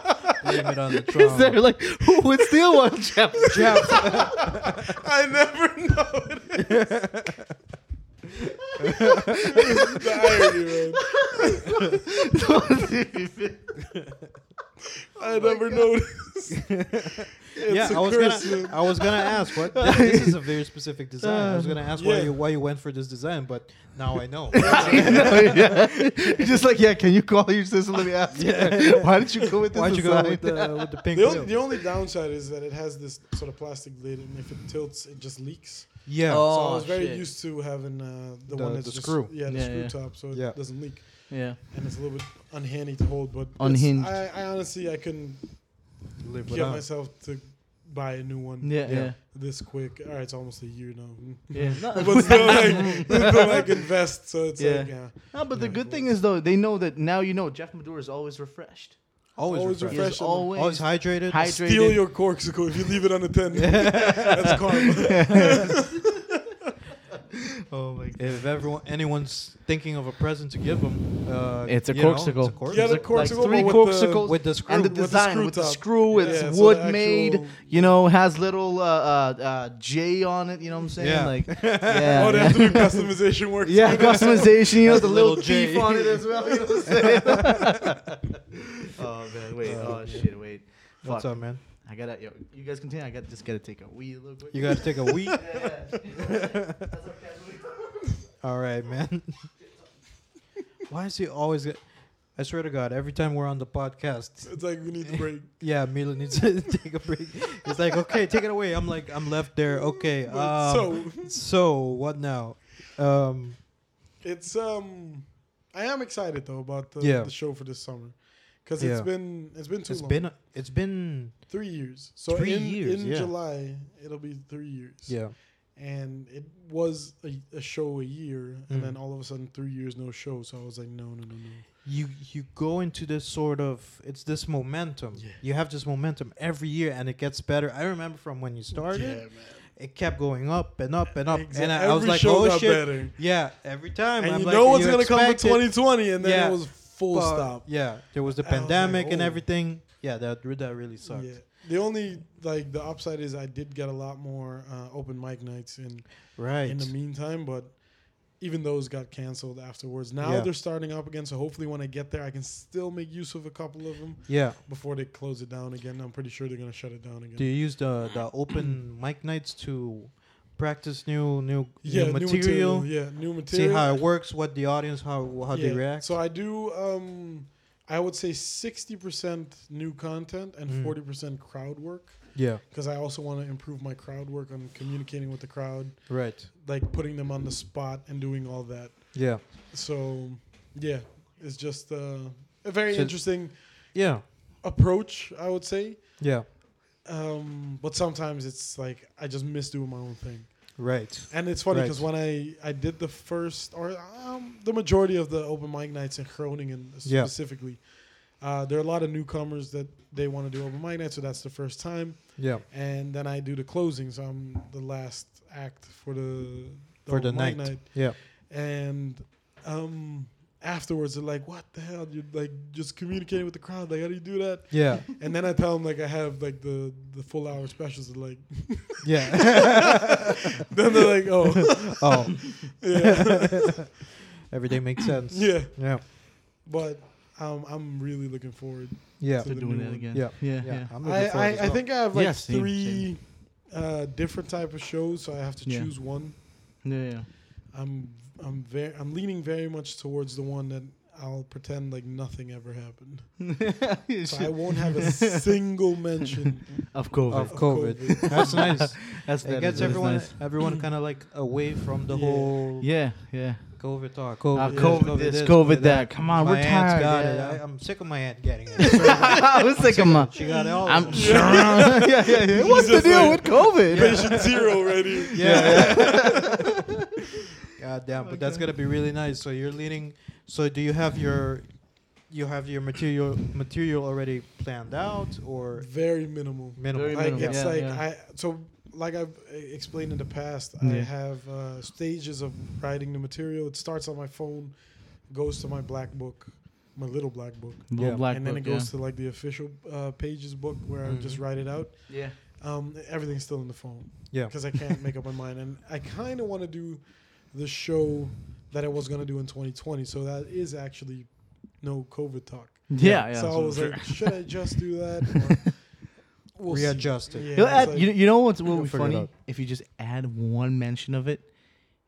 [SPEAKER 3] [laughs] Blame it on the
[SPEAKER 4] [laughs] Is there
[SPEAKER 3] trauma.
[SPEAKER 4] like who would steal one, Jeff? [laughs]
[SPEAKER 3] Jeff.
[SPEAKER 5] I never [laughs] know
[SPEAKER 3] [laughs]
[SPEAKER 5] it
[SPEAKER 4] [laughs]
[SPEAKER 3] [laughs]
[SPEAKER 5] is. the irony, man. I never noticed. it's
[SPEAKER 3] yeah,
[SPEAKER 5] a
[SPEAKER 3] I was
[SPEAKER 5] curse.
[SPEAKER 3] gonna,
[SPEAKER 5] man.
[SPEAKER 3] I was gonna ask
[SPEAKER 5] [laughs]
[SPEAKER 3] what. This, this is a very specific design. I was gonna ask why
[SPEAKER 5] Yeah.
[SPEAKER 3] you why you went for this design, but now I
[SPEAKER 5] [laughs]
[SPEAKER 3] know.
[SPEAKER 4] [laughs] yeah. Just like yeah, can you call your sister? Let
[SPEAKER 3] [laughs]
[SPEAKER 4] me ask. Yeah. Why did you go with this?
[SPEAKER 3] Why'd you go
[SPEAKER 4] design?
[SPEAKER 3] with the with the pink?
[SPEAKER 5] The
[SPEAKER 3] [laughs]
[SPEAKER 5] only,
[SPEAKER 3] wheel?
[SPEAKER 5] the only downside is that it has this sort of plastic lid, and if it tilts, it just leaks.
[SPEAKER 3] Yeah.
[SPEAKER 5] So
[SPEAKER 4] Oh,
[SPEAKER 5] I was very
[SPEAKER 4] shit.
[SPEAKER 5] used to having uh, the,
[SPEAKER 3] The-
[SPEAKER 5] one that's
[SPEAKER 3] the
[SPEAKER 5] just-
[SPEAKER 3] screw.
[SPEAKER 5] yeah, the
[SPEAKER 4] Yeah,
[SPEAKER 5] screw
[SPEAKER 4] yeah.
[SPEAKER 5] top, so
[SPEAKER 3] Yeah.
[SPEAKER 5] it doesn't leak,
[SPEAKER 4] Yeah.
[SPEAKER 5] and it's a little bit unhandy to hold. But it's-
[SPEAKER 4] Unhinged.
[SPEAKER 5] I, I honestly I couldn't
[SPEAKER 3] Live
[SPEAKER 5] get
[SPEAKER 3] without.
[SPEAKER 5] myself to buy a new one.
[SPEAKER 4] Yeah. Yeah.
[SPEAKER 3] uh, Yeah.
[SPEAKER 5] This quick. All right, it's almost a year now.
[SPEAKER 4] yeah.
[SPEAKER 5] but still like, still like invest. So it's
[SPEAKER 4] Yeah.
[SPEAKER 5] like, uh, yeah.
[SPEAKER 4] No, but the good thing is though, they know that now you know Jeff Maduro is always refreshed.
[SPEAKER 3] Always,
[SPEAKER 5] Always
[SPEAKER 4] He
[SPEAKER 3] refreshed.
[SPEAKER 4] is
[SPEAKER 5] Refreshed and-
[SPEAKER 4] always,
[SPEAKER 3] Always hydrated.
[SPEAKER 4] hydrated.
[SPEAKER 5] Steal your corksicle if you leave it on the tent. [laughs] That's karma.
[SPEAKER 4] oh my god.
[SPEAKER 3] If everyone anyone's thinking of a present to give them, uh,
[SPEAKER 4] It's a
[SPEAKER 3] you know,
[SPEAKER 4] corksicle.
[SPEAKER 3] it's a corksicle.
[SPEAKER 5] Yeah, the
[SPEAKER 4] Like
[SPEAKER 5] corksicle
[SPEAKER 4] three
[SPEAKER 5] but with the-
[SPEAKER 4] corksicles
[SPEAKER 3] with the screw.
[SPEAKER 4] and the
[SPEAKER 3] With the
[SPEAKER 4] design
[SPEAKER 5] screw
[SPEAKER 4] with the
[SPEAKER 5] top.
[SPEAKER 4] screw.
[SPEAKER 5] Yeah,
[SPEAKER 4] It's
[SPEAKER 5] so the
[SPEAKER 4] wood
[SPEAKER 5] actual-
[SPEAKER 4] made. You know, has little uh, uh, uh, J on it. You know what I'm saying?
[SPEAKER 3] Yeah. [laughs]
[SPEAKER 4] Like,
[SPEAKER 5] [laughs] Oh, they
[SPEAKER 4] yeah,
[SPEAKER 5] have to do customization work.
[SPEAKER 4] yeah, [laughs] customization. You know,
[SPEAKER 3] Has
[SPEAKER 4] the
[SPEAKER 3] a
[SPEAKER 4] little
[SPEAKER 3] little J.
[SPEAKER 4] thief on it as well. You know what I'm saying?
[SPEAKER 3] [laughs]
[SPEAKER 4] [laughs] oh man, wait. Oh shit, wait.
[SPEAKER 3] What's
[SPEAKER 4] Fuck.
[SPEAKER 3] up, man?
[SPEAKER 4] I gotta. Yo, you guys continue. I got just gotta take a wee little quick.
[SPEAKER 3] You gotta take a wee.
[SPEAKER 4] That's okay.
[SPEAKER 3] All right, man. [laughs] Why is he always? Get, I swear to God, every time we're on the podcast,
[SPEAKER 5] It's like we need to
[SPEAKER 3] [laughs]
[SPEAKER 5] break.
[SPEAKER 3] yeah, Milo needs to [laughs] take a break. He's like, okay, take it away. I'm like, I'm left there. Okay. Um, so,
[SPEAKER 5] so
[SPEAKER 3] what now? Um,
[SPEAKER 5] it's um, I am excited though about the,
[SPEAKER 3] Yeah.
[SPEAKER 5] the show for this summer because
[SPEAKER 3] Yeah.
[SPEAKER 5] it's been it's been too
[SPEAKER 3] It's
[SPEAKER 5] long.
[SPEAKER 3] been it's been
[SPEAKER 5] three years. So
[SPEAKER 3] Three
[SPEAKER 5] in,
[SPEAKER 3] years,
[SPEAKER 5] in
[SPEAKER 3] yeah.
[SPEAKER 5] July it'll be three years.
[SPEAKER 3] yeah
[SPEAKER 5] and it was a, a show a year,
[SPEAKER 3] Mm.
[SPEAKER 5] and then all of a sudden three years no show. So I was like, no, no, no, no.
[SPEAKER 3] you you go into this sort of it's this momentum.
[SPEAKER 5] Yeah.
[SPEAKER 3] You have this momentum every year and it gets better. I remember from when you started, it kept going up and up and up.
[SPEAKER 5] Exa-
[SPEAKER 3] And I, I was
[SPEAKER 5] every
[SPEAKER 3] like,
[SPEAKER 5] show
[SPEAKER 3] oh
[SPEAKER 5] got
[SPEAKER 3] shit.
[SPEAKER 5] better.
[SPEAKER 3] Yeah, every time.
[SPEAKER 5] And
[SPEAKER 3] I'm
[SPEAKER 5] you
[SPEAKER 3] like,
[SPEAKER 5] know what's gonna come for
[SPEAKER 3] expect it,
[SPEAKER 5] 2020, and then
[SPEAKER 3] Yeah.
[SPEAKER 5] it was full
[SPEAKER 3] but-
[SPEAKER 5] stop.
[SPEAKER 3] Yeah, there was the
[SPEAKER 5] And I was like,
[SPEAKER 3] pandemic and
[SPEAKER 5] oh.
[SPEAKER 3] everything. Yeah, that re- that really sucked.
[SPEAKER 5] Yeah. The only like the upside is I did get a lot more uh, open mic nights in
[SPEAKER 3] Right.
[SPEAKER 5] in the meantime, but even those got canceled afterwards. Now
[SPEAKER 3] Yeah.
[SPEAKER 5] they're starting up again, so hopefully when I get there, I can still make use of a couple of them
[SPEAKER 3] yeah.
[SPEAKER 5] before they close it down again. I'm pretty sure they're gonna shut it down again.
[SPEAKER 3] Do you use the the open mic nights to practice new new
[SPEAKER 5] yeah,
[SPEAKER 3] new material?
[SPEAKER 5] Yeah, new
[SPEAKER 3] See
[SPEAKER 5] material.
[SPEAKER 3] how it works, what the audience how how they
[SPEAKER 5] Yeah,
[SPEAKER 3] react.
[SPEAKER 5] So I do. Um, I would say sixty percent new content and
[SPEAKER 3] Mm.
[SPEAKER 5] forty percent crowd work
[SPEAKER 3] yeah.
[SPEAKER 5] because I also want to improve my crowd work on communicating with the crowd,
[SPEAKER 3] Right.
[SPEAKER 5] like putting them on the spot and doing all that.
[SPEAKER 3] Yeah.
[SPEAKER 5] So, yeah, it's just uh, a very
[SPEAKER 3] So-
[SPEAKER 5] interesting
[SPEAKER 3] Yeah.
[SPEAKER 5] approach, I would say.
[SPEAKER 3] Yeah.
[SPEAKER 5] Um, but sometimes it's like I just miss doing my own thing.
[SPEAKER 3] Right.
[SPEAKER 5] And it's funny
[SPEAKER 3] Right.
[SPEAKER 5] because when I, I did the first or um, the majority of the open mic nights in Groningen
[SPEAKER 3] Yeah.
[SPEAKER 5] specifically, uh, there are a lot of newcomers that they want to do open mic nights, so that's the first time.
[SPEAKER 3] Yeah.
[SPEAKER 5] And then I do the closing, so I'm the last act for the, the
[SPEAKER 3] For the
[SPEAKER 5] open mic
[SPEAKER 3] night. Yeah.
[SPEAKER 5] And um, afterwards, they're like, "What the hell? You're like just communicating with the crowd. Like, how do you do that?"
[SPEAKER 3] Yeah.
[SPEAKER 5] And then I tell them like I have like the the full hour specials. They're like, [laughs]
[SPEAKER 3] Yeah. [laughs]
[SPEAKER 5] then they're like,
[SPEAKER 4] [laughs]
[SPEAKER 5] "Oh,
[SPEAKER 3] oh,
[SPEAKER 5] yeah,
[SPEAKER 3] everything makes sense.
[SPEAKER 5] yeah."
[SPEAKER 3] Yeah.
[SPEAKER 5] But um, I'm really looking forward.
[SPEAKER 3] Yeah.
[SPEAKER 5] So
[SPEAKER 4] They're
[SPEAKER 5] the
[SPEAKER 4] doing
[SPEAKER 5] new
[SPEAKER 4] that
[SPEAKER 5] one.
[SPEAKER 4] again.
[SPEAKER 3] Yeah.
[SPEAKER 4] yeah,
[SPEAKER 3] Yeah. I'm looking
[SPEAKER 5] I,
[SPEAKER 3] forward
[SPEAKER 5] I,
[SPEAKER 3] as
[SPEAKER 5] I
[SPEAKER 3] well.
[SPEAKER 5] think I have like
[SPEAKER 4] Yeah, same,
[SPEAKER 5] three Uh, different type of shows, so I have to
[SPEAKER 4] Yeah.
[SPEAKER 5] choose one.
[SPEAKER 4] yeah, yeah.
[SPEAKER 5] I'm I'm very I'm leaning very much towards the one that I'll pretend like nothing ever happened.
[SPEAKER 4] [laughs]
[SPEAKER 5] So I won't have a single mention.
[SPEAKER 4] of COVID.
[SPEAKER 3] of
[SPEAKER 5] Of
[SPEAKER 3] COVID.
[SPEAKER 5] COVID.
[SPEAKER 3] [laughs] That's nice.
[SPEAKER 4] That's
[SPEAKER 3] Oh, It
[SPEAKER 4] that
[SPEAKER 3] gets
[SPEAKER 4] is- that is
[SPEAKER 3] everyone
[SPEAKER 4] nice.
[SPEAKER 3] everyone kind of like away from the
[SPEAKER 5] Yeah.
[SPEAKER 3] whole
[SPEAKER 4] Yeah, yeah.
[SPEAKER 3] COVID talk.
[SPEAKER 4] Uh,
[SPEAKER 5] this,
[SPEAKER 4] COVID, this, COVID, that. Come on,
[SPEAKER 3] my
[SPEAKER 4] we're
[SPEAKER 3] aunt's
[SPEAKER 4] tired.
[SPEAKER 3] got
[SPEAKER 4] yeah.
[SPEAKER 3] it. I, I'm sick of my aunt getting
[SPEAKER 2] [laughs]
[SPEAKER 3] it.
[SPEAKER 4] I was like, I'm, a,
[SPEAKER 3] she got it all.
[SPEAKER 4] I'm sure. [laughs] yeah, yeah, [laughs] yeah. What's the
[SPEAKER 5] just
[SPEAKER 4] deal with
[SPEAKER 5] like-
[SPEAKER 3] [laughs]
[SPEAKER 4] COVID?
[SPEAKER 5] Patient zero already.
[SPEAKER 3] yeah. [laughs] God damn, but that's gonna be really nice. So you're leaning. So do you have your, you have your material material already planned out or
[SPEAKER 5] Very minimal.
[SPEAKER 3] minimal?
[SPEAKER 4] Very
[SPEAKER 5] Like
[SPEAKER 4] minimal.
[SPEAKER 5] it's
[SPEAKER 4] Yeah,
[SPEAKER 5] like
[SPEAKER 4] yeah.
[SPEAKER 5] I so like I've uh, explained in the past, I
[SPEAKER 4] Yeah.
[SPEAKER 5] have uh, stages of writing the material. It starts on my phone, goes to my black book, my little black book,
[SPEAKER 4] Little
[SPEAKER 3] Yeah.
[SPEAKER 4] black
[SPEAKER 5] and then
[SPEAKER 4] book,
[SPEAKER 5] it goes to like the official uh, pages book where I just
[SPEAKER 3] Mhm.
[SPEAKER 5] write it out.
[SPEAKER 4] yeah.
[SPEAKER 5] Um, everything's still in the phone
[SPEAKER 3] Yeah.
[SPEAKER 5] because I can't make up my mind, and I kind of want to do the show that I was gonna do in 2020. So that is actually no COVID talk.
[SPEAKER 4] Yeah, yeah.
[SPEAKER 5] so, I was like, should I just do that?
[SPEAKER 4] [laughs]
[SPEAKER 5] Or we'll see.
[SPEAKER 3] Readjust it.
[SPEAKER 5] Yeah,
[SPEAKER 4] You'll
[SPEAKER 5] it's
[SPEAKER 4] add,
[SPEAKER 5] like-
[SPEAKER 4] you, you know what's what
[SPEAKER 3] We'll
[SPEAKER 4] would be
[SPEAKER 3] figure it
[SPEAKER 4] funny
[SPEAKER 3] out.
[SPEAKER 4] if you just add one mention of it.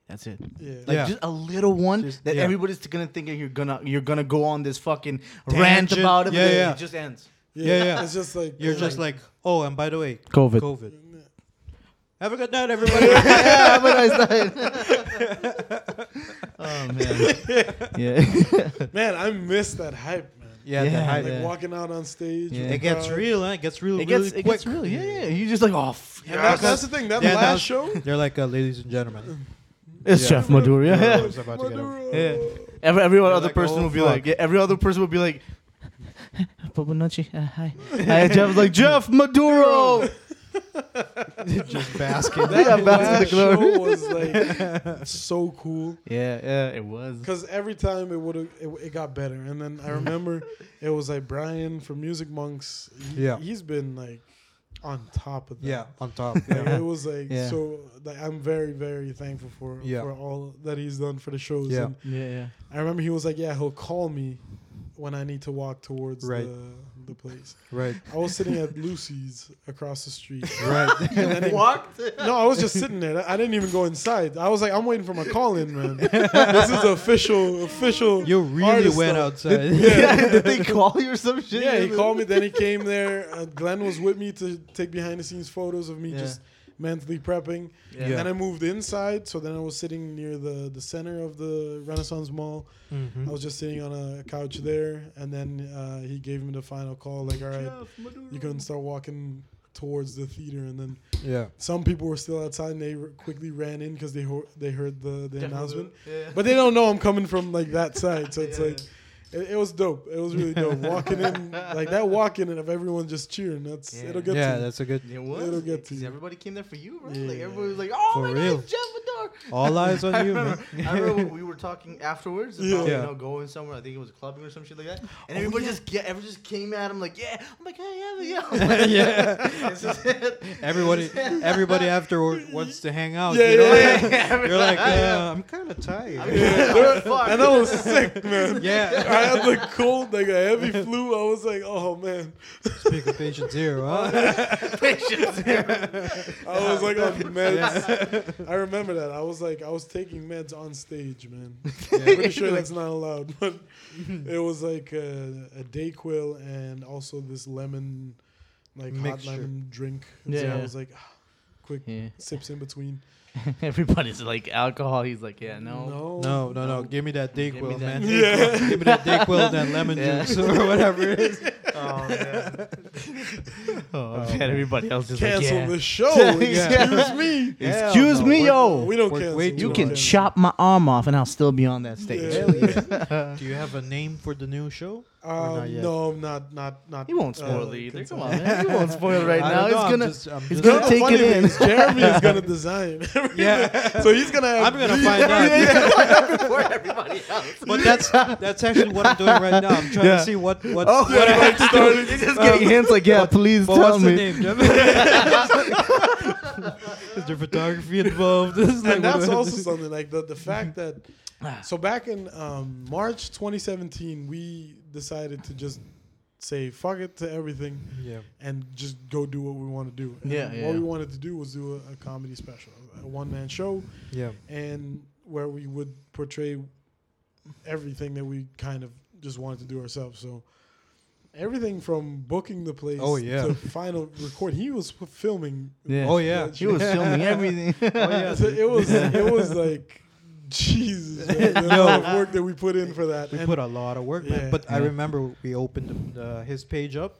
[SPEAKER 4] That's it.
[SPEAKER 5] yeah.
[SPEAKER 4] Like
[SPEAKER 3] Yeah.
[SPEAKER 4] just a little one
[SPEAKER 3] Just-
[SPEAKER 4] that
[SPEAKER 3] yeah.
[SPEAKER 4] everybody's gonna think you're gonna you're gonna go on this fucking rant
[SPEAKER 3] Tangent.
[SPEAKER 4] about it.
[SPEAKER 3] Yeah,
[SPEAKER 4] but
[SPEAKER 3] yeah.
[SPEAKER 4] It just ends.
[SPEAKER 3] Yeah, yeah.
[SPEAKER 5] It's just like
[SPEAKER 3] You're just like, oh, and by the way,
[SPEAKER 4] COVID.
[SPEAKER 3] COVID. Have a good night, everybody.
[SPEAKER 4] yeah, have a nice night. [laughs] oh man. Yeah.
[SPEAKER 5] man, I miss that hype, man.
[SPEAKER 3] yeah,
[SPEAKER 4] Yeah,
[SPEAKER 3] the hype.
[SPEAKER 5] Like
[SPEAKER 4] yeah.
[SPEAKER 5] walking out on stage.
[SPEAKER 4] Yeah.
[SPEAKER 5] with
[SPEAKER 3] It
[SPEAKER 5] the
[SPEAKER 3] gets
[SPEAKER 5] crowd.
[SPEAKER 3] real, huh? It gets real, [laughs]
[SPEAKER 4] it
[SPEAKER 3] really
[SPEAKER 4] gets it
[SPEAKER 3] quick.
[SPEAKER 4] gets real. Yeah, yeah. You're just like, oh, f-
[SPEAKER 5] And that's,
[SPEAKER 3] Yeah.
[SPEAKER 5] that's the thing. That
[SPEAKER 3] Yeah,
[SPEAKER 5] last
[SPEAKER 3] that's- [laughs]
[SPEAKER 5] show,
[SPEAKER 3] They're like, uh, ladies and
[SPEAKER 4] [laughs]
[SPEAKER 3] gentlemen.
[SPEAKER 4] it's
[SPEAKER 3] Yeah.
[SPEAKER 4] Chef Maduro. Yeah.
[SPEAKER 3] I
[SPEAKER 4] yeah.
[SPEAKER 3] was about to get up.
[SPEAKER 5] Maduro.
[SPEAKER 4] Yeah. Every, every other
[SPEAKER 3] like,
[SPEAKER 4] person
[SPEAKER 3] oh,
[SPEAKER 4] will be
[SPEAKER 3] fuck.
[SPEAKER 4] like, yeah, every other person will be like, [laughs] Papa Noche, uh, hi. hi. Jeff was like, Jeff Maduro.
[SPEAKER 3] just basking. [laughs]
[SPEAKER 4] Yeah,
[SPEAKER 5] That
[SPEAKER 4] Back to the [laughs]
[SPEAKER 5] last
[SPEAKER 4] Glory.
[SPEAKER 5] show was like so cool
[SPEAKER 4] yeah, yeah, it [laughs] was.
[SPEAKER 5] because every time it would it, it got better, and then I remember it was like Brian from Music Monks. He,
[SPEAKER 3] Yeah.
[SPEAKER 5] he's been like on top of that.
[SPEAKER 3] yeah, on top.
[SPEAKER 5] Like,
[SPEAKER 3] Yeah.
[SPEAKER 5] it was like
[SPEAKER 4] Yeah.
[SPEAKER 5] so. Like, I'm very, very thankful for
[SPEAKER 3] Yeah.
[SPEAKER 5] for all that he's done for the shows.
[SPEAKER 3] Yeah.
[SPEAKER 5] And
[SPEAKER 4] Yeah, yeah.
[SPEAKER 5] I remember he was like, "Yeah, he'll call me when I need to walk towards
[SPEAKER 3] Right.
[SPEAKER 5] the, the place."
[SPEAKER 3] Right.
[SPEAKER 5] I was sitting at Lucy's across the street.
[SPEAKER 3] Right. [laughs]
[SPEAKER 5] And then he walked? No, I was just sitting there. I didn't even go inside. I was like, "I'm waiting for my call in, man. this is official, official."
[SPEAKER 3] You really
[SPEAKER 5] artist
[SPEAKER 3] went outside. [laughs]
[SPEAKER 5] stuff.
[SPEAKER 4] [laughs] Did they call you or some shit?
[SPEAKER 5] Yeah, he called me. Then he came there. Uh, Glenn was with me to take behind the scenes photos of me
[SPEAKER 4] Yeah.
[SPEAKER 5] just mentally prepping.
[SPEAKER 3] Yeah.
[SPEAKER 5] Then I moved inside, so then I was sitting near the the center of the Renaissance Mall.
[SPEAKER 4] Mm-hmm.
[SPEAKER 5] I was just sitting on a couch there, and then uh, he gave me the final call, like, "All right, you can start walking towards the theater." And then
[SPEAKER 3] Yeah.
[SPEAKER 5] some people were still outside, and they r- quickly ran in because they ho- they heard the, the announcement,
[SPEAKER 3] Yeah.
[SPEAKER 5] but they don't know I'm coming from like that side, so it's like. It, it was dope. It was really dope. Walking in, like that walking in of everyone just cheering. That's
[SPEAKER 4] Yeah.
[SPEAKER 5] it'll get
[SPEAKER 3] yeah,
[SPEAKER 5] to you.
[SPEAKER 3] that's a good.
[SPEAKER 4] It was.
[SPEAKER 5] It'll get to
[SPEAKER 4] Because
[SPEAKER 5] you.
[SPEAKER 4] Everybody came there for you, right? Like
[SPEAKER 5] Yeah.
[SPEAKER 4] everybody was like, "Oh
[SPEAKER 3] For
[SPEAKER 4] my
[SPEAKER 3] real.
[SPEAKER 4] God, it's Jeff Bedard!" [laughs]
[SPEAKER 3] All eyes on
[SPEAKER 4] I
[SPEAKER 3] you, man.
[SPEAKER 4] remember, I remember when we were talking afterwards about
[SPEAKER 3] Yeah.
[SPEAKER 4] you know going somewhere. I think it was clubbing or some shit like that. And everybody just get, everyone just came at him like, "Yeah!" I'm like, "Yeah, yeah, [laughs] yeah." I'm like,
[SPEAKER 3] Yeah.
[SPEAKER 4] This [laughs] is it.
[SPEAKER 3] [laughs] Everybody, everybody afterward wants to hang out.
[SPEAKER 5] Yeah,
[SPEAKER 3] you know?
[SPEAKER 4] [laughs]
[SPEAKER 5] yeah,
[SPEAKER 3] [laughs] You're like,
[SPEAKER 4] Yeah. [laughs]
[SPEAKER 3] uh, I'm kind of tired.
[SPEAKER 4] I'm like, "Oh, fuck."
[SPEAKER 5] And I was sick, man.
[SPEAKER 3] yeah.
[SPEAKER 5] I had the cold, like a heavy flu. I was like, oh man.
[SPEAKER 3] [laughs] Speak of patience here,
[SPEAKER 4] [laughs]
[SPEAKER 3] huh?
[SPEAKER 4] Patience.
[SPEAKER 5] I was like on meds. I remember that. I was like, I was taking meds on
[SPEAKER 4] [laughs]
[SPEAKER 5] stage, man. I'm pretty sure that's not allowed, but it was like a, a Dayquil and also this lemon, like
[SPEAKER 3] Mixture.
[SPEAKER 5] hot lemon drink. So
[SPEAKER 4] Yeah.
[SPEAKER 5] I was like, ah, quick
[SPEAKER 4] Yeah.
[SPEAKER 5] sips in between.
[SPEAKER 4] [laughs] Everybody's like alcohol. He's like, "Yeah, Oh, no."
[SPEAKER 5] No,
[SPEAKER 3] No, no, no. Give me that
[SPEAKER 4] Give me
[SPEAKER 3] Dayquil,
[SPEAKER 4] that
[SPEAKER 3] man.
[SPEAKER 5] Dayquil.
[SPEAKER 3] [laughs] Give me that Dayquil, and
[SPEAKER 4] [laughs]
[SPEAKER 3] that lemon
[SPEAKER 4] Yeah.
[SPEAKER 3] juice, or whatever it is.
[SPEAKER 4] Oh man. Oh, man. Everybody else is
[SPEAKER 5] Cancel
[SPEAKER 4] like, [laughs] "Yeah."
[SPEAKER 5] the show.
[SPEAKER 4] [laughs] Yeah.
[SPEAKER 5] Excuse me.
[SPEAKER 3] Oh, Hell
[SPEAKER 4] Excuse
[SPEAKER 3] no,
[SPEAKER 4] me,
[SPEAKER 3] we're-
[SPEAKER 4] yo.
[SPEAKER 5] We don't
[SPEAKER 3] Wait,
[SPEAKER 5] cancel.
[SPEAKER 3] wait,
[SPEAKER 5] we
[SPEAKER 4] You
[SPEAKER 5] don't
[SPEAKER 4] can
[SPEAKER 5] cancel.
[SPEAKER 4] chop my arm off, and I'll still be on that stage.
[SPEAKER 5] Yeah. Hell
[SPEAKER 4] [laughs]
[SPEAKER 3] Do you have a name for the new show? Or
[SPEAKER 5] Um,
[SPEAKER 3] not yet?
[SPEAKER 5] no, I'm not, not, not.
[SPEAKER 4] He won't
[SPEAKER 5] uh,
[SPEAKER 4] spoil it either. Come
[SPEAKER 5] cancel.
[SPEAKER 4] on, man. He won't [laughs] spoil right
[SPEAKER 3] I
[SPEAKER 4] now.
[SPEAKER 3] don't know,
[SPEAKER 4] It's
[SPEAKER 3] I'm
[SPEAKER 4] gonna.
[SPEAKER 3] just- I'm
[SPEAKER 4] he's
[SPEAKER 3] just-
[SPEAKER 4] gonna
[SPEAKER 5] The
[SPEAKER 4] take
[SPEAKER 5] funny
[SPEAKER 4] it
[SPEAKER 5] thing
[SPEAKER 4] in.
[SPEAKER 5] is Jeremy is gonna [laughs] design.
[SPEAKER 3] [laughs] Yeah.
[SPEAKER 5] so he's gonna.
[SPEAKER 3] [laughs]
[SPEAKER 5] Have
[SPEAKER 3] I'm
[SPEAKER 4] [laughs]
[SPEAKER 3] gonna
[SPEAKER 5] [laughs]
[SPEAKER 3] find out. [laughs]
[SPEAKER 4] for everybody else.
[SPEAKER 3] But that's that's actually what I'm doing right now. I'm trying
[SPEAKER 4] Yeah.
[SPEAKER 3] to see what what.
[SPEAKER 4] Oh,
[SPEAKER 3] what am I to do. Um,
[SPEAKER 4] You're just getting hints like, yeah, please
[SPEAKER 3] But
[SPEAKER 4] tell
[SPEAKER 3] what's the
[SPEAKER 4] me.
[SPEAKER 3] name?
[SPEAKER 4] [laughs]
[SPEAKER 3] Jeff? [laughs] Is there photography involved? This is like-
[SPEAKER 5] and that's also something
[SPEAKER 3] [laughs]
[SPEAKER 5] like the, the fact that
[SPEAKER 3] Ah.
[SPEAKER 5] so back in um, March 2017 we decided to just say fuck it to everything
[SPEAKER 3] Yeah.
[SPEAKER 5] and just go do what we want to do. And
[SPEAKER 4] Yeah,
[SPEAKER 5] what
[SPEAKER 4] yeah.
[SPEAKER 5] we wanted to do was do a, a comedy special, a one man show,
[SPEAKER 3] Yeah.
[SPEAKER 5] and where we would portray everything that we kind of just wanted to do ourselves. So everything from booking the place
[SPEAKER 3] Oh, yeah.
[SPEAKER 5] to final record. He was f- filming.
[SPEAKER 3] Oh yeah.
[SPEAKER 4] He was filming everything.
[SPEAKER 3] Oh yeah.
[SPEAKER 5] So it was it was like
[SPEAKER 3] [laughs]
[SPEAKER 5] Jesus, man, the amount of work that we put in for that.
[SPEAKER 3] We
[SPEAKER 5] And
[SPEAKER 3] put a lot of work, man.
[SPEAKER 5] Yeah.
[SPEAKER 3] But I
[SPEAKER 4] Yeah.
[SPEAKER 3] remember we opened uh, his page up.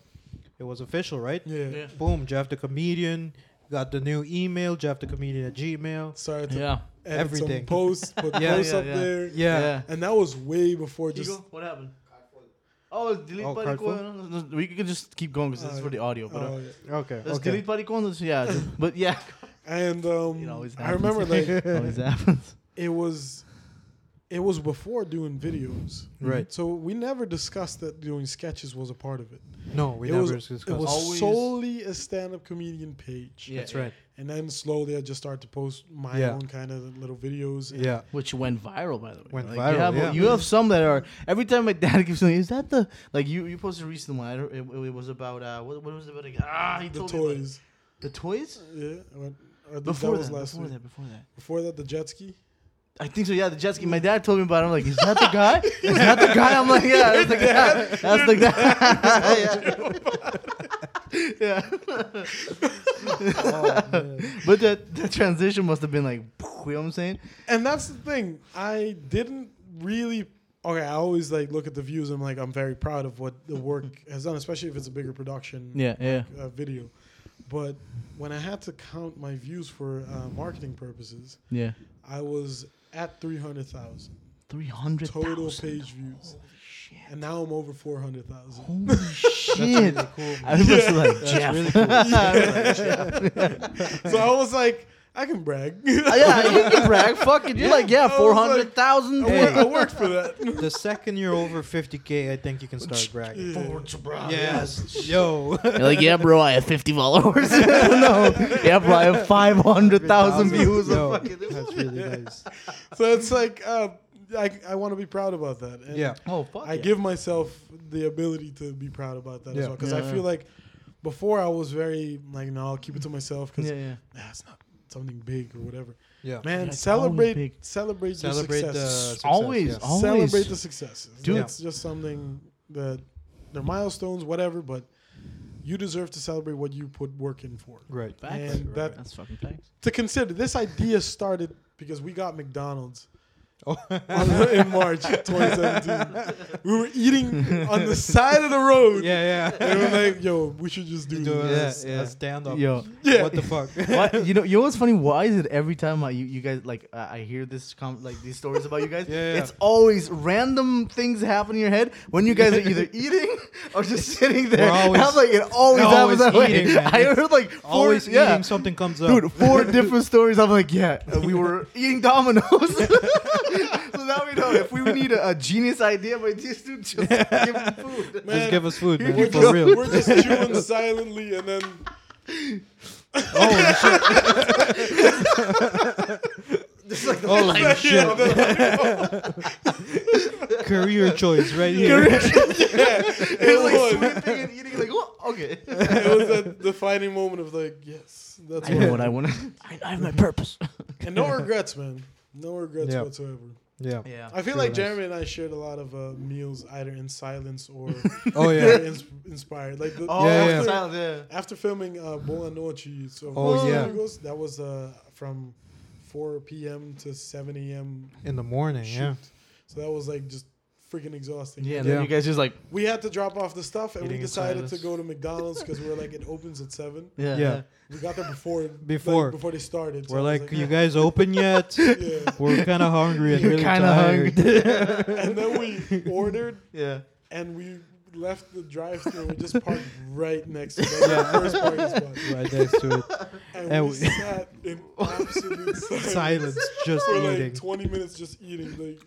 [SPEAKER 3] It was official, right?
[SPEAKER 5] yeah,
[SPEAKER 3] Boom. Jeff the comedian got the new email. Jeff the comedian at Gmail.
[SPEAKER 5] started to
[SPEAKER 4] Yeah.
[SPEAKER 5] edit
[SPEAKER 3] Everything.
[SPEAKER 5] some posts,
[SPEAKER 3] [laughs]
[SPEAKER 5] put
[SPEAKER 3] Yeah,
[SPEAKER 5] posts
[SPEAKER 4] yeah,
[SPEAKER 5] up
[SPEAKER 4] yeah.
[SPEAKER 5] there.
[SPEAKER 3] Yeah.
[SPEAKER 5] And that was way before just
[SPEAKER 4] what happened? Oh, delete
[SPEAKER 3] Oh,
[SPEAKER 4] Party
[SPEAKER 3] card full?
[SPEAKER 4] Coin. No, no, We could just keep going because this is
[SPEAKER 5] Oh,
[SPEAKER 4] for the audio. But uh,
[SPEAKER 5] uh,
[SPEAKER 3] Okay.
[SPEAKER 4] let's
[SPEAKER 3] okay.
[SPEAKER 4] delete Party Coin. let's- Yeah. just- But
[SPEAKER 5] [laughs]
[SPEAKER 4] yeah.
[SPEAKER 5] and um
[SPEAKER 4] It always
[SPEAKER 5] I remember
[SPEAKER 4] happens.
[SPEAKER 3] [laughs]
[SPEAKER 5] like
[SPEAKER 3] Oh,
[SPEAKER 4] [laughs] Always happens.
[SPEAKER 5] it was it was before doing videos.
[SPEAKER 3] Right.
[SPEAKER 5] So we never discussed that doing sketches was a part of it.
[SPEAKER 3] No, we
[SPEAKER 5] it
[SPEAKER 3] never
[SPEAKER 5] was,
[SPEAKER 3] discussed. Oh,
[SPEAKER 5] it was
[SPEAKER 4] Always-
[SPEAKER 5] solely a stand-up comedian page.
[SPEAKER 4] Yeah.
[SPEAKER 3] That's right.
[SPEAKER 5] And then slowly I just started to post my
[SPEAKER 3] Yeah.
[SPEAKER 5] own kind of little videos. and
[SPEAKER 3] Yeah.
[SPEAKER 4] Which went viral, by the way.
[SPEAKER 3] Went
[SPEAKER 4] Like,
[SPEAKER 3] viral,
[SPEAKER 4] You have,
[SPEAKER 3] yeah.
[SPEAKER 4] you have some that are. Every time my dad [laughs] gives me, is that the like you you posted a recent one? I don't, it, it was about uh, what, what was it about? Again? Ah, he
[SPEAKER 5] The
[SPEAKER 4] told me about it.
[SPEAKER 5] toys.
[SPEAKER 4] The toys.
[SPEAKER 5] Yeah, or, or
[SPEAKER 4] Before
[SPEAKER 5] that was
[SPEAKER 4] that,
[SPEAKER 5] last
[SPEAKER 4] before
[SPEAKER 5] week.
[SPEAKER 4] that, before that.
[SPEAKER 5] Before that, the jet ski.
[SPEAKER 4] I think so. Yeah, the jet ski. My dad told me about. it. I'm like, is that the guy? Is that the guy? I'm like, yeah, that's the guy. That's the guy. [laughs] yeah. but that the transition must have been like, you know what I'm saying?
[SPEAKER 5] And that's the thing. I didn't really. Okay, I always like look at the views. I'm like, I'm very proud of what the work [laughs] has done, especially if it's a bigger production
[SPEAKER 4] Yeah, yeah.
[SPEAKER 5] uh, video. But when I had to count my views for uh, marketing purposes,
[SPEAKER 4] Yeah.
[SPEAKER 5] I was at 300,000
[SPEAKER 4] Three hundred
[SPEAKER 5] total
[SPEAKER 4] thousand.
[SPEAKER 5] page views,
[SPEAKER 4] Shit.
[SPEAKER 5] and now I'm over 400,000.
[SPEAKER 4] Holy [laughs] shit.
[SPEAKER 3] Really cool.
[SPEAKER 4] I was just like, Jeff.
[SPEAKER 5] [laughs] So I was like, [laughs] I can brag.
[SPEAKER 4] [laughs] yeah, you can brag. Fuck it. You're like, yeah,
[SPEAKER 5] I was like-
[SPEAKER 4] 400,000.
[SPEAKER 5] I, worked, I worked for [laughs] that.
[SPEAKER 3] The second you're over 50k, I think you can start bragging.
[SPEAKER 4] brag.
[SPEAKER 3] Yes. Yo.
[SPEAKER 4] You're like, yeah, bro, I have 50 followers. [laughs] no. Yeah, bro, I [laughs] have 500,000 views.
[SPEAKER 3] Yo,
[SPEAKER 4] I'm fucking-
[SPEAKER 3] that's really nice.
[SPEAKER 5] so it's like uh, I, I want to be proud about that. And
[SPEAKER 3] Yeah.
[SPEAKER 4] Oh, fuck.
[SPEAKER 5] I
[SPEAKER 4] yeah.
[SPEAKER 5] give myself the ability to be proud about that as
[SPEAKER 3] Yeah.
[SPEAKER 5] well because
[SPEAKER 4] Yeah.
[SPEAKER 5] I feel like before I was very like no, I'll keep it to myself because
[SPEAKER 4] Yeah, yeah.
[SPEAKER 5] it's not something big or whatever.
[SPEAKER 3] Yeah.
[SPEAKER 5] Man,
[SPEAKER 4] Yeah, it's always big.
[SPEAKER 5] celebrate celebrate
[SPEAKER 3] Celebrate
[SPEAKER 5] your
[SPEAKER 3] the
[SPEAKER 5] success.
[SPEAKER 4] Always,
[SPEAKER 3] success,
[SPEAKER 4] always.
[SPEAKER 5] celebrate the successes.
[SPEAKER 4] Dude.
[SPEAKER 5] That's just something that they're milestones, whatever, but You deserve to celebrate what you put work in for.
[SPEAKER 3] Right.
[SPEAKER 4] Facts.
[SPEAKER 5] And that-
[SPEAKER 4] That's fucking facts.
[SPEAKER 5] To consider this idea started because we got McDonald's
[SPEAKER 3] Oh.
[SPEAKER 5] on- [laughs] in March 2017. We were eating on the side of the road.
[SPEAKER 3] yeah,
[SPEAKER 5] [laughs] They
[SPEAKER 3] yeah.
[SPEAKER 5] were like, "Yo, we should just do
[SPEAKER 3] Do a, s-
[SPEAKER 5] this."
[SPEAKER 4] Mm, yeah.
[SPEAKER 3] a stand up.
[SPEAKER 4] Yo.
[SPEAKER 5] Yeah.
[SPEAKER 3] What the [laughs] fuck?
[SPEAKER 4] Why, you know, you know what's funny? Why is it every time I, you, you guys like I I hear this com- like these stories about you guys?
[SPEAKER 3] [laughs] Yeah, yeah.
[SPEAKER 4] It's always random things happen in your head when you guys are
[SPEAKER 3] [laughs]
[SPEAKER 4] either eating or just sitting there.
[SPEAKER 3] We're always-
[SPEAKER 4] [laughs] I'm like, it always
[SPEAKER 3] we're always
[SPEAKER 4] happens that way.
[SPEAKER 3] eating, man.
[SPEAKER 4] [laughs] I heard like four,
[SPEAKER 3] Always
[SPEAKER 4] yeah,
[SPEAKER 3] eating something comes up.
[SPEAKER 4] dude,
[SPEAKER 3] [laughs]
[SPEAKER 4] four different stories. I'm like, yeah, uh, we were eating Dominoes.
[SPEAKER 3] [laughs]
[SPEAKER 4] so now we know if we need a, a genius idea, but just dude, just give
[SPEAKER 3] [laughs]
[SPEAKER 4] me food. [laughs]
[SPEAKER 3] Just
[SPEAKER 5] Man,
[SPEAKER 3] give us food,
[SPEAKER 4] here
[SPEAKER 3] man.
[SPEAKER 5] We're
[SPEAKER 4] you
[SPEAKER 3] For
[SPEAKER 4] [laughs]
[SPEAKER 5] just,
[SPEAKER 3] real.
[SPEAKER 5] we're just chewing silently, and then
[SPEAKER 3] Oh shit.
[SPEAKER 4] Just like the
[SPEAKER 3] Oh
[SPEAKER 4] light [laughs]
[SPEAKER 3] shit. Career choice right here.
[SPEAKER 4] is like
[SPEAKER 5] it was.
[SPEAKER 4] sweeping and eating. Like, oh, okay.
[SPEAKER 5] it was that defining moment of like, yes, that's what. I
[SPEAKER 4] want. [laughs] I, I have my purpose.
[SPEAKER 3] [laughs]
[SPEAKER 5] and no regrets, man. No regrets
[SPEAKER 3] Yeah.
[SPEAKER 5] whatsoever.
[SPEAKER 4] [laughs]
[SPEAKER 3] Yeah.
[SPEAKER 4] Yeah.
[SPEAKER 5] I feel
[SPEAKER 3] Very
[SPEAKER 5] like
[SPEAKER 3] nice.
[SPEAKER 5] Jeremy and I shared a lot of uh, meals either in silence or
[SPEAKER 3] Oh
[SPEAKER 5] very
[SPEAKER 3] [laughs] yeah.
[SPEAKER 5] ins- inspired. Like the,
[SPEAKER 4] Oh,
[SPEAKER 3] Yeah,
[SPEAKER 4] yeah,
[SPEAKER 3] yeah.
[SPEAKER 4] Silence, yeah.
[SPEAKER 5] after filming uh, Boa Noche, so
[SPEAKER 3] Oh, yeah.
[SPEAKER 5] Amigos, that was uh, from 4 p.m. to 7 a.m.
[SPEAKER 3] In the morning,
[SPEAKER 5] shoot.
[SPEAKER 3] yeah.
[SPEAKER 5] So that was like just freaking exhausting.
[SPEAKER 4] Yeah, and
[SPEAKER 3] Yeah.
[SPEAKER 4] then you guys just like,
[SPEAKER 5] We had to drop off the stuff, and
[SPEAKER 4] Eating
[SPEAKER 5] we
[SPEAKER 4] in
[SPEAKER 5] decided to
[SPEAKER 4] silence.
[SPEAKER 5] go to McDonald's because we were like, it opens at seven.
[SPEAKER 4] yeah.
[SPEAKER 3] Yeah.
[SPEAKER 5] We got there before like,
[SPEAKER 3] Before.
[SPEAKER 5] before they started. so
[SPEAKER 3] We're
[SPEAKER 5] I was
[SPEAKER 3] like, you guys open
[SPEAKER 4] [laughs]
[SPEAKER 3] yet?
[SPEAKER 5] Yeah.
[SPEAKER 3] We're kind of hungry and
[SPEAKER 4] You're
[SPEAKER 3] really
[SPEAKER 4] kind of
[SPEAKER 3] tired.
[SPEAKER 4] hungry.
[SPEAKER 5] and then we ordered,
[SPEAKER 4] yeah.
[SPEAKER 5] and we left the drive-through. We just parked right next to the first parking spot,
[SPEAKER 3] Right next to it,
[SPEAKER 5] and,
[SPEAKER 3] And
[SPEAKER 5] we
[SPEAKER 3] we-
[SPEAKER 5] sat in absolute silence.
[SPEAKER 3] silence, just
[SPEAKER 5] For like
[SPEAKER 3] eating.
[SPEAKER 5] 20 minutes, just eating. Like,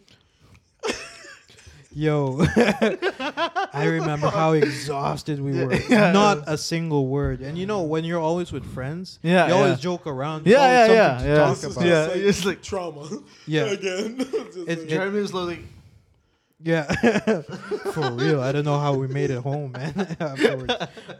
[SPEAKER 3] Yo, [laughs] I remember
[SPEAKER 4] [laughs]
[SPEAKER 3] how exhausted we were.
[SPEAKER 4] Yeah.
[SPEAKER 3] Not a single word. And you know, when you're always with friends,
[SPEAKER 4] Yeah,
[SPEAKER 3] you always
[SPEAKER 4] yeah.
[SPEAKER 3] joke around. There's
[SPEAKER 4] Yeah,
[SPEAKER 3] always
[SPEAKER 4] yeah,
[SPEAKER 3] something to
[SPEAKER 4] yeah, yeah.
[SPEAKER 3] talk
[SPEAKER 5] this is
[SPEAKER 3] about.
[SPEAKER 4] Yeah,
[SPEAKER 5] just, like,
[SPEAKER 4] it's like-
[SPEAKER 5] trauma. [laughs]
[SPEAKER 3] Yeah.
[SPEAKER 5] again. [laughs] Just
[SPEAKER 3] It's-
[SPEAKER 5] like-
[SPEAKER 4] Jeremy was literally,
[SPEAKER 3] Yeah, [laughs] for real. I don't know how we made it home, man. [laughs] afterwards.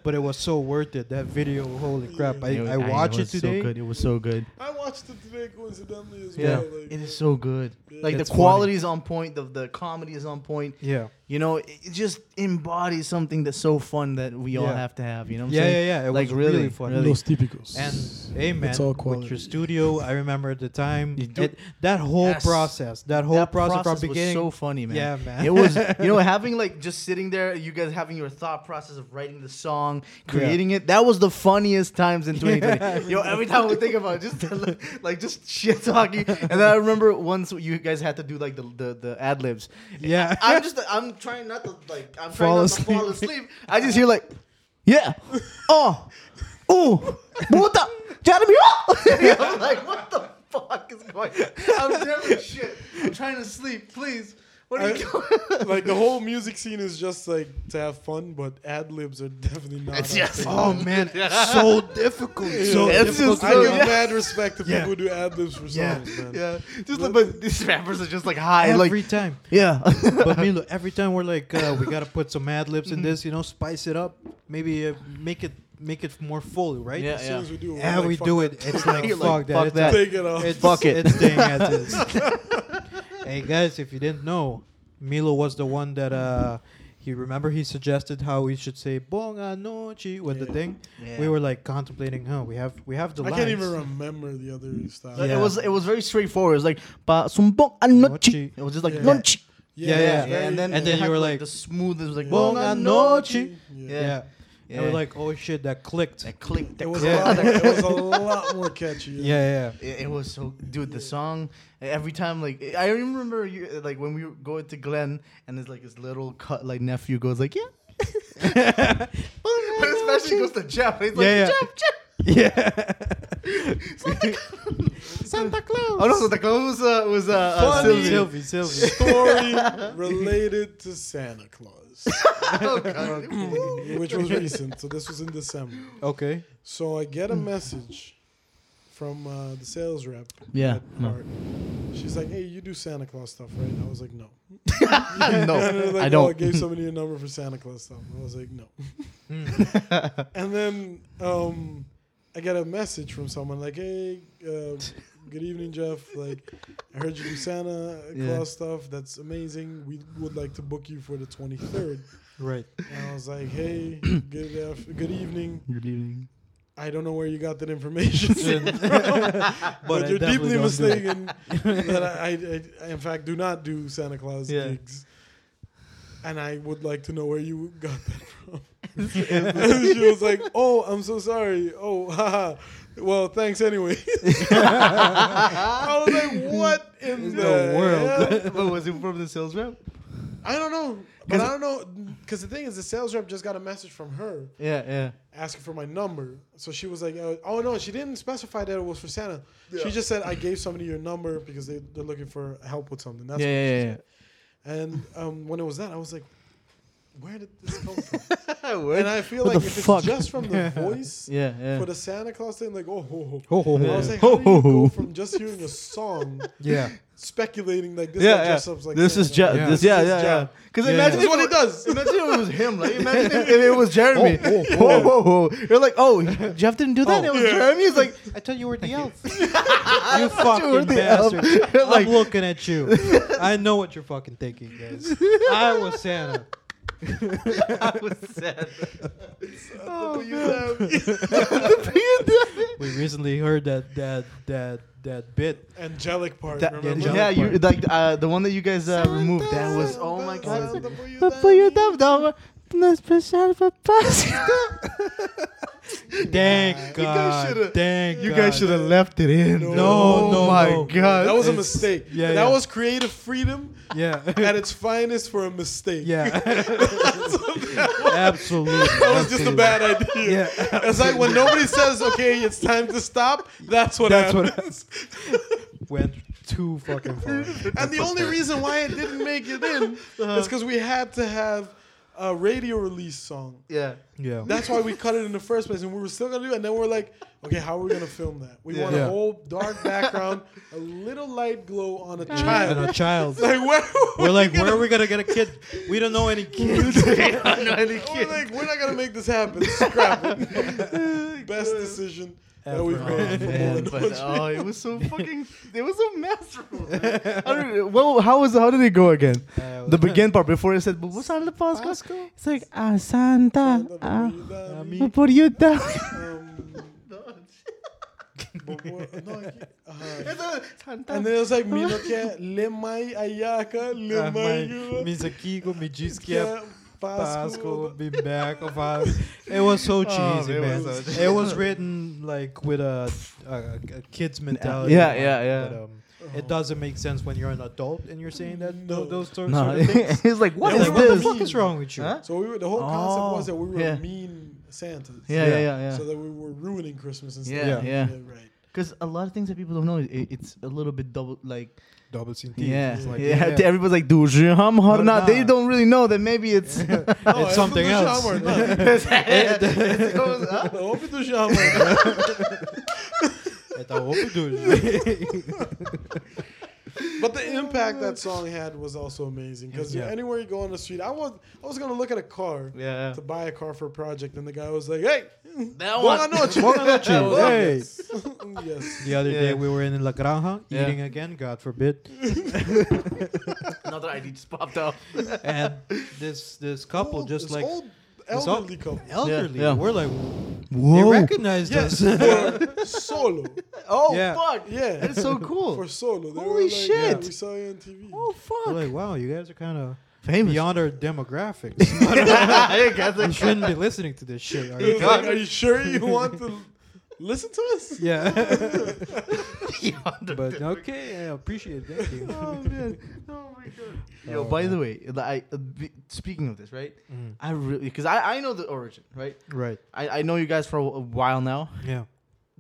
[SPEAKER 3] but it was so worth it. That video, holy crap! I, I watched it today.
[SPEAKER 4] So good. It was so good.
[SPEAKER 5] I watched it today coincidentally as
[SPEAKER 4] Yeah.
[SPEAKER 5] well. Like,
[SPEAKER 4] It is so good. Like
[SPEAKER 3] It's
[SPEAKER 4] the quality is on point. The the comedy is on point.
[SPEAKER 3] Yeah,
[SPEAKER 4] You know, it it just embodies something that's so fun that we all
[SPEAKER 3] Yeah.
[SPEAKER 4] have to have. You know what I'm
[SPEAKER 3] yeah, yeah,
[SPEAKER 4] saying?
[SPEAKER 3] yeah. It
[SPEAKER 4] Like,
[SPEAKER 3] was really,
[SPEAKER 4] really,
[SPEAKER 3] fun.
[SPEAKER 4] really.
[SPEAKER 5] típicos.
[SPEAKER 3] And hey, man,
[SPEAKER 5] It's all
[SPEAKER 3] with
[SPEAKER 5] quality.
[SPEAKER 3] your studio, I remember at the time
[SPEAKER 4] You do-
[SPEAKER 3] it, that whole
[SPEAKER 4] Yes.
[SPEAKER 3] process, that whole
[SPEAKER 4] That
[SPEAKER 3] process, from
[SPEAKER 4] was
[SPEAKER 3] beginning.
[SPEAKER 4] so funny, man.
[SPEAKER 3] Yeah, man.
[SPEAKER 4] It was, you know, having like just sitting there, you guys having your thought process of writing the song, creating it. That was the funniest times
[SPEAKER 3] [laughs]
[SPEAKER 4] in 2020. Yo, every time we think about it, just [laughs] like just shit talking. And then I remember once you guys had to do like the the, the ad libs.
[SPEAKER 3] [laughs] yeah,
[SPEAKER 4] I'm just I'm trying not to like I'm
[SPEAKER 3] Fall
[SPEAKER 4] trying not to fall
[SPEAKER 3] asleep.
[SPEAKER 4] asleep. I just hear like, yeah, oh, ooh, puta, [laughs] Jeremy, oh. I'm like, what the fuck is going? I'm never shit. I'm trying to sleep, please. What are you
[SPEAKER 5] I-
[SPEAKER 4] doing?
[SPEAKER 5] [laughs]
[SPEAKER 4] [laughs]
[SPEAKER 5] like the whole music scene is just like to have fun, but ad libs are definitely not.
[SPEAKER 4] It's
[SPEAKER 5] our
[SPEAKER 4] yes.
[SPEAKER 5] thing.
[SPEAKER 3] oh man, so difficult. So
[SPEAKER 5] Yeah.
[SPEAKER 4] It's
[SPEAKER 3] difficult.
[SPEAKER 4] just
[SPEAKER 5] I
[SPEAKER 4] [laughs] [laughs] so-
[SPEAKER 5] give
[SPEAKER 4] yeah.
[SPEAKER 5] mad respect to people
[SPEAKER 3] Yeah.
[SPEAKER 5] who do ad libs for songs,
[SPEAKER 4] yeah,
[SPEAKER 5] man.
[SPEAKER 4] yeah. Just like, but these rappers are just like high,
[SPEAKER 3] every
[SPEAKER 4] like
[SPEAKER 3] time.
[SPEAKER 4] [laughs] yeah.
[SPEAKER 3] But Milo, every time we're like, uh, we gotta put some ad libs in
[SPEAKER 4] Mm-hmm.
[SPEAKER 3] this, you know, spice it up, maybe uh, make it make it more full, right?
[SPEAKER 5] As soon as we do, it, we're
[SPEAKER 3] Yeah,
[SPEAKER 5] like,
[SPEAKER 3] we
[SPEAKER 5] fuck
[SPEAKER 3] do
[SPEAKER 5] that.
[SPEAKER 3] it. It's like
[SPEAKER 4] You're
[SPEAKER 3] fuck
[SPEAKER 4] like,
[SPEAKER 3] that.
[SPEAKER 4] fuck
[SPEAKER 3] it's
[SPEAKER 4] that.
[SPEAKER 5] Take it [laughs] off.
[SPEAKER 3] It's,
[SPEAKER 4] Fuck it.
[SPEAKER 3] It's staying as is. hey guys, if you didn't know, Milo was the one that uh, he remember he suggested how we should say "Bonga noche" with the
[SPEAKER 5] Yeah.
[SPEAKER 3] thing.
[SPEAKER 4] Yeah.
[SPEAKER 3] We were like contemplating, huh? We have we have the
[SPEAKER 5] I
[SPEAKER 3] lines.
[SPEAKER 5] can't even remember the other style.
[SPEAKER 4] Like,
[SPEAKER 3] Yeah.
[SPEAKER 4] It was it was very straightforward. It was like pa sumbong anochi.
[SPEAKER 3] Nochi.
[SPEAKER 4] It was just like
[SPEAKER 5] Yeah.
[SPEAKER 4] nochi.
[SPEAKER 3] Yeah, yeah.
[SPEAKER 5] it's very-
[SPEAKER 4] and then
[SPEAKER 3] And
[SPEAKER 4] it
[SPEAKER 3] then you
[SPEAKER 4] had,
[SPEAKER 3] were like,
[SPEAKER 4] the smooth. It was like
[SPEAKER 3] Bonga noche.
[SPEAKER 5] Yeah.
[SPEAKER 3] Yeah.
[SPEAKER 4] Yeah.
[SPEAKER 3] And we're like, oh shit, that clicked.
[SPEAKER 4] that click. That
[SPEAKER 5] It was,
[SPEAKER 3] Yeah.
[SPEAKER 5] a lot, it [laughs] was a lot more catchy.
[SPEAKER 3] Yeah, yeah.
[SPEAKER 4] It, it was so, dude. The song every time, like I remember, you, like when we were going to Glenn, and it's like his little cut, like nephew goes like,
[SPEAKER 3] [laughs]
[SPEAKER 4] yeah. but [laughs] especially goes to Jeff. He's like,
[SPEAKER 3] Yeah, yeah.
[SPEAKER 4] Jeff, Jeff.
[SPEAKER 3] [laughs] Yeah. [laughs]
[SPEAKER 4] Santa Claus. Santa Claus. Oh no, Santa Claus was uh, was uh, uh,
[SPEAKER 5] Funny.
[SPEAKER 4] Sylvie.
[SPEAKER 3] Sylvie, Sylvie.
[SPEAKER 5] Story related to Santa [laughs] Claus,
[SPEAKER 4] [laughs] Oh, God.
[SPEAKER 5] which was recent. So this was in December.
[SPEAKER 3] Okay.
[SPEAKER 5] So I get a
[SPEAKER 4] Hmm.
[SPEAKER 5] message from uh, the sales rep.
[SPEAKER 4] Yeah,
[SPEAKER 5] at
[SPEAKER 4] no.
[SPEAKER 5] Hart. She's like, "Hey, you do Santa Claus stuff, right?" And I was
[SPEAKER 4] [laughs]
[SPEAKER 5] like, "No." [laughs] And they're
[SPEAKER 4] no,
[SPEAKER 5] like,
[SPEAKER 4] I
[SPEAKER 5] Oh, I
[SPEAKER 4] don't.
[SPEAKER 5] gave somebody a number for Santa Claus stuff. I was like, "No."
[SPEAKER 4] Hmm.
[SPEAKER 5] [laughs] and then um, I get a message from someone like, "Hey, uh, good evening, Jeff. Like, I heard you do Santa
[SPEAKER 4] Yeah.
[SPEAKER 5] Claus stuff. That's amazing. We would like to book you for the 23rd.
[SPEAKER 3] Right.
[SPEAKER 5] And I was like, hey, good, af- good evening.
[SPEAKER 4] Good evening.
[SPEAKER 5] I don't know where you got that information, from,
[SPEAKER 3] But,
[SPEAKER 5] but
[SPEAKER 3] I
[SPEAKER 5] you're
[SPEAKER 3] definitely don't
[SPEAKER 5] deeply
[SPEAKER 3] do it.
[SPEAKER 5] mistaken. that I, I, I, in fact, do not do Santa Claus
[SPEAKER 3] Yeah.
[SPEAKER 5] gigs. And I would like to know where you got that from. and she was like, "Oh, I'm so sorry. Oh, haha. Well, thanks anyway."
[SPEAKER 4] [laughs]
[SPEAKER 5] I was like, "What in the, world?"
[SPEAKER 4] but was it from the sales rep?
[SPEAKER 5] I don't know, but I don't know because the thing is, the sales rep just got a message from her
[SPEAKER 4] Yeah, yeah.
[SPEAKER 5] asking for my number. So she was like, uh, "Oh no, she didn't specify that it was for Santa. She just said I gave somebody your number because they they're looking for help with something." That's
[SPEAKER 4] yeah,
[SPEAKER 5] what she
[SPEAKER 4] yeah,
[SPEAKER 5] said. And um, when it was that, I was like, "Where did this come from?"
[SPEAKER 4] [laughs] yeah.
[SPEAKER 5] and I feel
[SPEAKER 4] What
[SPEAKER 5] like
[SPEAKER 4] the
[SPEAKER 5] if
[SPEAKER 4] fuck?
[SPEAKER 5] it's just from the voice
[SPEAKER 4] [laughs] yeah, yeah.
[SPEAKER 5] for the Santa Claus thing, like oh ho ho.
[SPEAKER 3] Ho, ho, ho.
[SPEAKER 5] I was like,
[SPEAKER 4] Ho,
[SPEAKER 5] how do you
[SPEAKER 4] ho, ho.
[SPEAKER 5] go from just hearing a song,
[SPEAKER 3] [laughs] Yeah.
[SPEAKER 5] speculating like this?
[SPEAKER 4] yeah,
[SPEAKER 5] guy
[SPEAKER 4] yeah.
[SPEAKER 5] dressed up like
[SPEAKER 4] this
[SPEAKER 5] Santa.
[SPEAKER 4] is just
[SPEAKER 3] Yeah.
[SPEAKER 4] yeah. this yeah
[SPEAKER 5] This is
[SPEAKER 4] yeah yeah.
[SPEAKER 5] Jeff.
[SPEAKER 4] Because
[SPEAKER 3] Yeah.
[SPEAKER 4] imagine
[SPEAKER 5] That's
[SPEAKER 4] if
[SPEAKER 5] what
[SPEAKER 4] it-
[SPEAKER 5] it does.
[SPEAKER 4] Imagine if it was him. Like imagine [laughs] if, if it was Jeremy. [laughs]
[SPEAKER 3] Oh, oh,
[SPEAKER 4] Whoa, whoa, whoa! You're like, oh, [laughs] Jeff didn't do that.
[SPEAKER 3] Oh.
[SPEAKER 4] It was Jeremy. It's like,
[SPEAKER 3] I thought you were the elf. you fucking
[SPEAKER 4] the elf.
[SPEAKER 3] bastard. [laughs]
[SPEAKER 4] You're [laughs] like-
[SPEAKER 3] I'm looking at you. I know what you're fucking thinking,
[SPEAKER 4] [laughs]
[SPEAKER 3] guys. I was uh, Santa.
[SPEAKER 4] I was [laughs] sad.
[SPEAKER 5] Oh, man.
[SPEAKER 3] We recently heard that that that that bit.
[SPEAKER 5] angelic part.
[SPEAKER 4] That-
[SPEAKER 5] remember?
[SPEAKER 3] angelic
[SPEAKER 4] yeah, you
[SPEAKER 3] part.
[SPEAKER 4] like uh, the one that you guys uh, removed. That was oh my
[SPEAKER 5] Santa,
[SPEAKER 4] god.
[SPEAKER 5] put you
[SPEAKER 4] For your
[SPEAKER 5] down.
[SPEAKER 4] dumb dumb.
[SPEAKER 3] [laughs] Thank
[SPEAKER 4] You guys
[SPEAKER 3] God.
[SPEAKER 4] shoulda-
[SPEAKER 3] Thank
[SPEAKER 4] You
[SPEAKER 3] God.
[SPEAKER 4] guys should have left it in.
[SPEAKER 5] No,
[SPEAKER 4] oh
[SPEAKER 3] no,
[SPEAKER 4] my
[SPEAKER 3] no.
[SPEAKER 4] god.
[SPEAKER 5] That was a
[SPEAKER 4] It's-
[SPEAKER 5] mistake.
[SPEAKER 3] yeah,
[SPEAKER 5] that
[SPEAKER 3] yeah.
[SPEAKER 5] was creative freedom
[SPEAKER 3] Yeah.
[SPEAKER 5] [laughs]
[SPEAKER 3] [laughs]
[SPEAKER 5] at its finest for a mistake.
[SPEAKER 3] yeah. Absolutely.
[SPEAKER 5] That was just a bad idea.
[SPEAKER 3] Yeah.
[SPEAKER 5] It's like when nobody says, "Okay, it's time to stop." That's what
[SPEAKER 3] That's what
[SPEAKER 5] happens.
[SPEAKER 3] [laughs] Went too fucking far.
[SPEAKER 5] and the only reason why it didn't make it in
[SPEAKER 3] Uh-huh.
[SPEAKER 5] is because we had to have a radio release song.
[SPEAKER 4] [laughs] Yeah.
[SPEAKER 3] Yeah.
[SPEAKER 5] That's why we cut it in the first place, and we were still gonna do it. And then we're like, okay, how are we gonna film that? We want
[SPEAKER 3] Yeah.
[SPEAKER 5] a whole dark background, a little light glow on a
[SPEAKER 3] and
[SPEAKER 5] child.
[SPEAKER 3] a child.
[SPEAKER 5] [laughs] like where?
[SPEAKER 3] We're like, where are we gonna get a kid? We don't know any kids.
[SPEAKER 5] [laughs]
[SPEAKER 4] [laughs] Oh
[SPEAKER 5] We're like, we're not gonna make this happen. Scrap
[SPEAKER 3] [laughs]
[SPEAKER 5] it. Best decision that we've
[SPEAKER 3] Ever.
[SPEAKER 5] made.
[SPEAKER 3] Oh,
[SPEAKER 5] for
[SPEAKER 3] man.
[SPEAKER 5] Mullen
[SPEAKER 4] But,
[SPEAKER 5] Orchard.
[SPEAKER 4] oh, it was so fucking. It was so masterful. [laughs] man. How did it, well, how was how did it go again?
[SPEAKER 3] Uh,
[SPEAKER 4] The begin part before it said, "But what's on the Pasco?" It's like, "Ah, Santa, ah,
[SPEAKER 5] Um,
[SPEAKER 4] ah, por you down."
[SPEAKER 5] but what- no, I can't- uh-huh. And
[SPEAKER 4] Santa.
[SPEAKER 5] then it was like, mi no quer, lemai
[SPEAKER 3] [laughs]
[SPEAKER 5] ayaka,
[SPEAKER 3] Ah, my-
[SPEAKER 5] lemai yua,
[SPEAKER 3] Misa Kigo, me diz que é
[SPEAKER 5] quer
[SPEAKER 3] Pasco
[SPEAKER 5] Pasco.
[SPEAKER 3] be back of us. It was so cheesy,
[SPEAKER 4] Oh, it
[SPEAKER 3] man.
[SPEAKER 4] was
[SPEAKER 3] It was,
[SPEAKER 4] so
[SPEAKER 3] written like with a, a, a kid's mentality.
[SPEAKER 4] Yeah,
[SPEAKER 3] but-
[SPEAKER 4] yeah, yeah. Oh.
[SPEAKER 3] But, um, It doesn't make sense when you're an adult and you're saying that
[SPEAKER 5] No.
[SPEAKER 3] no. those sort,
[SPEAKER 4] No,
[SPEAKER 3] sort of things.
[SPEAKER 4] [laughs] it's like, what
[SPEAKER 5] Yeah,
[SPEAKER 4] is
[SPEAKER 3] Like, what the
[SPEAKER 4] this?
[SPEAKER 3] fuck is wrong with you?
[SPEAKER 4] Huh?
[SPEAKER 5] So we were, the whole concept
[SPEAKER 4] Oh,
[SPEAKER 5] was that we were
[SPEAKER 4] yeah.
[SPEAKER 5] mean Santas.
[SPEAKER 4] Yeah,
[SPEAKER 3] Yeah.
[SPEAKER 4] yeah, yeah,
[SPEAKER 5] So
[SPEAKER 4] yeah.
[SPEAKER 5] that we were ruining Christmas and stuff.
[SPEAKER 4] Yeah, yeah.
[SPEAKER 5] right.
[SPEAKER 4] Because a lot of things that people don't know, it, it's a little bit double, like,
[SPEAKER 3] Double sentido.
[SPEAKER 4] yeah,
[SPEAKER 3] It's like,
[SPEAKER 4] yeah. Everybody's like, "Do you hum or not?" They
[SPEAKER 3] Harna.
[SPEAKER 4] don't really know that maybe [laughs] it's.
[SPEAKER 5] No,
[SPEAKER 3] [laughs] It's something
[SPEAKER 5] the
[SPEAKER 3] else.
[SPEAKER 5] shower, no.
[SPEAKER 4] [laughs] It goes up.
[SPEAKER 5] No, open the shower.
[SPEAKER 3] At the [laughs] whole dude.
[SPEAKER 5] But the impact that song had was also amazing because
[SPEAKER 3] Yeah.
[SPEAKER 5] anywhere you go on the street, I was I was gonna look at a car
[SPEAKER 4] Yeah.
[SPEAKER 5] to buy a car for a project, and the guy was like, "Hey,
[SPEAKER 4] That
[SPEAKER 5] Buona noche."
[SPEAKER 3] Chill. Hey.
[SPEAKER 5] [laughs] yes,
[SPEAKER 3] The other
[SPEAKER 4] Yeah.
[SPEAKER 3] day we were in La Granja
[SPEAKER 4] Yeah.
[SPEAKER 3] eating again, God
[SPEAKER 4] [laughs]
[SPEAKER 3] forbid.
[SPEAKER 4] Another ID just popped up.
[SPEAKER 3] And this this couple
[SPEAKER 5] Old-
[SPEAKER 3] just
[SPEAKER 5] this
[SPEAKER 3] like
[SPEAKER 5] old
[SPEAKER 3] old-
[SPEAKER 5] elderly couple,
[SPEAKER 3] elderly.
[SPEAKER 4] Yeah.
[SPEAKER 3] We're like they
[SPEAKER 4] Whoa.
[SPEAKER 3] recognized
[SPEAKER 5] yes,
[SPEAKER 3] us.
[SPEAKER 5] for solo,
[SPEAKER 4] Oh,
[SPEAKER 3] Yeah.
[SPEAKER 4] fuck.
[SPEAKER 5] yeah,
[SPEAKER 4] That's so cool. [laughs]
[SPEAKER 5] for solo. They
[SPEAKER 4] Holy
[SPEAKER 5] were like,
[SPEAKER 4] shit.
[SPEAKER 5] Yeah, we saw you on TV.
[SPEAKER 4] oh, fuck. [laughs]
[SPEAKER 3] We're like, wow, you guys are kind of
[SPEAKER 4] Famous.
[SPEAKER 3] beyond our demographics. [laughs]
[SPEAKER 4] Hey, guys,
[SPEAKER 3] you
[SPEAKER 4] like-
[SPEAKER 3] shouldn't be listening to this shit. Are
[SPEAKER 5] It
[SPEAKER 3] you?
[SPEAKER 5] was like, are you sure you want to listen to us?
[SPEAKER 4] [laughs]
[SPEAKER 3] yeah, [laughs]
[SPEAKER 4] beyond [laughs] the-
[SPEAKER 3] but okay, I appreciate it. Thank you.
[SPEAKER 4] [laughs] Oh, man. Oh, my God. Yo,
[SPEAKER 3] Oh,
[SPEAKER 4] by the
[SPEAKER 3] man.
[SPEAKER 4] way, li- I, uh, b- speaking of this, right?
[SPEAKER 3] Mm.
[SPEAKER 4] I really, because I, I know the origin, right?
[SPEAKER 3] Right.
[SPEAKER 4] I, I know you guys for a while now.
[SPEAKER 3] Yeah.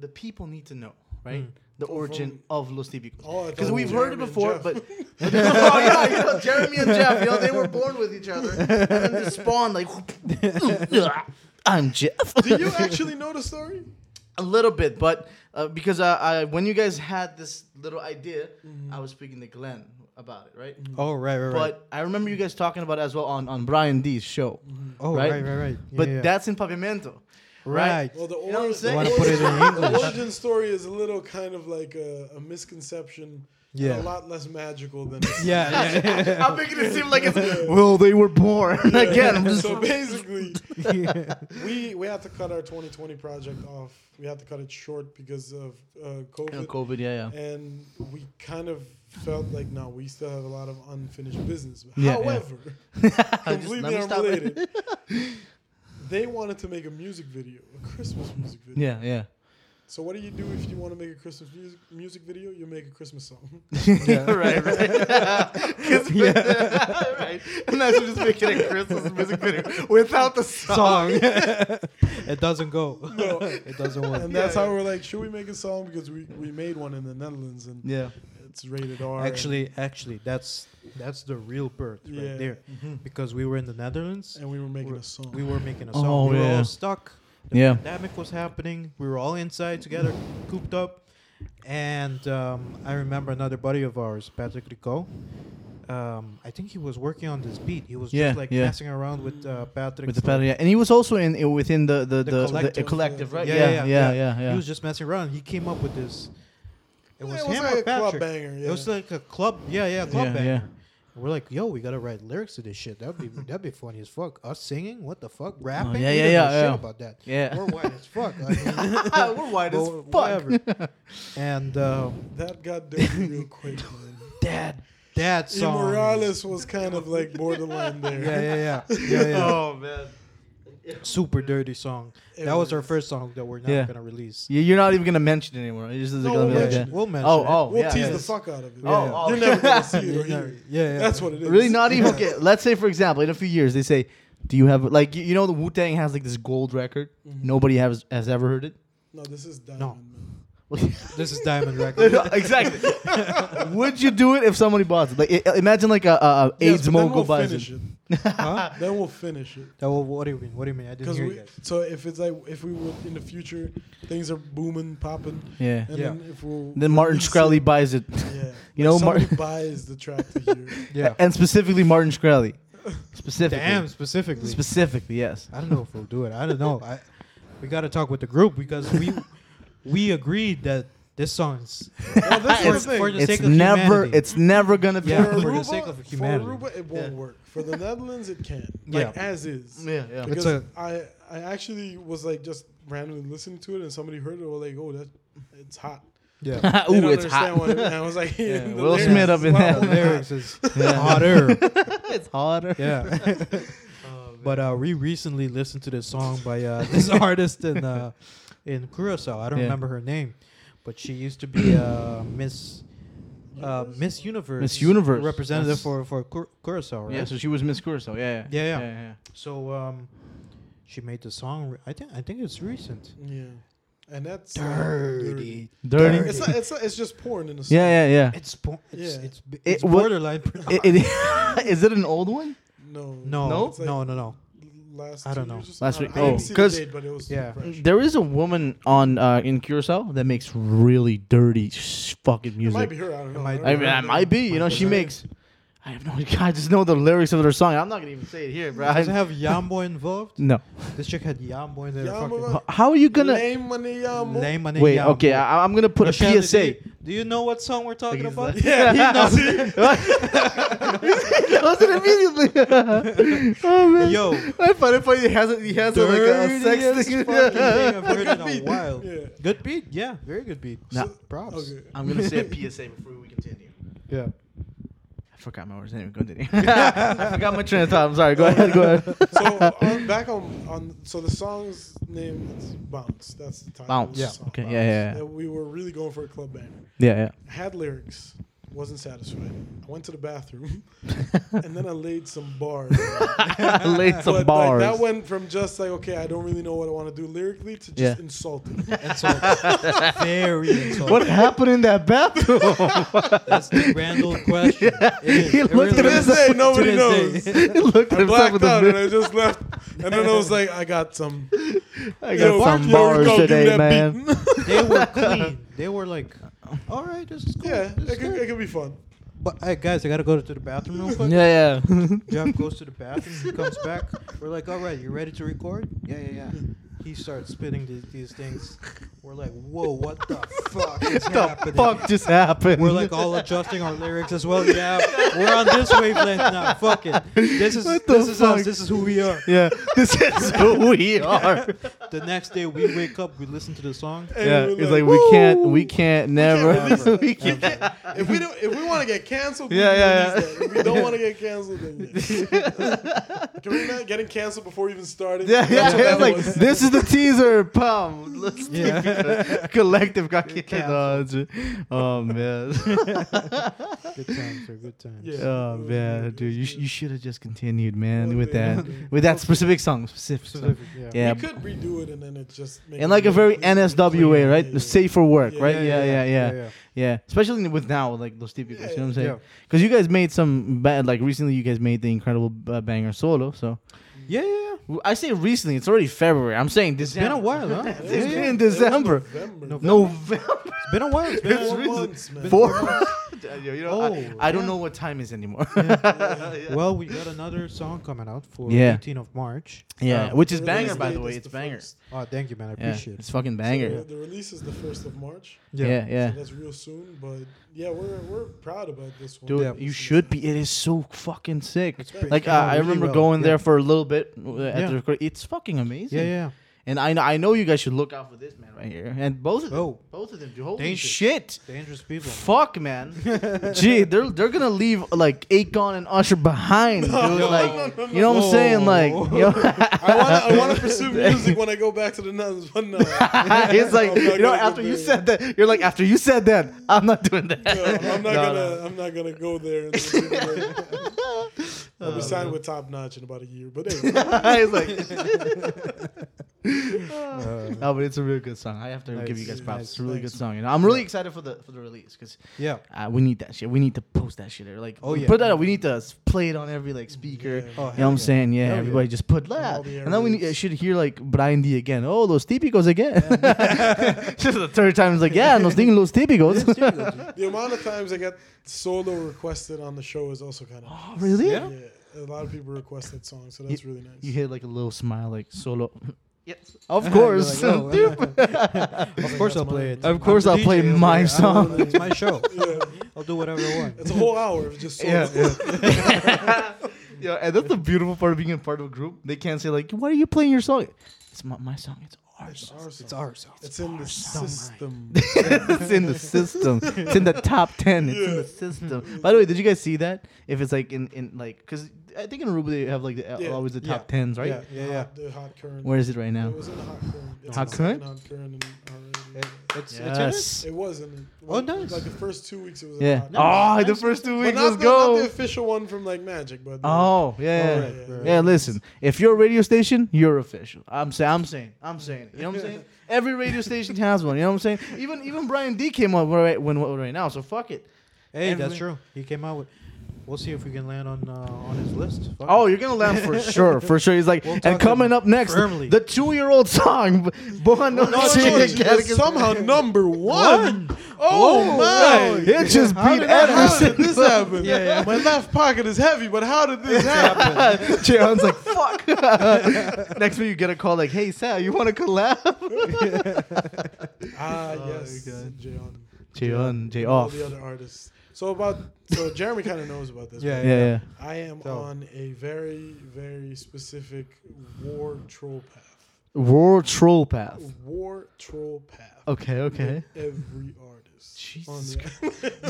[SPEAKER 4] The people need to know, right?
[SPEAKER 3] Mm.
[SPEAKER 4] The origin of Los Típicos.
[SPEAKER 5] Oh, I thought
[SPEAKER 4] Because
[SPEAKER 5] it
[SPEAKER 4] we've
[SPEAKER 5] was
[SPEAKER 4] heard it
[SPEAKER 5] Jeremy and
[SPEAKER 4] before,
[SPEAKER 5] Jeff.
[SPEAKER 4] [laughs] but oh, yeah, you know, Jeremy and Jeff, you know, they were born with each other, and then they spawned like, [laughs] I'm Jeff.
[SPEAKER 5] Do
[SPEAKER 3] [laughs]
[SPEAKER 5] you actually know the story?
[SPEAKER 4] A little bit, but uh, because I, I, when you guys had this little idea, I was speaking to Glenn about it, right?
[SPEAKER 3] Oh right, right, right.
[SPEAKER 4] But I remember you guys talking about it as well on, on Brian D's show,
[SPEAKER 3] oh
[SPEAKER 4] right?
[SPEAKER 3] right, right, right. Yeah,
[SPEAKER 4] but
[SPEAKER 3] yeah. [laughs]
[SPEAKER 4] that's in Pavimento.
[SPEAKER 3] Right.
[SPEAKER 5] Well, the
[SPEAKER 4] You know what I'm
[SPEAKER 5] origin,
[SPEAKER 4] saying?
[SPEAKER 3] Wanna put it in
[SPEAKER 5] the
[SPEAKER 3] English.
[SPEAKER 5] origin story is a little kind of like a, a misconception. and
[SPEAKER 3] Yeah.
[SPEAKER 5] a lot less magical
[SPEAKER 3] [laughs]
[SPEAKER 5] than. it's-
[SPEAKER 3] Yeah, yeah, yeah.
[SPEAKER 4] I'm making it seem like
[SPEAKER 3] [laughs]
[SPEAKER 4] it's well, they were born again. I'm just
[SPEAKER 5] so
[SPEAKER 4] [laughs]
[SPEAKER 5] basically,
[SPEAKER 3] yeah.
[SPEAKER 5] we we had to cut our 2020 project off. We had to cut it short because of uh, COVID.
[SPEAKER 4] You know, COVID. [laughs] Yeah, yeah.
[SPEAKER 5] and we kind of felt like no, we still have a lot of unfinished business.
[SPEAKER 4] Yeah, yeah. [laughs]
[SPEAKER 5] However, [laughs] completely
[SPEAKER 4] let me stop it.
[SPEAKER 5] unrelated,
[SPEAKER 4] [laughs]
[SPEAKER 5] they wanted to make a music video, a Christmas music video.
[SPEAKER 4] Yeah, yeah.
[SPEAKER 5] So what do you do if you want to make a Christmas music, music video? You make a Christmas
[SPEAKER 4] [laughs]
[SPEAKER 5] song.
[SPEAKER 4] right, right. [laughs]
[SPEAKER 3] [laughs]
[SPEAKER 4] Kids- [laughs] right. And that's just making a Christmas music video without the song.
[SPEAKER 5] [laughs]
[SPEAKER 3] Song. [laughs] it doesn't go.
[SPEAKER 5] No.
[SPEAKER 3] It doesn't work.
[SPEAKER 5] [laughs] And that's how we're like, should we make a song? Because we, we made one in the Netherlands and
[SPEAKER 4] Yeah.
[SPEAKER 5] it's rated R. and-
[SPEAKER 3] Actually, actually, that's that's the real birth
[SPEAKER 5] Yeah. Mm-hmm.
[SPEAKER 3] right there, because we were in the Netherlands.
[SPEAKER 5] and we were making
[SPEAKER 3] we're-
[SPEAKER 5] a song.
[SPEAKER 3] We were making a
[SPEAKER 4] Oh,
[SPEAKER 3] song. we were
[SPEAKER 4] yeah.
[SPEAKER 3] all stuck. The
[SPEAKER 4] Yeah.
[SPEAKER 3] pandemic was happening. We were all inside together, cooped up. And um, I remember another buddy of ours, Patrick Rico. Um, I think he was working on this beat. He was
[SPEAKER 4] Yeah,
[SPEAKER 3] just like
[SPEAKER 4] yeah.
[SPEAKER 3] messing around with uh, Patrick.
[SPEAKER 4] With the pedal, yeah. And he was also in uh, within the the, the,
[SPEAKER 3] The
[SPEAKER 4] the-
[SPEAKER 3] collective.
[SPEAKER 4] collective, right?
[SPEAKER 3] Yeah yeah yeah,
[SPEAKER 4] yeah,
[SPEAKER 3] He was just messing around. He came up with this. It was,
[SPEAKER 5] it was
[SPEAKER 3] him
[SPEAKER 5] like
[SPEAKER 3] or
[SPEAKER 5] a club
[SPEAKER 3] Patrick.
[SPEAKER 5] banger, yeah.
[SPEAKER 3] It was like a club. Yeah, yeah, club
[SPEAKER 4] Yeah,
[SPEAKER 3] banger.
[SPEAKER 4] yeah.
[SPEAKER 3] And We're like, yo, we gotta write lyrics to this shit. That'd be that'd be funny as fuck. Us singing, what the fuck, rapping?
[SPEAKER 4] Oh, yeah,
[SPEAKER 3] We don't know
[SPEAKER 4] yeah, yeah, yeah.
[SPEAKER 3] Shit about that.
[SPEAKER 4] Yeah.
[SPEAKER 3] we're white as
[SPEAKER 4] [laughs]
[SPEAKER 3] fuck. I mean,
[SPEAKER 4] We're white as
[SPEAKER 3] but
[SPEAKER 4] fuck.
[SPEAKER 3] whatever. and uh,
[SPEAKER 5] that got dirty
[SPEAKER 3] [laughs]
[SPEAKER 5] real quick, man.
[SPEAKER 3] that that
[SPEAKER 5] E.
[SPEAKER 3] song.
[SPEAKER 5] Morales was kind of like borderline there.
[SPEAKER 3] Yeah, yeah, yeah, yeah,
[SPEAKER 4] [laughs]
[SPEAKER 3] yeah.
[SPEAKER 4] Oh man.
[SPEAKER 3] Super dirty song. That was our first song that we're not
[SPEAKER 4] Oh. Yeah.
[SPEAKER 3] gonna release.
[SPEAKER 4] Yeah, you're not even gonna mention it anymore. It's just gonna
[SPEAKER 5] No,
[SPEAKER 4] be
[SPEAKER 5] we'll
[SPEAKER 4] like,
[SPEAKER 5] mention
[SPEAKER 4] yeah.
[SPEAKER 5] it.
[SPEAKER 3] We'll mention
[SPEAKER 4] oh,
[SPEAKER 3] it.
[SPEAKER 4] oh,
[SPEAKER 5] We'll
[SPEAKER 4] yeah,
[SPEAKER 5] tease
[SPEAKER 4] yeah.
[SPEAKER 5] the fuck out of it.
[SPEAKER 4] Oh, oh.
[SPEAKER 5] You're never gonna see it
[SPEAKER 3] [laughs]
[SPEAKER 5] or
[SPEAKER 3] Yeah,
[SPEAKER 5] hear it.
[SPEAKER 4] [laughs]
[SPEAKER 3] yeah, yeah.
[SPEAKER 5] That's what it is.
[SPEAKER 4] Really, not even. Okay, let's say for example, in a few years, they say, "Do you have like you, you know the Wu Tang has like this gold record? Nobody has has ever heard it."
[SPEAKER 5] No, this is diamond.
[SPEAKER 3] No.
[SPEAKER 5] Man.
[SPEAKER 3] This is Diamond Records.
[SPEAKER 4] [laughs] exactly. Would you do it if somebody bought it? Like, i- imagine like a, a a
[SPEAKER 5] Yes,
[SPEAKER 4] AIDS
[SPEAKER 5] but
[SPEAKER 4] mogul
[SPEAKER 5] then we'll
[SPEAKER 4] buys
[SPEAKER 5] finish
[SPEAKER 4] it.
[SPEAKER 5] it.
[SPEAKER 3] [laughs] Huh?
[SPEAKER 5] Then we'll finish it.
[SPEAKER 3] That, Oh, what, what do you mean? What do you mean? I didn't
[SPEAKER 5] Because
[SPEAKER 3] hear
[SPEAKER 5] we,
[SPEAKER 3] you guys.
[SPEAKER 5] so if it's like if we would in the future things are booming, popping,
[SPEAKER 4] Yeah.
[SPEAKER 5] and
[SPEAKER 3] Yeah.
[SPEAKER 5] then if we'll
[SPEAKER 4] Then Martin
[SPEAKER 5] release it-
[SPEAKER 4] Shkreli buys it,
[SPEAKER 3] [laughs]
[SPEAKER 5] yeah,
[SPEAKER 4] You know, Mar-
[SPEAKER 5] somebody buys the track to hear. it.
[SPEAKER 3] Yeah.
[SPEAKER 4] and specifically Martin Shkreli, [laughs] specifically.
[SPEAKER 3] Damn, specifically.
[SPEAKER 4] Specifically, yes.
[SPEAKER 3] I don't know if we'll do it. I don't know. I we got to talk with the group because we we agreed that this song's
[SPEAKER 5] Well, that's
[SPEAKER 3] for,
[SPEAKER 5] the thing.
[SPEAKER 3] for the
[SPEAKER 4] It's
[SPEAKER 3] sake of
[SPEAKER 4] never,
[SPEAKER 3] humanity.
[SPEAKER 4] it's never gonna be.
[SPEAKER 3] Yeah.
[SPEAKER 5] for
[SPEAKER 3] [laughs] for the
[SPEAKER 5] Aruba,
[SPEAKER 3] sake of
[SPEAKER 5] for
[SPEAKER 3] humanity.
[SPEAKER 5] Aruba, it won't
[SPEAKER 4] Yeah.
[SPEAKER 5] work. For the Netherlands, it can. Like
[SPEAKER 3] Yeah.
[SPEAKER 5] as is.
[SPEAKER 4] [laughs] Yeah, yeah.
[SPEAKER 5] Because
[SPEAKER 3] a-
[SPEAKER 5] I, I actually was like just randomly listening to it, and somebody heard it. and was like, "Oh, that, it's hot."
[SPEAKER 3] yeah.
[SPEAKER 5] They
[SPEAKER 4] Ooh,
[SPEAKER 5] don't
[SPEAKER 4] it's
[SPEAKER 5] understand
[SPEAKER 4] hot.
[SPEAKER 5] What it, meant. I was like, [laughs] yeah,
[SPEAKER 4] Yeah,
[SPEAKER 5] the
[SPEAKER 4] [laughs] Will
[SPEAKER 5] lyrics
[SPEAKER 4] Smith up in there.
[SPEAKER 5] wow.
[SPEAKER 3] The lyrics
[SPEAKER 4] [laughs]
[SPEAKER 3] is hotter.
[SPEAKER 4] it's [laughs] hotter.
[SPEAKER 3] Yeah.
[SPEAKER 4] Oh,
[SPEAKER 3] but uh, we recently listened to this song by uh, [laughs] this artist in uh, in Curacao. I don't
[SPEAKER 4] Yeah.
[SPEAKER 3] remember her name, but she used to be uh, Miss uh, Miss Universe.
[SPEAKER 4] Miss Universe.
[SPEAKER 3] representative
[SPEAKER 4] That's-
[SPEAKER 3] for for Cur- Curacao, right?
[SPEAKER 4] Yeah, so she was Miss Curacao. Yeah,
[SPEAKER 3] Yeah, yeah.
[SPEAKER 4] yeah, yeah.
[SPEAKER 3] So um, she made the song. Re- I think I think it's recent.
[SPEAKER 5] Yeah, and that's like,
[SPEAKER 3] Dirty.
[SPEAKER 4] Dirty.
[SPEAKER 5] It's not, it's not, it's just porn in a song.
[SPEAKER 4] Yeah, yeah, yeah.
[SPEAKER 3] It's po- it's,
[SPEAKER 5] Yeah.
[SPEAKER 3] it's, b-
[SPEAKER 4] It
[SPEAKER 3] it's
[SPEAKER 4] wa-
[SPEAKER 3] borderline. pro-
[SPEAKER 4] It, it, [laughs] is it an old one?
[SPEAKER 5] No,
[SPEAKER 3] no,
[SPEAKER 4] No?
[SPEAKER 5] It's like
[SPEAKER 3] no, no, no.
[SPEAKER 5] Last
[SPEAKER 3] I don't
[SPEAKER 5] two
[SPEAKER 3] know.
[SPEAKER 5] years or something.
[SPEAKER 4] Last week-
[SPEAKER 5] I didn't
[SPEAKER 4] oh,
[SPEAKER 5] see the
[SPEAKER 4] 'cause-
[SPEAKER 5] date, but it was
[SPEAKER 3] yeah.
[SPEAKER 5] fresh.
[SPEAKER 4] There is a woman on uh, in Curacao that makes really dirty sh- fucking
[SPEAKER 5] It might be
[SPEAKER 4] music.
[SPEAKER 5] her. I don't know.
[SPEAKER 3] might be
[SPEAKER 5] I
[SPEAKER 4] I
[SPEAKER 5] don't
[SPEAKER 4] mean,
[SPEAKER 5] know.
[SPEAKER 4] that might be. You know, she makes. I have no. [laughs] idea. I just know the lyrics of their song. I'm not gonna even say it here, bro.
[SPEAKER 3] Does it
[SPEAKER 4] I,
[SPEAKER 3] have Yambo involved?
[SPEAKER 4] no.
[SPEAKER 3] This chick had Yambo in there.
[SPEAKER 5] Yambo-
[SPEAKER 4] H- How are you gonna?
[SPEAKER 5] Lame money,
[SPEAKER 3] fucking
[SPEAKER 5] yamo.
[SPEAKER 3] lame.
[SPEAKER 4] Wait. Okay. I, I'm gonna put a PSA.
[SPEAKER 3] Do you know what song we're talking
[SPEAKER 4] He's
[SPEAKER 3] about?
[SPEAKER 4] like-
[SPEAKER 5] Yeah,
[SPEAKER 3] [laughs]
[SPEAKER 4] [laughs] Listen immediately. [laughs] oh man.
[SPEAKER 3] Yo.
[SPEAKER 4] I find it funny. He has a, he has a, like a sex
[SPEAKER 3] Dirtiest
[SPEAKER 4] thing.
[SPEAKER 3] fucking thing I've heard in a
[SPEAKER 5] beat.
[SPEAKER 3] while.
[SPEAKER 5] Yeah.
[SPEAKER 3] Good beat, yeah, very good beat.
[SPEAKER 4] Nah.
[SPEAKER 3] props.
[SPEAKER 5] Okay.
[SPEAKER 4] I'm gonna [laughs] say a PSA before we continue.
[SPEAKER 3] Yeah,
[SPEAKER 4] I forgot my words. Anyway, [laughs] continue. I forgot my train of thought. I'm sorry. Go ahead. Go ahead.
[SPEAKER 5] so on, back on on so the song's name is Bounce. That's the title.
[SPEAKER 4] Bounce.
[SPEAKER 5] of the
[SPEAKER 3] Yeah.
[SPEAKER 5] song.
[SPEAKER 4] Okay, yeah, yeah, yeah.
[SPEAKER 5] And we were really going for a club banger.
[SPEAKER 4] [laughs] Yeah,
[SPEAKER 5] Had lyrics, wasn't satisfied. I went to the bathroom, [laughs] and then I laid some
[SPEAKER 4] [laughs]
[SPEAKER 5] bars.
[SPEAKER 4] yeah. [laughs] Laid some
[SPEAKER 5] But, like,
[SPEAKER 4] bars.
[SPEAKER 5] that went from just like okay, I don't really know what I want to do lyrically to just
[SPEAKER 4] Yeah. [laughs]
[SPEAKER 5] insulting.
[SPEAKER 3] insulting. [laughs] very insulting.
[SPEAKER 4] what happened in that [laughs] bathroom?
[SPEAKER 3] That's the grand
[SPEAKER 4] [laughs]
[SPEAKER 3] old question. It is.
[SPEAKER 4] He
[SPEAKER 3] It
[SPEAKER 4] looked
[SPEAKER 3] really
[SPEAKER 4] at
[SPEAKER 3] is.
[SPEAKER 4] his
[SPEAKER 5] day,
[SPEAKER 3] To
[SPEAKER 5] nobody
[SPEAKER 3] this day. [laughs]
[SPEAKER 4] He looked at
[SPEAKER 5] I
[SPEAKER 4] himself
[SPEAKER 5] blacked
[SPEAKER 4] with a
[SPEAKER 5] out and I
[SPEAKER 4] bit.
[SPEAKER 5] just left, and then I was like, I got some.
[SPEAKER 4] [laughs] I
[SPEAKER 5] Yo,
[SPEAKER 4] got some
[SPEAKER 5] Mark, yo,
[SPEAKER 4] bars
[SPEAKER 5] go do
[SPEAKER 4] today,
[SPEAKER 5] that
[SPEAKER 4] man.
[SPEAKER 5] beat. [laughs]
[SPEAKER 3] they were clean. They were like, all right, this is cool.
[SPEAKER 5] yeah,
[SPEAKER 3] this is
[SPEAKER 5] it could,
[SPEAKER 3] good."
[SPEAKER 5] it could be fun.
[SPEAKER 3] But hey, guys, I gotta go to the bathroom real quick.
[SPEAKER 4] [laughs] Yeah, yeah.
[SPEAKER 3] Jeff goes to the bathroom. He comes back. We're like, all right, you ready to record? Yeah, yeah, yeah. He starts spitting these, these things. We're like, whoa, what the fuck is
[SPEAKER 4] the
[SPEAKER 3] happening?
[SPEAKER 4] fuck just happened?
[SPEAKER 3] We're like all adjusting our lyrics as well. Yeah, we're on this wavelength now. Fuck it. This is
[SPEAKER 4] What the
[SPEAKER 3] this is us.
[SPEAKER 4] fuck?
[SPEAKER 3] This is who we are.
[SPEAKER 4] [laughs] yeah, this is who
[SPEAKER 5] [laughs]
[SPEAKER 4] we are.
[SPEAKER 3] The next day we wake up, we listen to the song.
[SPEAKER 4] Yeah,
[SPEAKER 5] we're
[SPEAKER 4] it's
[SPEAKER 5] like,
[SPEAKER 4] like, we can't,
[SPEAKER 5] "Woo!"
[SPEAKER 4] we can't, never.
[SPEAKER 5] release it.
[SPEAKER 4] we can't.
[SPEAKER 5] If we don't, if we want to get canceled,
[SPEAKER 4] Yeah,
[SPEAKER 5] we
[SPEAKER 4] yeah,
[SPEAKER 5] release that. If we don't want to get
[SPEAKER 4] [laughs]
[SPEAKER 5] canceled, then yeah. can we imagine getting canceled before we even started?
[SPEAKER 4] [laughs] Yeah, yeah.
[SPEAKER 5] That's what that
[SPEAKER 4] it's like
[SPEAKER 5] was.
[SPEAKER 4] this is the teaser.
[SPEAKER 5] [laughs]
[SPEAKER 4] Pum. Um, Let's
[SPEAKER 3] Yeah.
[SPEAKER 4] yeah. [laughs] collective got
[SPEAKER 3] canceled.
[SPEAKER 4] canceled. Oh
[SPEAKER 5] [laughs]
[SPEAKER 4] man.
[SPEAKER 3] Good times, sir. Good times.
[SPEAKER 5] Yeah.
[SPEAKER 4] Oh
[SPEAKER 5] it was
[SPEAKER 4] man,
[SPEAKER 5] good, it
[SPEAKER 4] dude,
[SPEAKER 5] was
[SPEAKER 4] you, sh-
[SPEAKER 5] good.
[SPEAKER 4] you should have just continued, Oh, man,
[SPEAKER 5] Well,
[SPEAKER 4] with
[SPEAKER 5] yeah,
[SPEAKER 4] that
[SPEAKER 5] dude.
[SPEAKER 4] with that specific song, specific. song.
[SPEAKER 3] Specific, yeah.
[SPEAKER 4] Yeah,
[SPEAKER 5] we could redo it and then it just make
[SPEAKER 4] in
[SPEAKER 5] it
[SPEAKER 4] like a
[SPEAKER 5] more
[SPEAKER 4] very
[SPEAKER 5] clean.
[SPEAKER 4] NSWA, right?
[SPEAKER 5] Yeah, yeah.
[SPEAKER 4] Safe for work,
[SPEAKER 5] Yeah,
[SPEAKER 4] right?
[SPEAKER 5] yeah,
[SPEAKER 4] Yeah yeah yeah, yeah,
[SPEAKER 3] yeah.
[SPEAKER 4] Especially with now, like those typicals,
[SPEAKER 5] Yeah,
[SPEAKER 4] you know what I'm
[SPEAKER 5] yeah,
[SPEAKER 4] saying?
[SPEAKER 3] yeah.
[SPEAKER 4] Because you guys made some bad, like recently, you guys made the incredible uh, banger solo. So
[SPEAKER 3] Yeah, yeah, yeah.
[SPEAKER 4] W- I say recently, it's already February. I'm saying
[SPEAKER 3] It's been
[SPEAKER 4] December.
[SPEAKER 3] a while, huh?
[SPEAKER 4] [laughs] It's
[SPEAKER 3] Yeah, yeah.
[SPEAKER 4] been in
[SPEAKER 5] That was
[SPEAKER 4] December,
[SPEAKER 5] November.
[SPEAKER 3] No,
[SPEAKER 4] November,
[SPEAKER 3] It's been a while. It's been
[SPEAKER 5] Four
[SPEAKER 3] a while.
[SPEAKER 4] really-
[SPEAKER 5] months, man.
[SPEAKER 4] four. Yo, you know, I-
[SPEAKER 3] Oh,
[SPEAKER 4] I, don't
[SPEAKER 3] yeah.
[SPEAKER 4] know what time is [laughs] anymore.
[SPEAKER 3] Well, we got another song coming out for
[SPEAKER 4] Yeah.
[SPEAKER 3] 18th of March.
[SPEAKER 4] yeah,
[SPEAKER 3] Um,
[SPEAKER 4] which is
[SPEAKER 5] The
[SPEAKER 4] banger,
[SPEAKER 5] release
[SPEAKER 4] by
[SPEAKER 5] date
[SPEAKER 4] the way.
[SPEAKER 5] is
[SPEAKER 4] It's
[SPEAKER 5] the
[SPEAKER 4] banger.
[SPEAKER 5] first.
[SPEAKER 3] oh, thank you, man. I
[SPEAKER 4] Yeah,
[SPEAKER 3] appreciate
[SPEAKER 4] it's
[SPEAKER 3] it.
[SPEAKER 4] fucking banger.
[SPEAKER 5] The, the release is the first of March.
[SPEAKER 4] Yeah, yeah.
[SPEAKER 5] So that's real soon, but yeah, we're we're proud about this one.
[SPEAKER 4] Dude,
[SPEAKER 5] [laughs]
[SPEAKER 3] Yeah.
[SPEAKER 4] you should be. It is so fucking sick.
[SPEAKER 5] pretty-
[SPEAKER 4] like
[SPEAKER 3] came
[SPEAKER 4] I
[SPEAKER 3] out
[SPEAKER 4] I
[SPEAKER 3] really
[SPEAKER 4] remember
[SPEAKER 3] well.
[SPEAKER 4] going
[SPEAKER 3] Yeah.
[SPEAKER 4] there for a little bit. uh, At
[SPEAKER 3] Yeah.
[SPEAKER 4] the record. It's fucking amazing.
[SPEAKER 3] Yeah, yeah.
[SPEAKER 4] And I know, I know you guys should look out for this man right here. And both of them,
[SPEAKER 3] Oh.
[SPEAKER 4] both of them, dude. Holy
[SPEAKER 3] Dangerous.
[SPEAKER 4] shit!
[SPEAKER 3] Dangerous
[SPEAKER 4] [laughs]
[SPEAKER 3] people.
[SPEAKER 4] Fuck,
[SPEAKER 3] [laughs]
[SPEAKER 4] man. Gee, they're they're gonna leave like Akon and Usher behind, dude. like, you know what I'm saying? Like,
[SPEAKER 3] Whoa.
[SPEAKER 4] you know- [laughs]
[SPEAKER 5] I want I want to pursue music when I go back to the nuns,
[SPEAKER 4] [laughs]
[SPEAKER 5] but no.
[SPEAKER 4] it's like you
[SPEAKER 5] I'm not
[SPEAKER 4] know.
[SPEAKER 5] gonna go
[SPEAKER 4] After you
[SPEAKER 5] there.
[SPEAKER 4] said that, you're like, after you said that, I'm not doing that. [laughs]
[SPEAKER 5] No, I'm not
[SPEAKER 4] No,
[SPEAKER 5] gonna.
[SPEAKER 4] no.
[SPEAKER 5] I'm not gonna go there. And I'll be signed
[SPEAKER 4] Uh,
[SPEAKER 5] with Top Notch in about a year. But anyway,
[SPEAKER 4] [laughs] it's
[SPEAKER 3] [laughs]
[SPEAKER 4] like,
[SPEAKER 3] Uh,
[SPEAKER 4] no, but it's a really good song. I have to give you
[SPEAKER 3] Nice.
[SPEAKER 4] guys props.
[SPEAKER 3] Nice.
[SPEAKER 4] It's a really
[SPEAKER 3] Thanks.
[SPEAKER 4] good song. You know, I'm really excited for the for the release because
[SPEAKER 3] Yeah.
[SPEAKER 4] uh, we need that shit. We need to post that shit. Or like,
[SPEAKER 3] Oh, yeah.
[SPEAKER 4] put that. out. We need to s- play it on every like
[SPEAKER 3] Oh,
[SPEAKER 4] speaker.
[SPEAKER 5] Yeah.
[SPEAKER 4] you know what
[SPEAKER 3] hell
[SPEAKER 4] I'm
[SPEAKER 3] yeah. [laughs]
[SPEAKER 4] saying? Yeah,
[SPEAKER 3] Hell yeah.
[SPEAKER 4] everybody just put
[SPEAKER 5] all
[SPEAKER 4] that,
[SPEAKER 5] the
[SPEAKER 4] and then we need,
[SPEAKER 5] areas.
[SPEAKER 4] should hear like Brian D again. Oh, los típicos again. [laughs] just the third time it's like, yeah, nos ding los típicos.
[SPEAKER 5] the amount of times I get solo requested on the show is
[SPEAKER 4] [gasps]
[SPEAKER 5] also kind of.
[SPEAKER 4] oh, [laughs] really?
[SPEAKER 3] Yeah.
[SPEAKER 5] Yeah, a lot of people request that song, so that's really
[SPEAKER 4] You
[SPEAKER 5] nice.
[SPEAKER 4] hear like a little smile, like solo. Yes, [laughs] of course.
[SPEAKER 3] You're like, oh,
[SPEAKER 4] [laughs]
[SPEAKER 3] Of course
[SPEAKER 5] that's
[SPEAKER 3] I'll play
[SPEAKER 5] mine.
[SPEAKER 3] it.
[SPEAKER 4] Of course
[SPEAKER 3] I'm
[SPEAKER 4] I'll
[SPEAKER 3] the
[SPEAKER 4] play
[SPEAKER 3] DJ over
[SPEAKER 4] my
[SPEAKER 3] here. I
[SPEAKER 4] song.
[SPEAKER 3] don't- It's my show.
[SPEAKER 5] [laughs] Yeah,
[SPEAKER 3] I'll do whatever I
[SPEAKER 4] [laughs]
[SPEAKER 3] want.
[SPEAKER 5] it's a whole hour of just solo.
[SPEAKER 4] Yeah, yeah, and that's the beautiful part of being a part of a group. They can't say like, "Why are you playing your song?" It's not my song. It's [laughs] ours.
[SPEAKER 5] [laughs] It's, our song.
[SPEAKER 3] It's our song.
[SPEAKER 5] It's in the
[SPEAKER 3] mine.
[SPEAKER 4] [laughs]
[SPEAKER 5] system.
[SPEAKER 4] it's in the system. It's in the top ten. It's in the system. By the way, did you guys see that? If it's like in in like, because I think in Aruba they have like the,
[SPEAKER 5] Yeah.
[SPEAKER 4] always the
[SPEAKER 3] Yeah.
[SPEAKER 4] top tens, right?
[SPEAKER 3] Yeah, yeah, yeah.
[SPEAKER 5] Hot- The hot current.
[SPEAKER 4] Where is it right now?
[SPEAKER 5] It was in the hot current. It's
[SPEAKER 4] Hot
[SPEAKER 5] the
[SPEAKER 4] current?
[SPEAKER 5] second Hot current. And
[SPEAKER 3] It-
[SPEAKER 5] already.
[SPEAKER 3] It's, it's
[SPEAKER 4] Yes.
[SPEAKER 3] in
[SPEAKER 5] It was in.
[SPEAKER 3] Oh,
[SPEAKER 5] like-
[SPEAKER 3] nice.
[SPEAKER 5] Like the first two weeks, it was. uh, in
[SPEAKER 4] Yeah.
[SPEAKER 5] Hot Current.
[SPEAKER 4] Oh,
[SPEAKER 3] Nice.
[SPEAKER 4] the first two
[SPEAKER 5] But
[SPEAKER 4] weeks.
[SPEAKER 5] not
[SPEAKER 4] Let's
[SPEAKER 5] the, Not the
[SPEAKER 4] go.
[SPEAKER 5] official one from like Magic, but. the- [laughs]
[SPEAKER 4] Oh yeah.
[SPEAKER 5] Alright, alright.
[SPEAKER 4] Yeah, listen. If you're a radio station, you're official. I'm saying, I'm saying, I'm saying. it. You know what I'm
[SPEAKER 5] [laughs]
[SPEAKER 4] saying? Every radio station has one. You know what I'm saying? Even even Brian D came up right when right now. So fuck it.
[SPEAKER 3] it. Hey, that's
[SPEAKER 4] Every-
[SPEAKER 3] true. He came out with. We'll see if we can land on uh, on his list. Fuck
[SPEAKER 4] Oh,
[SPEAKER 3] it.
[SPEAKER 4] you're gonna land
[SPEAKER 5] [laughs]
[SPEAKER 4] for sure, for sure. He's like,
[SPEAKER 3] We'll talk
[SPEAKER 4] and coming up next,
[SPEAKER 3] firmly.
[SPEAKER 4] the two-year-old song, [laughs] "Bono
[SPEAKER 5] No, no, no, it's somehow number one. Oh, my!
[SPEAKER 4] [laughs] It just
[SPEAKER 3] How
[SPEAKER 4] beat
[SPEAKER 3] did that
[SPEAKER 5] How did
[SPEAKER 4] Everson.
[SPEAKER 5] this happen?
[SPEAKER 3] Yeah, yeah.
[SPEAKER 5] My left pocket is heavy, but how did this happen?
[SPEAKER 4] Jayon's like, "Fuck." [laughs] next week, you get a call like, "Hey, Sal, you want to collab?"
[SPEAKER 5] Ah,
[SPEAKER 4] Oh,
[SPEAKER 5] yes,
[SPEAKER 4] God.
[SPEAKER 5] Jayon.
[SPEAKER 4] Jayon, Jay
[SPEAKER 5] All
[SPEAKER 4] off.
[SPEAKER 5] the other artists. So about so Jeremy kind of knows about this.
[SPEAKER 3] [laughs] Yeah,
[SPEAKER 5] but
[SPEAKER 4] Yeah, yeah.
[SPEAKER 5] I am
[SPEAKER 3] So-
[SPEAKER 5] on a very very specific war troll path.
[SPEAKER 4] War troll path.
[SPEAKER 5] War troll path.
[SPEAKER 4] Okay, okay.
[SPEAKER 5] with Every artist.
[SPEAKER 4] Jesus
[SPEAKER 5] on the,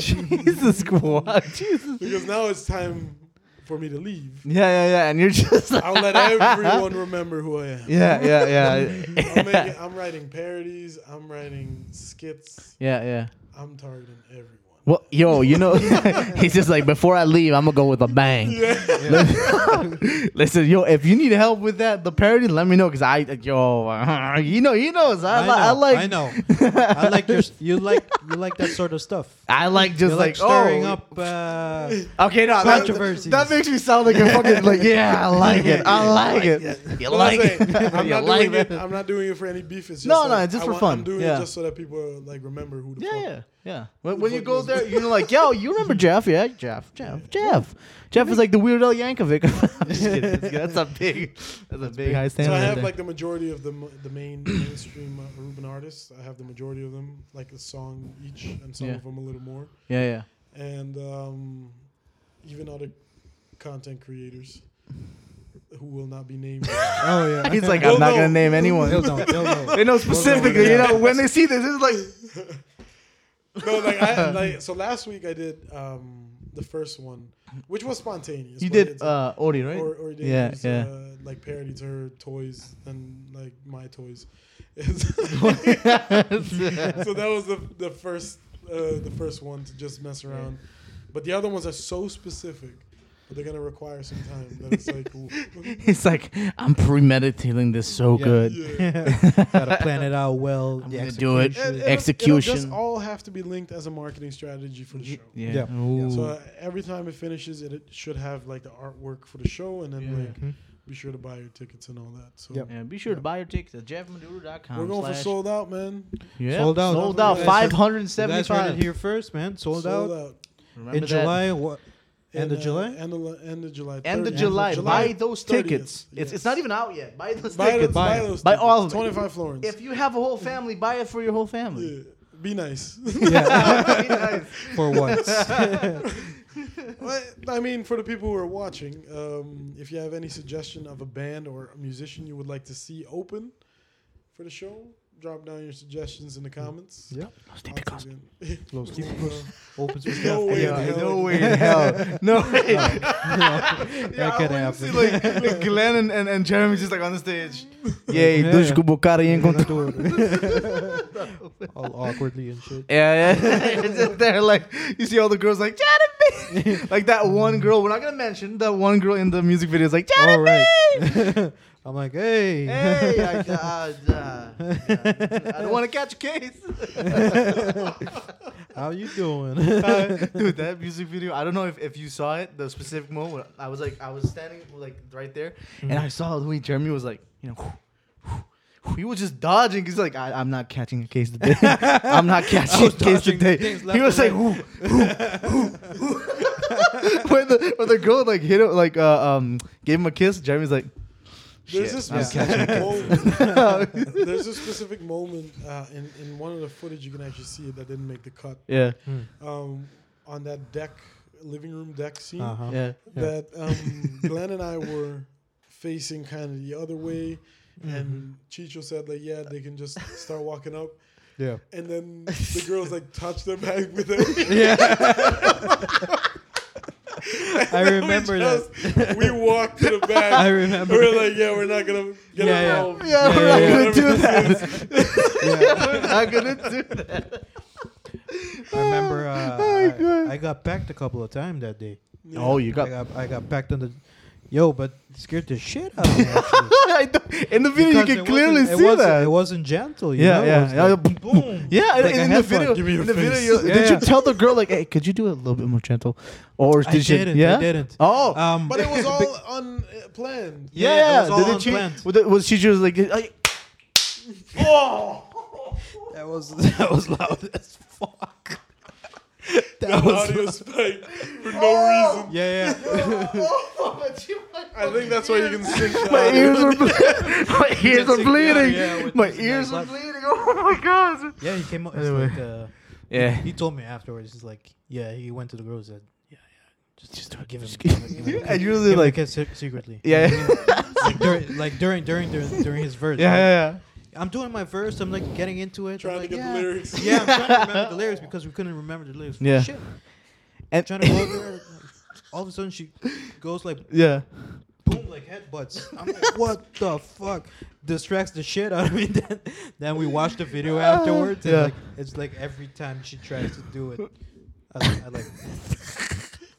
[SPEAKER 4] [laughs] Jesus squad. Jesus.
[SPEAKER 5] [laughs] because now it's time for me to leave.
[SPEAKER 4] Yeah, yeah, yeah. And you're just.
[SPEAKER 5] I'll let everyone remember who I am.
[SPEAKER 4] [laughs] yeah, yeah, yeah.
[SPEAKER 5] I'm,
[SPEAKER 4] [laughs]
[SPEAKER 5] making, I'm writing parodies. I'm writing skits.
[SPEAKER 4] yeah, yeah.
[SPEAKER 5] I'm targeting everyone.
[SPEAKER 4] Well, yo, you know, [laughs] he's just like, before I leave, I'm gonna go with a bang. [laughs] Listen, yo, if you need help with that, the parody, let me know, cause I, yo, [laughs] you know, he knows. I,
[SPEAKER 3] I,
[SPEAKER 4] li-
[SPEAKER 3] know,
[SPEAKER 4] I like,
[SPEAKER 3] I know. I like your. s- You like you like that sort of
[SPEAKER 4] [laughs]
[SPEAKER 3] stuff.
[SPEAKER 4] I like just
[SPEAKER 3] You're like,
[SPEAKER 4] like,
[SPEAKER 3] stirring
[SPEAKER 4] oh, [laughs]
[SPEAKER 3] up. Uh,
[SPEAKER 4] Okay, no, that,
[SPEAKER 3] Controversies.
[SPEAKER 4] that makes me sound like a
[SPEAKER 5] [laughs]
[SPEAKER 4] fucking like, [laughs] yeah, I like it, I like it. You
[SPEAKER 5] But I'm
[SPEAKER 4] like [laughs] it,
[SPEAKER 5] saying, I'm,
[SPEAKER 4] you
[SPEAKER 5] not
[SPEAKER 4] like
[SPEAKER 5] doing it.
[SPEAKER 4] it.
[SPEAKER 5] I'm not doing it for any beef. It's just
[SPEAKER 4] No, no,
[SPEAKER 5] like,
[SPEAKER 4] it's just
[SPEAKER 5] I
[SPEAKER 4] for
[SPEAKER 5] want-
[SPEAKER 4] fun.
[SPEAKER 5] I'm doing
[SPEAKER 4] Yeah.
[SPEAKER 5] it just so that people like remember who the
[SPEAKER 4] Yeah,
[SPEAKER 5] fuck
[SPEAKER 4] yeah. Yeah. When, when you go there, you're like, yo, you remember Jeff? Yeah, Jeff, Jeff, Jeff. Jeff is like the Weird Al Yankovic. [laughs] I'm just kidding. That's good. That's a big, that's a big high
[SPEAKER 5] So
[SPEAKER 4] standard.
[SPEAKER 5] I
[SPEAKER 4] right
[SPEAKER 5] have
[SPEAKER 4] there.
[SPEAKER 5] like the majority of the m- the main mainstream uh, Aruban artists. I have the majority of them, like a song each, and some
[SPEAKER 4] Yeah.
[SPEAKER 5] of them a little more,
[SPEAKER 4] yeah, yeah.
[SPEAKER 5] and um, even other content creators who will not be named.
[SPEAKER 3] Oh yeah.
[SPEAKER 4] He's like,
[SPEAKER 5] They'll
[SPEAKER 4] I'm not gonna
[SPEAKER 5] know.
[SPEAKER 4] name anyone.
[SPEAKER 3] They'll know, they'll know. [laughs]
[SPEAKER 4] [laughs] They know specifically. You
[SPEAKER 3] yeah.
[SPEAKER 4] know when they see this, it's like,
[SPEAKER 5] no, like, I, like so last week I did um, the first one, which was spontaneous.
[SPEAKER 4] you
[SPEAKER 5] but
[SPEAKER 4] did
[SPEAKER 5] it's-
[SPEAKER 4] uh, Ori, right?
[SPEAKER 5] Or, or did
[SPEAKER 4] Yeah,
[SPEAKER 5] use,
[SPEAKER 4] yeah.
[SPEAKER 5] Uh, like parody to her toys and like my toys. [laughs] so that was the, the first uh, the first one to just mess around. But the other ones are so specific, but they're gonna require some time. That it's
[SPEAKER 4] [laughs]
[SPEAKER 5] like ooh.
[SPEAKER 4] He's like, I'm premeditating this so
[SPEAKER 3] Yeah.
[SPEAKER 4] good.
[SPEAKER 3] Gotta plan it out well.
[SPEAKER 4] I'm
[SPEAKER 3] the
[SPEAKER 4] gonna do it.
[SPEAKER 3] execution.
[SPEAKER 5] it'll-
[SPEAKER 4] Execution.
[SPEAKER 5] It'll just all have to be linked as a marketing strategy for the show.
[SPEAKER 4] Yeah.
[SPEAKER 3] Yeah.
[SPEAKER 4] Ooh.
[SPEAKER 5] So uh, every time it finishes, it, it should have like the artwork for the show, and then
[SPEAKER 4] Yeah.
[SPEAKER 3] Mm-hmm.
[SPEAKER 5] like be sure to buy your tickets and all that. So
[SPEAKER 3] Yep.
[SPEAKER 4] yeah, be sure to buy your tickets at jeffmaduro.com.
[SPEAKER 5] we're going for
[SPEAKER 4] slash-
[SPEAKER 5] sold out, man.
[SPEAKER 4] Yeah.
[SPEAKER 3] Sold out.
[SPEAKER 4] Sold out.
[SPEAKER 3] You guys heard-
[SPEAKER 4] Five hundred and
[SPEAKER 3] You guys heard
[SPEAKER 4] seventy-five.
[SPEAKER 3] it here first, man. Sold, out,
[SPEAKER 4] Remember
[SPEAKER 3] in
[SPEAKER 4] that.
[SPEAKER 3] July. What? End of
[SPEAKER 5] uh,
[SPEAKER 3] July?
[SPEAKER 5] End of, end of July.
[SPEAKER 4] End of
[SPEAKER 5] 30th.
[SPEAKER 4] July. Buy those
[SPEAKER 5] 30th,
[SPEAKER 4] tickets. It's,
[SPEAKER 5] yes.
[SPEAKER 4] it's not even out yet. Buy those
[SPEAKER 5] Buy
[SPEAKER 4] tickets.
[SPEAKER 5] those, buy
[SPEAKER 3] Buy-
[SPEAKER 5] those
[SPEAKER 4] buy
[SPEAKER 5] tickets.
[SPEAKER 4] all of it.
[SPEAKER 5] 25 florins.
[SPEAKER 4] If you have a whole family, buy it for your whole family.
[SPEAKER 5] Yeah, be nice. [laughs]
[SPEAKER 4] [laughs] Very nice.
[SPEAKER 3] For once.
[SPEAKER 5] Well, I mean, for the people who are watching, um, if you have any suggestion of a band or a musician you would like to see open for the show, drop down your suggestions in the comments.
[SPEAKER 3] Yeah.
[SPEAKER 5] I'll take [laughs] it.
[SPEAKER 3] Los Típicos opens with
[SPEAKER 5] No way.
[SPEAKER 3] Yeah.
[SPEAKER 4] [laughs]
[SPEAKER 5] Yeah.
[SPEAKER 4] no way
[SPEAKER 3] [laughs]
[SPEAKER 4] in hell. No [laughs] way.
[SPEAKER 3] That could happen. [laughs]
[SPEAKER 4] like, like Glenn and, and, and Jeremy just like on the stage. Yay,
[SPEAKER 3] Yeah.
[SPEAKER 4] Dushku Bukari encontrou. [laughs]
[SPEAKER 3] All awkwardly and shit.
[SPEAKER 4] Yeah, yeah. [laughs] It's just there, like you see all the girls like Jeremy, [laughs] like that one girl. We're not gonna mention that one girl in the music video is like
[SPEAKER 3] All
[SPEAKER 4] Jeremy.
[SPEAKER 3] right. [laughs] I'm like, hey.
[SPEAKER 4] [laughs] Hey, I, uh,
[SPEAKER 3] [laughs]
[SPEAKER 4] uh, I don't want to catch a case, [laughs]
[SPEAKER 3] How you doing?
[SPEAKER 4] Uh,
[SPEAKER 3] [laughs]
[SPEAKER 4] dude. That music video. I don't know if, if you saw it, the specific moment. where I was like, I was standing like right there, and I saw the way Jeremy was like, you know. [sighs] He was just dodging. He's like, I, I'm not catching a case today. I'm not catching a case
[SPEAKER 3] dodging
[SPEAKER 4] today.
[SPEAKER 3] things
[SPEAKER 4] He
[SPEAKER 3] left
[SPEAKER 4] was like,
[SPEAKER 3] and
[SPEAKER 4] whoo, when the when the girl like hit him like uh, um gave him a kiss, Jeremy's like
[SPEAKER 5] There's
[SPEAKER 4] Shit,
[SPEAKER 5] a
[SPEAKER 4] I'm
[SPEAKER 5] specific
[SPEAKER 4] [laughs]
[SPEAKER 5] moment. There's a specific moment uh, in in one of the footage you can actually see it that didn't make the cut.
[SPEAKER 4] yeah
[SPEAKER 3] Hmm.
[SPEAKER 5] Um, on that deck, living room deck scene,
[SPEAKER 3] Uh-huh.
[SPEAKER 4] yeah
[SPEAKER 5] that um, Glenn and I were facing kind of the other way, and
[SPEAKER 4] Mm-hmm.
[SPEAKER 5] Chicho said like, "Yeah, they can just start walking up."
[SPEAKER 4] [laughs]
[SPEAKER 3] Yeah.
[SPEAKER 5] And then the girls like touch their back with it.
[SPEAKER 3] I remember
[SPEAKER 5] we
[SPEAKER 3] that.
[SPEAKER 5] just- We walked to the back.
[SPEAKER 3] I remember.
[SPEAKER 4] [laughs]
[SPEAKER 5] We were like, yeah, we're not gonna get
[SPEAKER 3] Yeah, yeah.
[SPEAKER 5] involved.
[SPEAKER 4] [laughs] yeah we're not
[SPEAKER 3] yeah, yeah.
[SPEAKER 4] gonna do that.
[SPEAKER 3] Yeah.
[SPEAKER 4] we're not gonna do that.
[SPEAKER 3] I remember uh,
[SPEAKER 4] [laughs] Oh God.
[SPEAKER 3] I, I got packed a couple of times that day.
[SPEAKER 4] Oh,
[SPEAKER 3] I
[SPEAKER 4] you got.
[SPEAKER 3] got I got packed on the yo, but scared the shit out of me. actually.
[SPEAKER 4] [laughs] I don't- In the video,
[SPEAKER 3] Because
[SPEAKER 4] you can
[SPEAKER 3] it
[SPEAKER 4] clearly
[SPEAKER 3] wasn't- it
[SPEAKER 4] see
[SPEAKER 3] wasn't-
[SPEAKER 4] that.
[SPEAKER 3] It wasn't gentle. You
[SPEAKER 4] yeah,
[SPEAKER 3] know?
[SPEAKER 4] yeah,
[SPEAKER 3] It
[SPEAKER 4] yeah.
[SPEAKER 3] was like,
[SPEAKER 4] boom. Yeah, [laughs]
[SPEAKER 3] Like
[SPEAKER 4] in,
[SPEAKER 3] a
[SPEAKER 4] in the
[SPEAKER 3] headbutt.
[SPEAKER 4] video,
[SPEAKER 5] Give me your
[SPEAKER 4] in the video,
[SPEAKER 5] face.
[SPEAKER 4] you,
[SPEAKER 3] [laughs] Yeah,
[SPEAKER 4] did
[SPEAKER 3] yeah.
[SPEAKER 4] you tell the girl like, "Hey, could you do it a little bit more gentle?" Or
[SPEAKER 3] I
[SPEAKER 4] did you?
[SPEAKER 3] didn't, I
[SPEAKER 4] yeah,
[SPEAKER 3] didn't.
[SPEAKER 4] Oh,
[SPEAKER 3] um,
[SPEAKER 5] But it
[SPEAKER 3] [laughs]
[SPEAKER 5] was all uh, unplanned.
[SPEAKER 4] yeah,
[SPEAKER 3] yeah, it was
[SPEAKER 4] yeah.
[SPEAKER 3] all
[SPEAKER 4] Didn't she?
[SPEAKER 3] unplanned.
[SPEAKER 4] Was, it- was she just like, [laughs] "Ay,
[SPEAKER 3] that
[SPEAKER 4] [laughs]
[SPEAKER 3] was that was loud as fuck.
[SPEAKER 5] That
[SPEAKER 3] that
[SPEAKER 5] audio spike for no reason.
[SPEAKER 3] [laughs] yeah, yeah.
[SPEAKER 5] I think that's why you can sing.
[SPEAKER 4] my ears are, ble- my ears are
[SPEAKER 3] like, yeah,
[SPEAKER 4] bleeding,
[SPEAKER 3] yeah, with
[SPEAKER 4] my
[SPEAKER 3] this nice
[SPEAKER 4] ears are
[SPEAKER 3] laugh.
[SPEAKER 4] bleeding." Oh my god.
[SPEAKER 3] Yeah, he came up. It's
[SPEAKER 4] Anyway.
[SPEAKER 3] like, uh,
[SPEAKER 4] Yeah.
[SPEAKER 3] he told me afterwards. He's like, yeah, he went to the girl and said, yeah, yeah, just just start giving.
[SPEAKER 4] [laughs] And usually like,
[SPEAKER 3] kiss se- secretly.
[SPEAKER 4] [laughs] yeah, yeah,
[SPEAKER 3] like during like during during during, during his verse.
[SPEAKER 4] yeah, yeah.
[SPEAKER 3] I'm doing my verse. I'm like getting into it. I'm
[SPEAKER 5] Trying to
[SPEAKER 3] like,
[SPEAKER 5] get
[SPEAKER 3] yeah.
[SPEAKER 5] the lyrics.
[SPEAKER 3] Yeah, I'm trying to remember
[SPEAKER 4] [laughs]
[SPEAKER 3] the lyrics because we couldn't remember the lyrics.
[SPEAKER 4] Yeah.
[SPEAKER 3] Shit.
[SPEAKER 4] And
[SPEAKER 3] Trying to go over
[SPEAKER 4] [laughs]
[SPEAKER 3] there. All of a sudden, she goes like
[SPEAKER 4] yeah.
[SPEAKER 3] boom, like headbutts. I'm like, what the fuck? Distracts the shit out of me. [laughs] Then, then we watch the
[SPEAKER 4] [laughs]
[SPEAKER 3] video afterwards. And
[SPEAKER 4] Yeah.
[SPEAKER 3] like, it's like every time she tries to do it, I, like- I
[SPEAKER 4] [laughs]
[SPEAKER 3] like.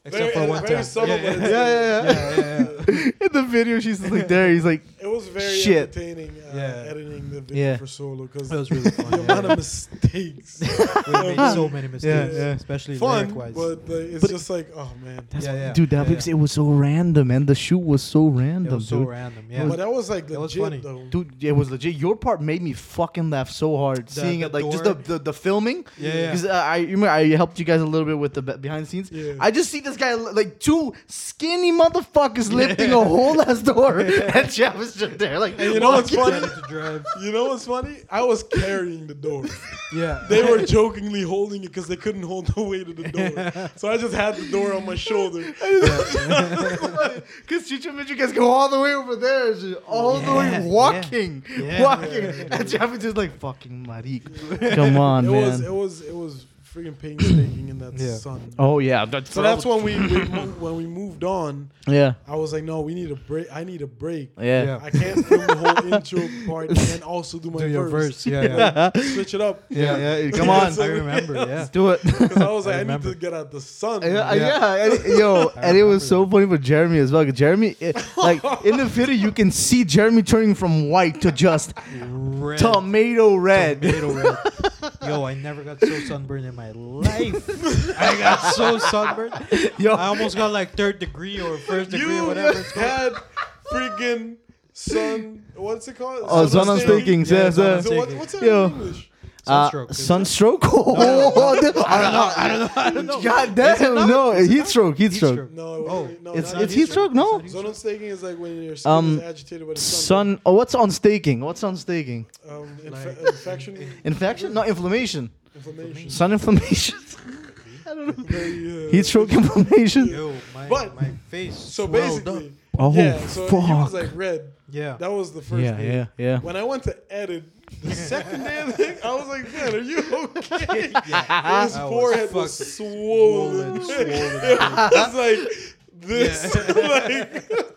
[SPEAKER 3] Except
[SPEAKER 5] Very-
[SPEAKER 3] for one
[SPEAKER 5] very
[SPEAKER 3] time. yeah,
[SPEAKER 5] subtle, but
[SPEAKER 3] yeah,
[SPEAKER 5] it's-
[SPEAKER 4] yeah, yeah, yeah.
[SPEAKER 3] yeah, yeah, yeah.
[SPEAKER 4] In the video, she's just like there. He's like,
[SPEAKER 5] It was very
[SPEAKER 4] Shit.
[SPEAKER 5] entertaining uh,
[SPEAKER 3] Yeah.
[SPEAKER 5] editing the video
[SPEAKER 4] Yeah.
[SPEAKER 5] for solo because
[SPEAKER 3] That
[SPEAKER 5] [laughs] the
[SPEAKER 3] was really fun. yeah.
[SPEAKER 5] amount of
[SPEAKER 3] [laughs]
[SPEAKER 5] mistakes.
[SPEAKER 3] We
[SPEAKER 5] [laughs]
[SPEAKER 3] made so many mistakes,
[SPEAKER 4] yeah.
[SPEAKER 3] especially
[SPEAKER 5] fun,
[SPEAKER 3] lyric-wise.
[SPEAKER 5] but like, it's just like, oh man.
[SPEAKER 3] yeah, yeah.
[SPEAKER 4] Dude, that
[SPEAKER 3] yeah,
[SPEAKER 4] because it was so random, and the shoot was so
[SPEAKER 3] yeah. It
[SPEAKER 4] random,
[SPEAKER 3] was so
[SPEAKER 4] dude.
[SPEAKER 3] random. Yeah,
[SPEAKER 5] But that was like
[SPEAKER 3] That
[SPEAKER 5] legit
[SPEAKER 3] was funny.
[SPEAKER 5] though.
[SPEAKER 4] Dude, it was legit. Your part made me fucking laugh so hard.
[SPEAKER 3] The-
[SPEAKER 4] seeing
[SPEAKER 3] the
[SPEAKER 4] it like just the,
[SPEAKER 3] door.
[SPEAKER 4] the, the filming.
[SPEAKER 3] Yeah, yeah.
[SPEAKER 4] Because uh, I you remember I helped you guys a little bit with the be- behind the scenes.
[SPEAKER 5] Yeah.
[SPEAKER 4] I just see this guy li- like two skinny motherfuckers lifting a whole ass
[SPEAKER 3] [laughs]
[SPEAKER 4] door, and Jeff is just there like.
[SPEAKER 5] And you know what's
[SPEAKER 3] Get
[SPEAKER 5] funny?
[SPEAKER 3] it to drive.
[SPEAKER 5] You know what's funny? I was carrying the door.
[SPEAKER 3] Yeah,
[SPEAKER 5] They were jokingly holding it because they couldn't hold the weight of the
[SPEAKER 3] [laughs]
[SPEAKER 5] door. So I just had the door on my shoulder.
[SPEAKER 4] Because Chicho Mitchell guys go all the way over there, it's just all
[SPEAKER 3] Yeah,
[SPEAKER 4] the way walking,
[SPEAKER 3] yeah.
[SPEAKER 4] walking, and Jeff is just like fucking Maric. Come on,
[SPEAKER 5] It
[SPEAKER 4] man.
[SPEAKER 5] was it was it was freaking painstaking in that
[SPEAKER 3] Yeah.
[SPEAKER 5] sun.
[SPEAKER 4] oh yeah, that's
[SPEAKER 5] So that's when we, we mo- when we moved on.
[SPEAKER 4] yeah,
[SPEAKER 5] I was like, no, we need a break. I need a break.
[SPEAKER 4] yeah.
[SPEAKER 3] Yeah.
[SPEAKER 5] I can't film the whole intro part and also do my
[SPEAKER 3] do
[SPEAKER 5] verse.
[SPEAKER 3] your verse. Yeah,
[SPEAKER 4] [laughs]
[SPEAKER 3] yeah,
[SPEAKER 5] Switch it up.
[SPEAKER 3] yeah.
[SPEAKER 4] Come on,
[SPEAKER 3] I remember. Yeah,
[SPEAKER 4] let's [laughs] do it.
[SPEAKER 5] Because I was
[SPEAKER 3] I
[SPEAKER 5] like, I, need
[SPEAKER 3] remember.
[SPEAKER 5] to get out the sun.
[SPEAKER 4] Yeah,
[SPEAKER 3] Yeah.
[SPEAKER 4] Uh, yeah, and- [laughs] yo, and it was so funny for Jeremy as well. 'cause Jeremy, eh, like in the video, you can see Jeremy turning from white to just
[SPEAKER 3] red,
[SPEAKER 4] tomato red.
[SPEAKER 3] tomato red.
[SPEAKER 4] [laughs]
[SPEAKER 3] Yo, I never got so sunburned in my life. I got so sunburned.
[SPEAKER 4] Yo,
[SPEAKER 3] I almost got like third degree or first degree
[SPEAKER 5] you
[SPEAKER 3] or whatever it's called.
[SPEAKER 5] had freaking sun. What's it called?
[SPEAKER 4] oh,
[SPEAKER 5] Sun
[SPEAKER 4] sun on staking,
[SPEAKER 3] Yeah,
[SPEAKER 4] says,
[SPEAKER 3] sun on
[SPEAKER 4] uh,
[SPEAKER 5] So what,
[SPEAKER 3] Staking.
[SPEAKER 5] what's that
[SPEAKER 4] Yo.
[SPEAKER 5] in English?
[SPEAKER 4] uh,
[SPEAKER 3] Sunstroke. is it?
[SPEAKER 4] sunstroke. [laughs] Oh, dude, I don't know. I don't know. [laughs] God damn, no, heat stroke, heat stroke.
[SPEAKER 5] No, it
[SPEAKER 3] Oh,
[SPEAKER 5] wasn't- no,
[SPEAKER 4] It's
[SPEAKER 5] not
[SPEAKER 4] it's
[SPEAKER 5] heat
[SPEAKER 4] heat stroke. No,
[SPEAKER 3] It's
[SPEAKER 5] Sun on staking is like when your skin
[SPEAKER 4] Um,
[SPEAKER 5] is agitated by the sun.
[SPEAKER 4] sun. Oh, what's on staking? What's on staking?
[SPEAKER 5] Um, inf-
[SPEAKER 3] Like-
[SPEAKER 5] infection,
[SPEAKER 4] Infection? No, inflammation.
[SPEAKER 5] inflammation.
[SPEAKER 4] Sun inflammation. [laughs]
[SPEAKER 5] Very, uh,
[SPEAKER 4] heat stroke inflammation.
[SPEAKER 3] Yo, my,
[SPEAKER 5] But-
[SPEAKER 3] my face.
[SPEAKER 5] So
[SPEAKER 3] swelled up.
[SPEAKER 5] basically,
[SPEAKER 4] Oh
[SPEAKER 5] yeah. So he
[SPEAKER 4] fuck.
[SPEAKER 5] was like red.
[SPEAKER 3] yeah.
[SPEAKER 5] That was the
[SPEAKER 4] [laughs]
[SPEAKER 5] first.
[SPEAKER 4] Yeah,
[SPEAKER 5] day.
[SPEAKER 4] yeah, yeah.
[SPEAKER 5] When I went to edit
[SPEAKER 3] [laughs]
[SPEAKER 5] the second day, of the thing, I was like, "Man, are you okay?"
[SPEAKER 3] yeah.
[SPEAKER 5] [laughs]
[SPEAKER 3] I was
[SPEAKER 5] His forehead was
[SPEAKER 3] fucked.
[SPEAKER 5] swollen. [laughs]
[SPEAKER 3] Swollen, swollen.
[SPEAKER 5] it was like this. like,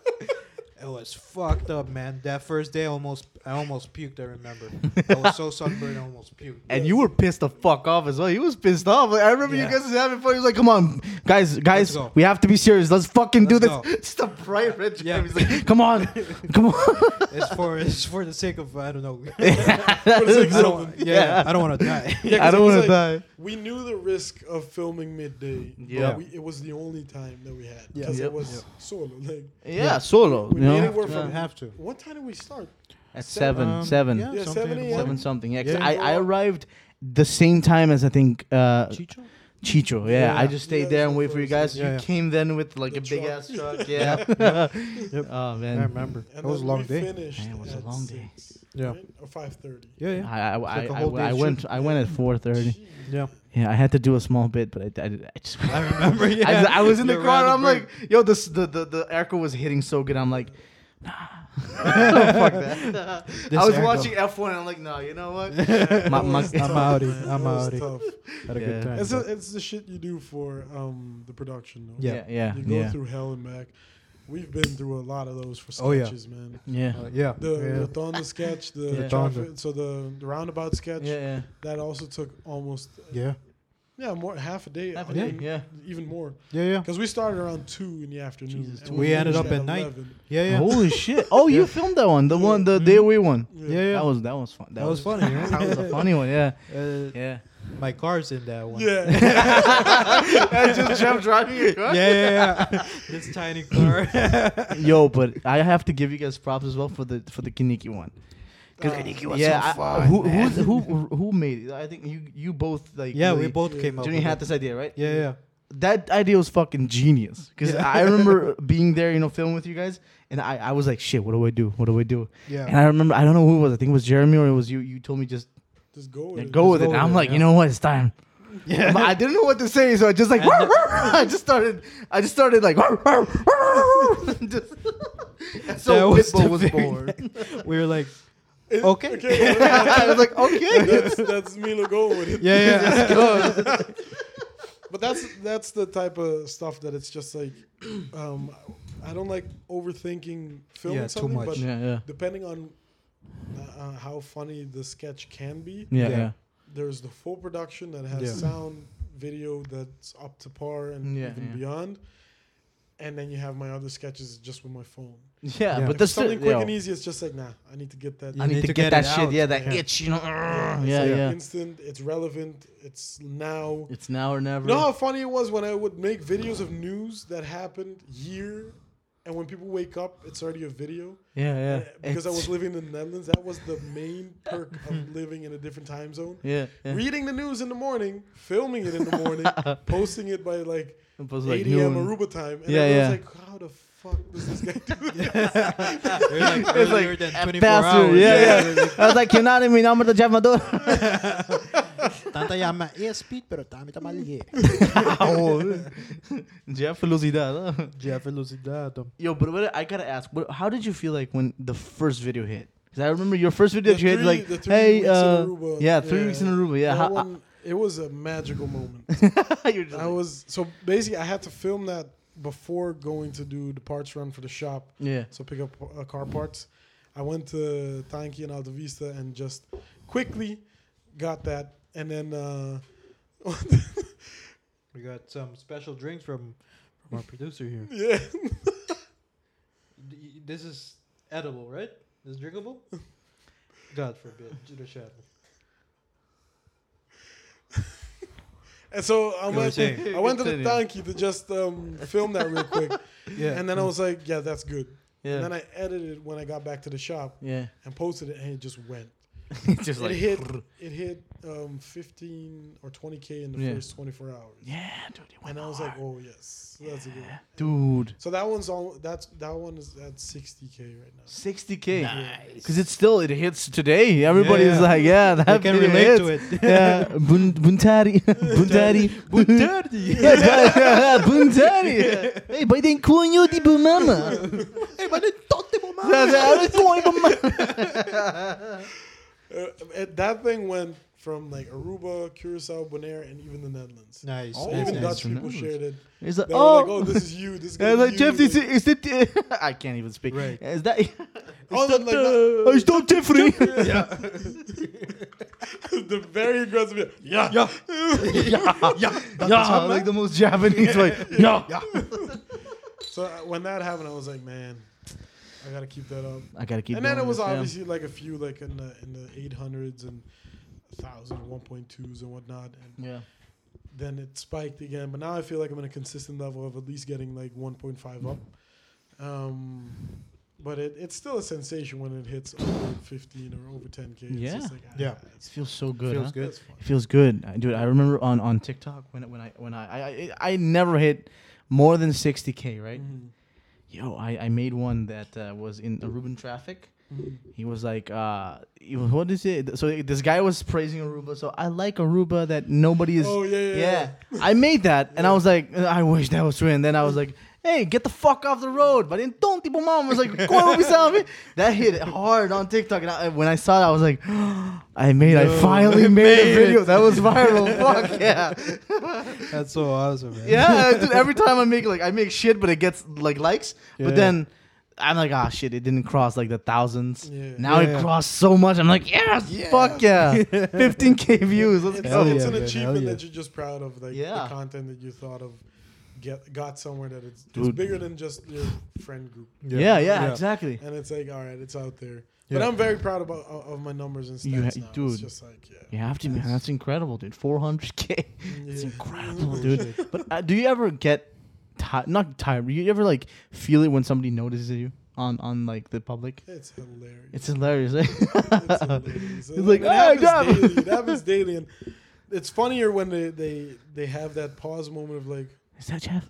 [SPEAKER 3] It was fucked up, man. That first day, I almost I almost puked. I remember. I was so sunburned, I almost puked.
[SPEAKER 4] And you were pissed the fuck off as well. He was pissed off. Like, I remember [laughs]
[SPEAKER 3] Yeah.
[SPEAKER 4] you guys was having fun. He was like, "Come on, guys, guys,
[SPEAKER 3] go.
[SPEAKER 4] we have to be serious. Let's fucking do
[SPEAKER 3] Let's
[SPEAKER 4] this." It's the bright red.
[SPEAKER 3] Yeah.
[SPEAKER 4] Yeah. He's like, [laughs] "Come on, come on."
[SPEAKER 3] It's for it's for the sake of I don't know. [laughs]
[SPEAKER 5] for the sake
[SPEAKER 3] I
[SPEAKER 5] of
[SPEAKER 3] don't,
[SPEAKER 5] something.
[SPEAKER 3] yeah, I don't want to die.
[SPEAKER 5] Yeah, 'cause
[SPEAKER 4] I don't
[SPEAKER 5] it was
[SPEAKER 4] wanna die.
[SPEAKER 5] We knew the risk of filming midday. but
[SPEAKER 4] Yeah.
[SPEAKER 5] we, it was the only time that we had
[SPEAKER 3] Yeah.
[SPEAKER 5] because
[SPEAKER 4] Yep.
[SPEAKER 5] it was solo. Like,
[SPEAKER 4] yeah, solo.
[SPEAKER 5] We
[SPEAKER 4] you
[SPEAKER 5] made
[SPEAKER 4] know?
[SPEAKER 5] it work
[SPEAKER 3] You
[SPEAKER 5] from
[SPEAKER 3] have to.
[SPEAKER 5] What time did we start?
[SPEAKER 4] At seven,
[SPEAKER 3] Um,
[SPEAKER 4] seven,
[SPEAKER 3] yeah,
[SPEAKER 5] Yeah,
[SPEAKER 3] something in
[SPEAKER 5] 7
[SPEAKER 3] the
[SPEAKER 5] a.m.
[SPEAKER 4] seven
[SPEAKER 3] morning.
[SPEAKER 4] something. Yeah, 'cause
[SPEAKER 3] Yeah.
[SPEAKER 4] I, I arrived the same time as I think uh,
[SPEAKER 3] Chicho?
[SPEAKER 4] Chicho. Yeah,
[SPEAKER 3] Yeah.
[SPEAKER 4] I just stayed
[SPEAKER 5] Yeah,
[SPEAKER 4] there
[SPEAKER 5] that's
[SPEAKER 4] and
[SPEAKER 5] what
[SPEAKER 4] waited for
[SPEAKER 5] I
[SPEAKER 4] you
[SPEAKER 5] was
[SPEAKER 4] guys.
[SPEAKER 3] saying.
[SPEAKER 4] you
[SPEAKER 3] Yeah, yeah.
[SPEAKER 4] came then with like a
[SPEAKER 5] The
[SPEAKER 4] big
[SPEAKER 5] truck.
[SPEAKER 4] ass truck. Yeah. [laughs] Oh
[SPEAKER 3] I
[SPEAKER 4] man.
[SPEAKER 3] remember. It
[SPEAKER 5] And
[SPEAKER 3] was a
[SPEAKER 5] then
[SPEAKER 3] long
[SPEAKER 5] we
[SPEAKER 3] day.
[SPEAKER 5] Finished
[SPEAKER 4] Man, it was a
[SPEAKER 5] at
[SPEAKER 4] long day.
[SPEAKER 5] six,
[SPEAKER 3] Yeah.
[SPEAKER 5] right? Or five thirty.
[SPEAKER 3] Yeah, yeah,
[SPEAKER 4] I, I, I,
[SPEAKER 3] like a
[SPEAKER 4] I,
[SPEAKER 3] whole
[SPEAKER 4] I
[SPEAKER 3] day's
[SPEAKER 4] went I went at four thirty.
[SPEAKER 3] yeah.
[SPEAKER 4] Yeah, I had to do a small bit, but I, I, I just.
[SPEAKER 3] [laughs]
[SPEAKER 4] [laughs]
[SPEAKER 3] I remember. Yeah,
[SPEAKER 4] I, just- I was in the
[SPEAKER 3] Your
[SPEAKER 4] car. and I'm
[SPEAKER 3] random [laughs]
[SPEAKER 4] like, [laughs]
[SPEAKER 3] bird.
[SPEAKER 4] yo, this the the the echo was hitting so good. I'm like, [laughs] nah, fuck that.
[SPEAKER 3] This
[SPEAKER 4] I was
[SPEAKER 3] echo.
[SPEAKER 4] watching F1. and I'm like, no, you know what? [laughs] my,
[SPEAKER 5] [laughs]
[SPEAKER 4] my,
[SPEAKER 3] I'm outie.
[SPEAKER 5] That
[SPEAKER 3] I'm
[SPEAKER 5] was
[SPEAKER 3] outie.
[SPEAKER 5] tough.
[SPEAKER 3] Had a
[SPEAKER 4] Yeah.
[SPEAKER 3] good time.
[SPEAKER 5] It's,
[SPEAKER 3] though.
[SPEAKER 5] the- it's the shit you do for um, the production. Though.
[SPEAKER 3] Yeah.
[SPEAKER 4] yeah, yeah,
[SPEAKER 5] You go
[SPEAKER 4] yeah,
[SPEAKER 5] through hell and back. We've been through a lot of those for
[SPEAKER 3] Oh, yeah.
[SPEAKER 5] sketches, man.
[SPEAKER 4] yeah,
[SPEAKER 3] Uh, yeah.
[SPEAKER 5] The,
[SPEAKER 3] yeah.
[SPEAKER 5] the Thunder sketch, the
[SPEAKER 4] Yeah.
[SPEAKER 5] traffic-
[SPEAKER 3] Thunder.
[SPEAKER 5] so the, the roundabout sketch,
[SPEAKER 4] yeah,
[SPEAKER 5] that also took almost
[SPEAKER 3] yeah,
[SPEAKER 5] yeah more half a day,
[SPEAKER 4] Half a
[SPEAKER 5] I
[SPEAKER 4] day,
[SPEAKER 5] mean,
[SPEAKER 4] yeah.
[SPEAKER 5] even more
[SPEAKER 3] yeah, yeah,
[SPEAKER 5] because we started around two in the afternoon.
[SPEAKER 4] Jesus,
[SPEAKER 5] and
[SPEAKER 4] two.
[SPEAKER 3] We ended
[SPEAKER 5] finished
[SPEAKER 3] up at night.
[SPEAKER 5] 11.
[SPEAKER 3] yeah,
[SPEAKER 4] yeah.
[SPEAKER 3] yeah. [laughs] Mm-hmm.
[SPEAKER 4] Holy shit! Oh, you filmed that one, the one, the day away one.
[SPEAKER 3] Yeah, yeah.
[SPEAKER 4] That was that was fun. That,
[SPEAKER 3] That was
[SPEAKER 4] was,
[SPEAKER 3] funny.
[SPEAKER 4] that was
[SPEAKER 3] Right?
[SPEAKER 4] a funny one. Yeah,
[SPEAKER 3] [laughs] uh,
[SPEAKER 4] yeah.
[SPEAKER 3] my car's in that one. [laughs]
[SPEAKER 5] Yeah,
[SPEAKER 4] I just jumped driving [laughs] your car.
[SPEAKER 3] yeah, yeah, yeah. [laughs] this tiny car.
[SPEAKER 4] [laughs] Yo, but I have to give you guys props as well for the for the Kaniki one. 'Cause- yeah, I- who, who's- who who who made it? I think you you both like
[SPEAKER 3] yeah, we
[SPEAKER 4] really-
[SPEAKER 3] both came up.
[SPEAKER 4] Jimmy
[SPEAKER 3] with
[SPEAKER 4] had
[SPEAKER 3] it.
[SPEAKER 4] this idea, right?
[SPEAKER 3] Yeah, yeah.
[SPEAKER 4] That idea was fucking genius. Cause
[SPEAKER 3] Yeah.
[SPEAKER 4] I
[SPEAKER 3] [laughs]
[SPEAKER 4] remember being there, you know, filming with you guys, and I, I was like, shit, what do I do? What do I do?
[SPEAKER 3] Yeah.
[SPEAKER 4] And I remember, I don't know who it was. I think it was Jeremy or it was you. You told me just
[SPEAKER 5] just go with
[SPEAKER 4] yeah,
[SPEAKER 5] it. [laughs]
[SPEAKER 4] go with
[SPEAKER 3] go
[SPEAKER 4] it. And
[SPEAKER 3] with
[SPEAKER 4] I'm
[SPEAKER 3] it,
[SPEAKER 4] like,
[SPEAKER 3] yeah.
[SPEAKER 4] you know what? It's time.
[SPEAKER 3] Yeah.
[SPEAKER 4] But I didn't know what to say, so I just like, "Wah, wah," [laughs] I just started, I just started like, "Wah, wah, wah," and [laughs] just- and so
[SPEAKER 3] That was
[SPEAKER 4] Pitbull
[SPEAKER 3] the
[SPEAKER 4] was
[SPEAKER 3] very
[SPEAKER 4] born. [laughs]
[SPEAKER 3] we were like,
[SPEAKER 5] It-
[SPEAKER 3] okay. [laughs]
[SPEAKER 4] I was like, okay.
[SPEAKER 5] that's that's Milo going with it.
[SPEAKER 3] yeah, yeah,
[SPEAKER 5] But that's that's the type of stuff that it's just like, [clears throat] um, I don't like overthinking
[SPEAKER 3] Yeah,
[SPEAKER 5] filming
[SPEAKER 3] too
[SPEAKER 5] something.
[SPEAKER 3] much.
[SPEAKER 5] But
[SPEAKER 4] Yeah, yeah,
[SPEAKER 5] depending on uh, uh, how funny the sketch can be,
[SPEAKER 3] Yeah.
[SPEAKER 4] yeah, yeah.
[SPEAKER 5] there's the full production that has
[SPEAKER 3] Yeah.
[SPEAKER 5] sound, video that's up to par and
[SPEAKER 4] Yeah,
[SPEAKER 5] even
[SPEAKER 4] yeah.
[SPEAKER 5] beyond. and then you have my other sketches just with my phone.
[SPEAKER 3] Yeah.
[SPEAKER 4] Yeah, but
[SPEAKER 5] If
[SPEAKER 4] that's
[SPEAKER 5] something
[SPEAKER 4] the-
[SPEAKER 5] quick
[SPEAKER 4] yo,
[SPEAKER 5] and easy. It's just like, nah, I need to get that.
[SPEAKER 3] [laughs] You
[SPEAKER 4] I need, to, get,
[SPEAKER 3] it
[SPEAKER 4] that shit.
[SPEAKER 3] out. [laughs]
[SPEAKER 4] Yeah, that
[SPEAKER 5] Yeah.
[SPEAKER 4] itch. You know.
[SPEAKER 5] It's
[SPEAKER 4] Yeah,
[SPEAKER 5] like
[SPEAKER 4] yeah.
[SPEAKER 5] Instant. It's relevant. It's now.
[SPEAKER 4] It's now or never.
[SPEAKER 5] You know how funny it was when I would make videos of news that happened year, and when people wake up, it's already a video.
[SPEAKER 4] yeah, yeah.
[SPEAKER 5] Because I
[SPEAKER 4] It's-
[SPEAKER 5] was living in the Netherlands, that was the main perk
[SPEAKER 4] [laughs]
[SPEAKER 5] of living in a different time zone.
[SPEAKER 4] Yeah. yeah.
[SPEAKER 5] Reading the news in the morning, filming it in the
[SPEAKER 4] [laughs]
[SPEAKER 5] morning, posting it by like
[SPEAKER 4] It was
[SPEAKER 5] 8
[SPEAKER 4] noon.
[SPEAKER 5] a.m. Aruba time, and
[SPEAKER 4] Yeah,
[SPEAKER 5] everyone's
[SPEAKER 4] yeah.
[SPEAKER 5] like, "How the fuck does this guy [laughs] do that?"
[SPEAKER 3] They're like
[SPEAKER 4] [laughs] It's
[SPEAKER 3] earlier
[SPEAKER 4] like,
[SPEAKER 3] than 24
[SPEAKER 4] "Eh, bastard."
[SPEAKER 3] hours.
[SPEAKER 4] Yeah, [laughs]
[SPEAKER 3] [laughs]
[SPEAKER 4] yeah. I was like, you're not in me. I'm gonna drive my [laughs] door.
[SPEAKER 3] Tanta llama ESP, pero tami tamalhe.
[SPEAKER 4] Já felicidade. huh?
[SPEAKER 3] Já velocidade.
[SPEAKER 4] Yo, but what I gotta ask, what, how did you feel like when the first video hit? Because I remember your first video
[SPEAKER 5] The
[SPEAKER 4] that you
[SPEAKER 5] three-
[SPEAKER 4] hit,
[SPEAKER 5] the
[SPEAKER 4] like,
[SPEAKER 5] three
[SPEAKER 4] hey,
[SPEAKER 5] weeks in
[SPEAKER 4] uh,
[SPEAKER 5] Aruba,
[SPEAKER 4] yeah, three
[SPEAKER 5] yeah.
[SPEAKER 4] weeks in Aruba, yeah.
[SPEAKER 5] That
[SPEAKER 4] How,
[SPEAKER 5] one- it was a magical moment.
[SPEAKER 4] [laughs] you're just
[SPEAKER 5] I
[SPEAKER 4] like-
[SPEAKER 5] was so basically I had to film that before going to do the parts run for the shop.
[SPEAKER 4] yeah,
[SPEAKER 5] So pick up uh, car parts. I went to Tanki and Alta Vista and just quickly got that. And then uh,
[SPEAKER 3] We got some special drinks from, from our producer here.
[SPEAKER 4] [laughs]
[SPEAKER 5] yeah,
[SPEAKER 3] D- This is edible, right? This is drinkable? God forbid. Judah Shadow.
[SPEAKER 5] and so I
[SPEAKER 3] You were
[SPEAKER 5] went.
[SPEAKER 3] saying.
[SPEAKER 5] I went to the
[SPEAKER 4] Continue.
[SPEAKER 5] Tanki to just um, film that real quick.
[SPEAKER 3] Yeah.
[SPEAKER 5] And then I was like, yeah, that's good.
[SPEAKER 4] yeah,
[SPEAKER 5] And then I edited it when I got back to the shop
[SPEAKER 4] yeah.
[SPEAKER 5] and posted it, and it just
[SPEAKER 4] [laughs]
[SPEAKER 5] went.
[SPEAKER 4] just
[SPEAKER 5] it
[SPEAKER 4] like,
[SPEAKER 5] hit it hit um, 15 or 20k in the
[SPEAKER 4] Yeah.
[SPEAKER 5] first 24 hours
[SPEAKER 4] yeah, dude, it went
[SPEAKER 5] and i was like
[SPEAKER 4] hard.
[SPEAKER 5] oh yes that's a good one
[SPEAKER 4] dude,
[SPEAKER 5] so that one's all that's that one is at 60k right now
[SPEAKER 4] 60k. Because it's still it hits today. Everybody's
[SPEAKER 3] yeah.
[SPEAKER 4] like, yeah, that
[SPEAKER 3] can
[SPEAKER 4] video
[SPEAKER 3] relate to
[SPEAKER 4] hits.
[SPEAKER 3] it.
[SPEAKER 4] [laughs] yeah, Bun-
[SPEAKER 3] [laughs]
[SPEAKER 4] Buntari, Buntari,
[SPEAKER 3] Dirty!
[SPEAKER 4] [laughs] Yeah, guys, yeah, Buntari. Hey, but they cunho de mama.
[SPEAKER 3] [laughs] Hey, but it don't they mama.
[SPEAKER 5] uh, it, that thing went from like aruba curacao bonaire and even the netherlands
[SPEAKER 3] Nice.
[SPEAKER 4] Oh,
[SPEAKER 3] nice,
[SPEAKER 5] even
[SPEAKER 3] nice.
[SPEAKER 5] dutch
[SPEAKER 4] from
[SPEAKER 5] people
[SPEAKER 4] Netherlands.
[SPEAKER 5] shared it
[SPEAKER 4] It's like,
[SPEAKER 5] they were
[SPEAKER 4] oh,
[SPEAKER 5] like oh this is you this
[SPEAKER 4] [laughs] I was
[SPEAKER 5] guy
[SPEAKER 4] like, Jeff, is, is that? [laughs] I can't even speak.
[SPEAKER 3] Right.
[SPEAKER 4] Is that?
[SPEAKER 5] Oh,
[SPEAKER 4] is that
[SPEAKER 5] then, like,
[SPEAKER 4] the- is that Jeffrey?
[SPEAKER 3] [laughs]
[SPEAKER 4] [laughs]
[SPEAKER 5] the very aggressive yeah
[SPEAKER 3] Yeah. yeah. Yeah.
[SPEAKER 4] yeah, like the most Japanese way. Yeah.
[SPEAKER 5] so uh, when that happened i was like man i gotta keep that up
[SPEAKER 4] I gotta keep.
[SPEAKER 5] and then it
[SPEAKER 4] doing
[SPEAKER 5] was
[SPEAKER 4] this, yeah.
[SPEAKER 5] obviously like a few like in the in the eight hundreds and thousand, one point twos and whatnot, and
[SPEAKER 4] Yeah.
[SPEAKER 5] then it spiked again. But now I feel like I'm in a consistent level of at least getting like one point five up. Um, but it, it's still a sensation when it hits over fifteen or over ten k. It's
[SPEAKER 4] Yeah.
[SPEAKER 5] just like, ah,
[SPEAKER 3] Yeah.
[SPEAKER 4] It feels so good.
[SPEAKER 3] Feels
[SPEAKER 4] huh?
[SPEAKER 3] good.
[SPEAKER 5] That's fun.
[SPEAKER 4] It feels good, Uh, dude. I remember on on TikTok when when I when I I I, I never hit more than sixty k, right?
[SPEAKER 5] Mhm.
[SPEAKER 4] Yo, I I made one that uh, was in Aruban traffic.
[SPEAKER 5] Mhm.
[SPEAKER 4] He was like, uh, he was, what is it? So this guy was praising Aruba. So I like Aruba that nobody is.
[SPEAKER 5] Oh, yeah, yeah,
[SPEAKER 4] I made that, and I was like, I wish that was true. And then I was like, hey, get the fuck off the road. But then don't tipo mom was like, "Como pisame?" that hit hard on TikTok. And I, when I saw that, I was like, [gasps] I made, I
[SPEAKER 5] [laughs]
[SPEAKER 4] finally made, a video that was viral. fuck yeah,
[SPEAKER 3] That's so awesome, man.
[SPEAKER 4] yeah. Dude, every time I make like I make shit, but it gets like likes.
[SPEAKER 3] Yeah.
[SPEAKER 4] But then. I'm like, ah, shit! It didn't cross like the thousands.
[SPEAKER 5] Yeah.
[SPEAKER 4] Now
[SPEAKER 3] Yeah.
[SPEAKER 4] it crossed so much. I'm like, yes, fuck yeah, 15k views. Let's
[SPEAKER 5] It's,
[SPEAKER 4] go.
[SPEAKER 5] it's
[SPEAKER 3] yeah,
[SPEAKER 5] an
[SPEAKER 3] man, hell
[SPEAKER 5] achievement
[SPEAKER 3] yeah.
[SPEAKER 5] that you're just proud of, like
[SPEAKER 4] Yeah.
[SPEAKER 5] the content that you thought of, get got somewhere that it's, it's
[SPEAKER 4] Dude.
[SPEAKER 5] bigger than just your friend group.
[SPEAKER 4] Yeah, yeah, exactly.
[SPEAKER 5] and it's like all right it's out there
[SPEAKER 3] Yeah.
[SPEAKER 5] but i'm very proud about of, of my numbers and stats
[SPEAKER 4] You ha-
[SPEAKER 5] now.
[SPEAKER 4] dude.
[SPEAKER 5] it's just like yeah,
[SPEAKER 4] You have to, man. That's incredible, dude. 400k. [laughs] It's
[SPEAKER 5] Yeah.
[SPEAKER 4] incredible, dude. But uh, do you ever get ti Not tired. You ever like feel it when somebody notices you on on like the public?
[SPEAKER 5] it's hilarious
[SPEAKER 4] It's hilarious. eh? [laughs]
[SPEAKER 5] it's hilarious it's
[SPEAKER 4] like,
[SPEAKER 5] it
[SPEAKER 4] "Ah, God."
[SPEAKER 5] happens daily it happens daily and it's funnier when they they they have that pause moment of like
[SPEAKER 4] Is that Jeff?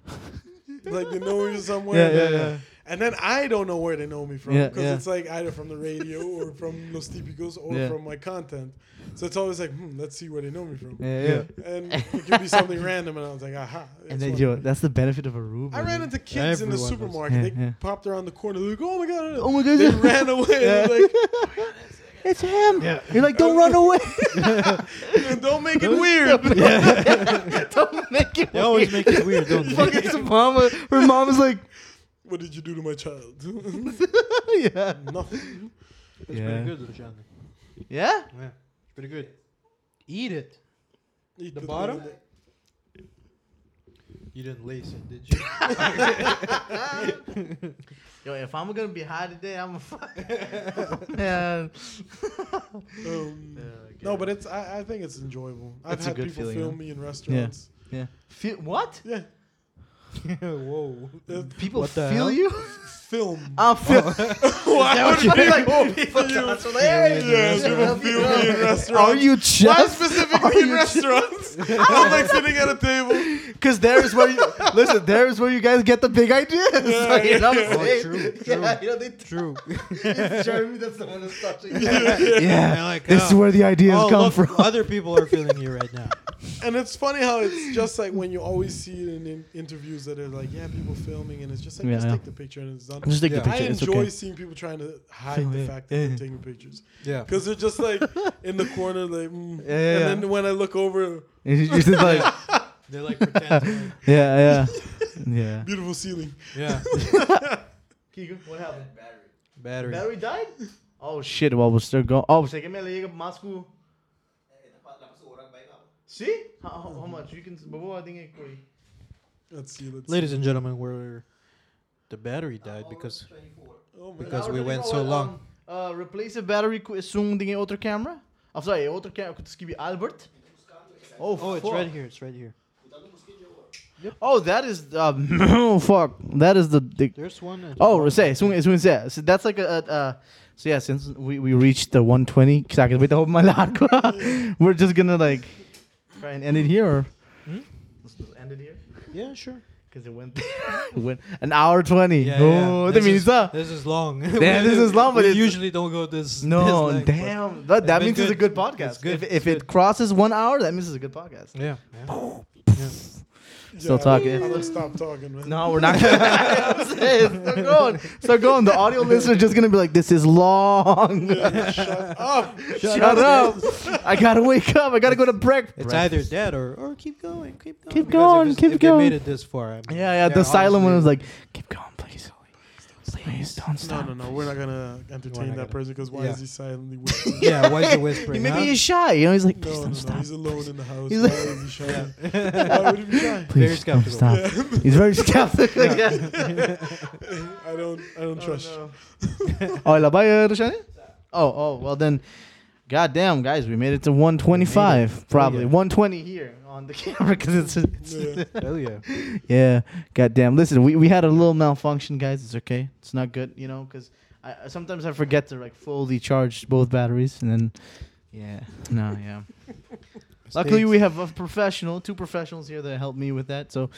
[SPEAKER 5] like they know you somewhere
[SPEAKER 4] Yeah, yeah, yeah.
[SPEAKER 5] and then i don't know where they know me from
[SPEAKER 4] Yeah,
[SPEAKER 5] because
[SPEAKER 4] yeah.
[SPEAKER 5] it's like either from the radio or from los típicos or
[SPEAKER 4] Yeah.
[SPEAKER 5] from my content so it's always like hmm, let's see where they know me from
[SPEAKER 4] Yeah,
[SPEAKER 3] Yeah.
[SPEAKER 5] and it could be something random and i was like aha
[SPEAKER 4] And
[SPEAKER 5] it's
[SPEAKER 4] then
[SPEAKER 5] funny.
[SPEAKER 4] yo, that's the benefit of a Aruba.
[SPEAKER 5] I ran
[SPEAKER 4] dude.
[SPEAKER 5] into kids in the
[SPEAKER 3] Everyone does.
[SPEAKER 5] supermarket.
[SPEAKER 4] Yeah,
[SPEAKER 5] they
[SPEAKER 4] yeah.
[SPEAKER 5] popped around the corner. They're like, oh my god!
[SPEAKER 4] Oh my God.
[SPEAKER 5] They ran away. and they're
[SPEAKER 4] It's him. You're like, don't run
[SPEAKER 3] [laughs]
[SPEAKER 4] away.
[SPEAKER 5] Like, don't
[SPEAKER 4] [laughs]
[SPEAKER 5] make it weird.
[SPEAKER 4] don't make it.
[SPEAKER 3] They
[SPEAKER 4] [laughs]
[SPEAKER 3] always
[SPEAKER 4] weird.
[SPEAKER 3] make it weird, don't they?
[SPEAKER 4] Fucking some mama. Her mom is like,
[SPEAKER 5] what did you do to my child?
[SPEAKER 4] yeah,
[SPEAKER 5] Nothing.
[SPEAKER 3] It's
[SPEAKER 4] Yeah.
[SPEAKER 3] pretty good, Luciano.
[SPEAKER 4] yeah.
[SPEAKER 3] Yeah. It's pretty good. Eat it.
[SPEAKER 5] Eat
[SPEAKER 3] The bottom? You didn't lace it, did
[SPEAKER 4] [laughs]
[SPEAKER 3] you?
[SPEAKER 4] Yo, if I'm gonna be high today, I'm
[SPEAKER 3] [laughs]
[SPEAKER 4] a [laughs] fuck. Man.
[SPEAKER 5] Um,
[SPEAKER 4] Yeah, I get
[SPEAKER 5] no,
[SPEAKER 4] it.
[SPEAKER 5] but it's. I, I think it's enjoyable. I've
[SPEAKER 4] It's a
[SPEAKER 5] had
[SPEAKER 4] good
[SPEAKER 5] people
[SPEAKER 4] feeling,
[SPEAKER 5] film
[SPEAKER 4] huh?
[SPEAKER 5] me in restaurants.
[SPEAKER 4] yeah. Feel, what?
[SPEAKER 5] Yeah.
[SPEAKER 3] Whoa.
[SPEAKER 5] Uh,
[SPEAKER 4] People
[SPEAKER 3] What the hell? [laughs] Oh.
[SPEAKER 4] feel you?
[SPEAKER 5] film.
[SPEAKER 4] I'm feel. [laughs] Why would you be like, people
[SPEAKER 5] you
[SPEAKER 4] that's hilarious.
[SPEAKER 5] Yeah,
[SPEAKER 4] That's
[SPEAKER 5] people
[SPEAKER 4] what
[SPEAKER 5] feel
[SPEAKER 4] I'm
[SPEAKER 5] me
[SPEAKER 4] [laughs]
[SPEAKER 5] in
[SPEAKER 4] feeling.
[SPEAKER 5] restaurants.
[SPEAKER 4] Are you
[SPEAKER 5] Why
[SPEAKER 4] just? [laughs] Are
[SPEAKER 5] specifically in
[SPEAKER 4] you
[SPEAKER 5] restaurants? I'm like sitting at a table.
[SPEAKER 4] Because there is where you listen. There is where you guys get the big ideas.
[SPEAKER 5] Yeah,
[SPEAKER 4] you know what I'm
[SPEAKER 5] yeah.
[SPEAKER 3] Oh,
[SPEAKER 4] saying?
[SPEAKER 3] true,
[SPEAKER 4] [laughs] Yeah,
[SPEAKER 3] true.
[SPEAKER 4] you know they. [laughs]
[SPEAKER 3] True.
[SPEAKER 4] It's Jeremy that's the one who's touching.
[SPEAKER 3] Yeah,
[SPEAKER 4] yeah,
[SPEAKER 3] like,
[SPEAKER 4] this is
[SPEAKER 3] oh,
[SPEAKER 4] where the ideas
[SPEAKER 3] oh,
[SPEAKER 4] come
[SPEAKER 3] look,
[SPEAKER 4] from. [laughs]
[SPEAKER 3] Other people are feeling you right now.
[SPEAKER 5] And it's funny how it's just like when you always see it in, in interviews that are like, yeah, people filming, and it's just like,
[SPEAKER 4] Yeah,
[SPEAKER 5] just
[SPEAKER 4] yeah.
[SPEAKER 5] take the picture and it's done.
[SPEAKER 4] Just [laughs] take
[SPEAKER 3] the Yeah.
[SPEAKER 4] the
[SPEAKER 5] I
[SPEAKER 4] picture. It's
[SPEAKER 5] enjoy
[SPEAKER 4] okay.
[SPEAKER 5] seeing people trying to hide
[SPEAKER 4] Film
[SPEAKER 5] the
[SPEAKER 4] it.
[SPEAKER 5] fact that they're
[SPEAKER 4] Yeah.
[SPEAKER 5] taking pictures
[SPEAKER 3] Yeah.
[SPEAKER 5] because they're just
[SPEAKER 4] [laughs]
[SPEAKER 5] like in the corner, like, mm.
[SPEAKER 4] Yeah, yeah,
[SPEAKER 5] and
[SPEAKER 4] yeah.
[SPEAKER 5] then when I look over,
[SPEAKER 4] It's just like,
[SPEAKER 3] They like
[SPEAKER 4] [laughs]
[SPEAKER 3] pretend.
[SPEAKER 4] yeah, yeah, yeah.
[SPEAKER 5] beautiful ceiling.
[SPEAKER 3] yeah.
[SPEAKER 4] Keegan, what happened? Battery.
[SPEAKER 3] Battery.
[SPEAKER 4] Battery died? Oh shit, well we're still going. Oh, second man, like Moscow. See? How, how, how much? You can. Babawa, I think it could.
[SPEAKER 5] Let's see. Let's
[SPEAKER 3] Ladies and gentlemen, we're the battery died
[SPEAKER 4] Oh,
[SPEAKER 3] because
[SPEAKER 5] See. Oh my
[SPEAKER 3] because-
[SPEAKER 5] God.
[SPEAKER 3] we went so long.
[SPEAKER 4] Uh, replace the battery ko- soon dengan outra camera. I'm sorry, outra camera. Could skibi Albert? Oh,
[SPEAKER 3] oh, it's
[SPEAKER 4] fuck.
[SPEAKER 3] right here. It's right here.
[SPEAKER 4] Oh, that is. Um, [laughs] oh, fuck. That is the. the
[SPEAKER 3] There's one. at the
[SPEAKER 4] oh,
[SPEAKER 3] bottom.
[SPEAKER 4] say, soon as soon as that. So that's like a. a uh, so yeah, since we, we reached the 120, because I can wait the whole my lot. [laughs] We're just gonna like try and end it here. Or?
[SPEAKER 3] Hmm?
[SPEAKER 4] Let's just end it here.
[SPEAKER 3] Yeah, sure.
[SPEAKER 4] Because it went, it went an hour 20.
[SPEAKER 3] Yeah,
[SPEAKER 4] oh,
[SPEAKER 3] yeah.
[SPEAKER 4] that
[SPEAKER 3] This
[SPEAKER 4] means
[SPEAKER 3] is,
[SPEAKER 4] that.
[SPEAKER 3] This is long.
[SPEAKER 4] Damn,
[SPEAKER 3] [laughs]
[SPEAKER 4] this is long, but
[SPEAKER 3] we
[SPEAKER 4] it's-
[SPEAKER 3] usually don't go this.
[SPEAKER 4] No,
[SPEAKER 3] this length, but-
[SPEAKER 4] damn. That, that
[SPEAKER 3] been
[SPEAKER 4] means it's a
[SPEAKER 3] good.
[SPEAKER 4] good podcast.
[SPEAKER 3] It's good.
[SPEAKER 4] If,
[SPEAKER 3] It's
[SPEAKER 4] if it crosses one hour, that means it's a good podcast.
[SPEAKER 3] Yeah. yeah.
[SPEAKER 4] Still talking.
[SPEAKER 5] I'm gonna stop talking, man.
[SPEAKER 4] No, we're not. [laughs] Still going. Still going. The audio listener is just going to be like, this is long. [laughs]
[SPEAKER 5] Shut up.
[SPEAKER 4] Shut, up. [laughs] I got to wake up. I got to go to breakfast.
[SPEAKER 3] It's either dead or, or keep going, keep going.
[SPEAKER 4] Keep
[SPEAKER 3] Because
[SPEAKER 4] going,
[SPEAKER 3] if it's-
[SPEAKER 4] keep
[SPEAKER 3] if they
[SPEAKER 4] going.
[SPEAKER 3] made it this far. I mean,
[SPEAKER 4] Yeah, yeah. The
[SPEAKER 3] they're
[SPEAKER 4] silent one
[SPEAKER 3] obviously-
[SPEAKER 4] was like, keep going, please. Please don't
[SPEAKER 5] No,
[SPEAKER 4] stop.
[SPEAKER 5] no, no. We're not gonna entertain
[SPEAKER 3] not
[SPEAKER 5] that
[SPEAKER 3] gonna-
[SPEAKER 5] person because why
[SPEAKER 3] Yeah.
[SPEAKER 5] is he silently [laughs] whispering?
[SPEAKER 3] [laughs] yeah, why is it whispering?
[SPEAKER 4] [laughs] Maybe
[SPEAKER 3] huh?
[SPEAKER 4] he's shy. You know, he's like,
[SPEAKER 5] No,
[SPEAKER 4] please
[SPEAKER 5] no,
[SPEAKER 4] don't
[SPEAKER 5] no.
[SPEAKER 4] stop.
[SPEAKER 5] He's alone in the house.
[SPEAKER 4] He's
[SPEAKER 5] Why
[SPEAKER 4] like-
[SPEAKER 5] is he [laughs] shy? Why would he be shy?
[SPEAKER 3] [laughs] Very
[SPEAKER 4] Please don't
[SPEAKER 3] skeptical. [laughs]
[SPEAKER 4] stop. He's very [laughs] skeptical.
[SPEAKER 5] I don't. I don't trust. [laughs] you.
[SPEAKER 4] oh, la baya, Roshani? Oh, oh, well then. Goddamn, guys, we made it to 125, probably
[SPEAKER 3] Yeah.
[SPEAKER 4] 120 here on the [laughs] camera because it's, it's
[SPEAKER 5] Yeah.
[SPEAKER 3] [laughs] Hell yeah.
[SPEAKER 4] yeah. Goddamn, listen, we, we had a little malfunction, guys. It's okay. It's not good, you know, because I I- sometimes I forget to like fully charge both batteries and then yeah, no, yeah. [laughs] Luckily, we have a professional, two professionals here that helped me with that. So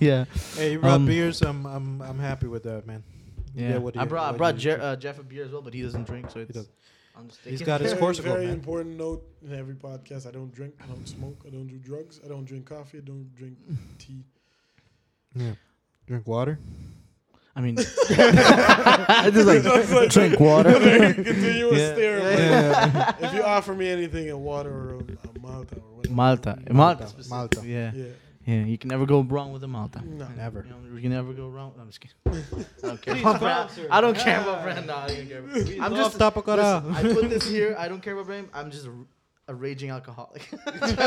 [SPEAKER 4] yeah,
[SPEAKER 3] Hey, you brought
[SPEAKER 4] um,
[SPEAKER 3] beers. I'm, I'm, I'm happy with that, man. You
[SPEAKER 4] yeah.
[SPEAKER 3] get what
[SPEAKER 4] I
[SPEAKER 3] you-
[SPEAKER 4] brought I
[SPEAKER 3] what
[SPEAKER 4] brought
[SPEAKER 3] you-
[SPEAKER 4] Jer- uh, Jeff a beer as well, but he doesn't drink, so it's.
[SPEAKER 3] doesn't.
[SPEAKER 4] I'm just
[SPEAKER 3] He's
[SPEAKER 4] taking-
[SPEAKER 3] got his
[SPEAKER 5] very,
[SPEAKER 3] Corsica,
[SPEAKER 5] very
[SPEAKER 3] man.
[SPEAKER 5] important note in every podcast. I don't drink. I don't smoke. I don't do drugs. I don't drink coffee. I don't
[SPEAKER 4] [laughs]
[SPEAKER 5] drink tea.
[SPEAKER 4] uh,
[SPEAKER 3] Yeah. Drink water.
[SPEAKER 4] [laughs]
[SPEAKER 3] [laughs]
[SPEAKER 4] I mean, just like, [laughs] drink water.
[SPEAKER 5] Continuous
[SPEAKER 4] Yeah.
[SPEAKER 5] stare.
[SPEAKER 4] Yeah,
[SPEAKER 5] like,
[SPEAKER 3] yeah.
[SPEAKER 5] If you offer me anything, a water or a, a Malta or whatever.
[SPEAKER 4] Malta. Malta.
[SPEAKER 3] Malta.
[SPEAKER 4] Malta. Yeah.
[SPEAKER 5] Yeah.
[SPEAKER 4] Yeah. You can never go wrong with a Malta.
[SPEAKER 5] No.
[SPEAKER 4] [laughs]
[SPEAKER 3] Never.
[SPEAKER 4] You, know, you can never go wrong. I'm
[SPEAKER 3] [laughs]
[SPEAKER 4] just kidding. I don't care
[SPEAKER 3] Please
[SPEAKER 4] about brand.
[SPEAKER 3] sponsor.
[SPEAKER 4] I don't care about brand. No, I don't care. About I'm
[SPEAKER 3] love
[SPEAKER 4] just
[SPEAKER 3] Tapakara.
[SPEAKER 4] listen, [laughs] I put
[SPEAKER 3] [laughs]
[SPEAKER 4] this here. I don't care about brand. I'm just a, a raging alcoholic. [laughs]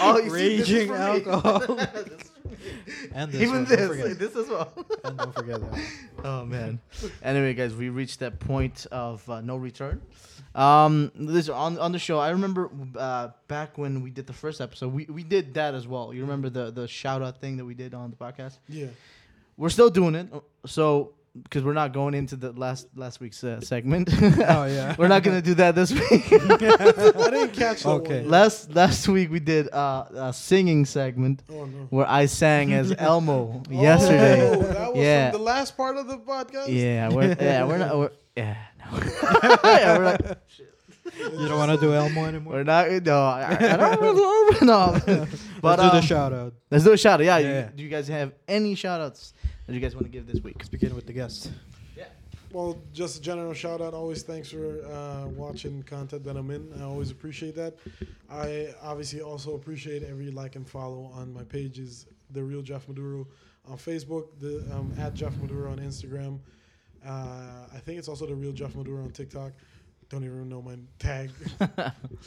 [SPEAKER 4] All you see, this
[SPEAKER 3] Raging
[SPEAKER 4] is for me. [laughs]
[SPEAKER 3] alcohol.
[SPEAKER 4] This is for me. [laughs]
[SPEAKER 3] And this
[SPEAKER 4] Even
[SPEAKER 3] one, Don't
[SPEAKER 4] this,
[SPEAKER 3] forget.
[SPEAKER 4] this as well. [laughs]
[SPEAKER 3] and don't forget that.
[SPEAKER 4] Oh man. anyway, guys, we reached that point of uh, no return. Um, this on on the show. I remember uh, back when we did the first episode, we, we did that as well. You remember the the shout out thing that we did on the podcast?
[SPEAKER 5] Yeah.
[SPEAKER 4] We're still doing it. So because we're not going into the last last week's uh, segment. [laughs]
[SPEAKER 3] Oh, yeah.
[SPEAKER 4] we're not gonna do that this [laughs] week.
[SPEAKER 5] I didn't catch that
[SPEAKER 3] Okay.
[SPEAKER 5] one.
[SPEAKER 4] last last week we did uh, a singing segment
[SPEAKER 5] Oh no.
[SPEAKER 4] where I sang [laughs] as Elmo yesterday.
[SPEAKER 5] Oh, that was
[SPEAKER 4] Yeah.
[SPEAKER 5] from the last part of the podcast.
[SPEAKER 4] Yeah,
[SPEAKER 5] [laughs]
[SPEAKER 4] we're yeah, we're not we're, yeah, no. [laughs] yeah, we're not
[SPEAKER 3] You don't want to do Elmo anymore?
[SPEAKER 4] we're not no, I, I don't want to [laughs] no. But
[SPEAKER 3] Let's do the
[SPEAKER 4] um,
[SPEAKER 3] shout out.
[SPEAKER 4] let's do a shout out. Yeah,
[SPEAKER 3] Yeah.
[SPEAKER 4] You, do you guys have any shout outs that you guys want to give this week?
[SPEAKER 3] Let's begin with the guest.
[SPEAKER 5] Well, just a general shout out. Always thanks for uh, watching content that I'm in. I always appreciate that. I obviously also appreciate every like and follow on my pages. The real Jeff Maduro on Facebook, the um, at Jeff Maduro on Instagram. Uh, I think it's also the real Jeff Maduro on TikTok. don't even know my tag.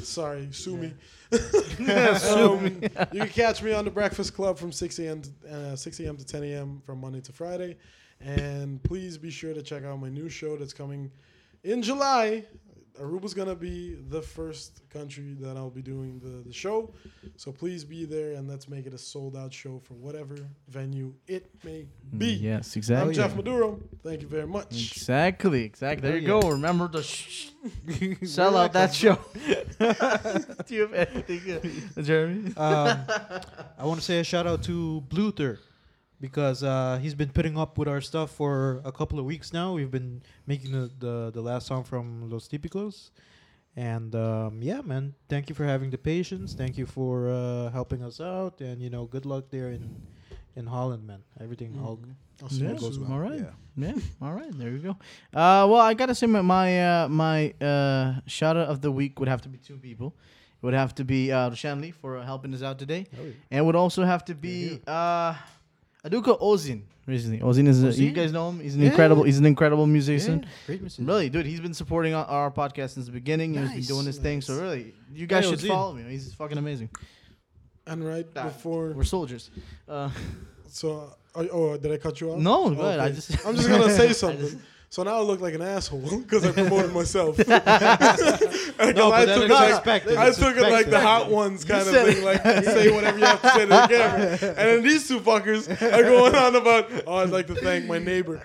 [SPEAKER 5] Sorry, sue me. [laughs] Um, you can catch me on the Breakfast Club from 6 a.m. To, uh, 6 a.m. to 10 a.m. from Monday to Friday, and please be sure to check out my new show that's coming in July. Aruba's gonna be the first country that I'll be doing the, the show, so please be there and let's make it a sold out show for whatever venue it may be.
[SPEAKER 4] Yes,
[SPEAKER 5] I'm
[SPEAKER 4] exactly.
[SPEAKER 5] Jeff Maduro. Thank you very much.
[SPEAKER 4] Exactly, exactly. There
[SPEAKER 3] Oh,
[SPEAKER 4] you
[SPEAKER 3] yeah.
[SPEAKER 4] go. Remember to sh- [laughs] sell out [laughs] that show. Do you have anything, uh, Jeremy?
[SPEAKER 3] um, I want to say a shout out to Bluther because uh, he's been putting up with our stuff for a couple of weeks now. We've been making the, the, the last song from Los Típicos. And um, yeah, man, thank you for having the patience. Thank you for uh, helping us out. And, you know, good luck there in, in Holland, man. Everything all
[SPEAKER 5] I'll see
[SPEAKER 4] Mm-hmm. Yeah,
[SPEAKER 5] you soon.
[SPEAKER 4] all right. Yeah. [laughs] all right. There you go. Uh, well, I gotta say my my uh, my uh, shout out of the week would have to be two people. It would have to be uh, Roshan Lee for uh, helping us out today, and it would also have to be uh, Aduka Ozin. Recently, Ozin is a, you
[SPEAKER 3] Ozin?
[SPEAKER 4] guys know him. He's an
[SPEAKER 3] Yeah.
[SPEAKER 4] incredible. He's an incredible musician.
[SPEAKER 3] great message.
[SPEAKER 4] Really, dude, he's been supporting our- our podcast since the beginning. He's
[SPEAKER 3] Nice.
[SPEAKER 4] been doing his thing. So really, you guys
[SPEAKER 3] Hey,
[SPEAKER 4] should
[SPEAKER 3] Ozin.
[SPEAKER 4] follow him. He's
[SPEAKER 3] [laughs]
[SPEAKER 4] fucking amazing.
[SPEAKER 5] And right
[SPEAKER 4] Nah.
[SPEAKER 5] before,
[SPEAKER 4] We're soldiers. Uh,
[SPEAKER 5] so I, oh, did I cut you off? Oh,
[SPEAKER 4] no, go ahead. I
[SPEAKER 5] Okay.
[SPEAKER 4] just
[SPEAKER 5] I'm just gonna say something. So now I look like an asshole [laughs] because I promoted myself. [laughs] no,
[SPEAKER 3] No,
[SPEAKER 5] I
[SPEAKER 3] but that
[SPEAKER 5] took, it
[SPEAKER 3] is
[SPEAKER 5] like,
[SPEAKER 3] expected.
[SPEAKER 5] I
[SPEAKER 3] It's
[SPEAKER 5] took it like the
[SPEAKER 3] expected.
[SPEAKER 5] hot ones kind of
[SPEAKER 4] said
[SPEAKER 5] thing, like say whatever you have to say to the camera. And then these two fuckers are going on about, oh, I'd like to thank my neighbor.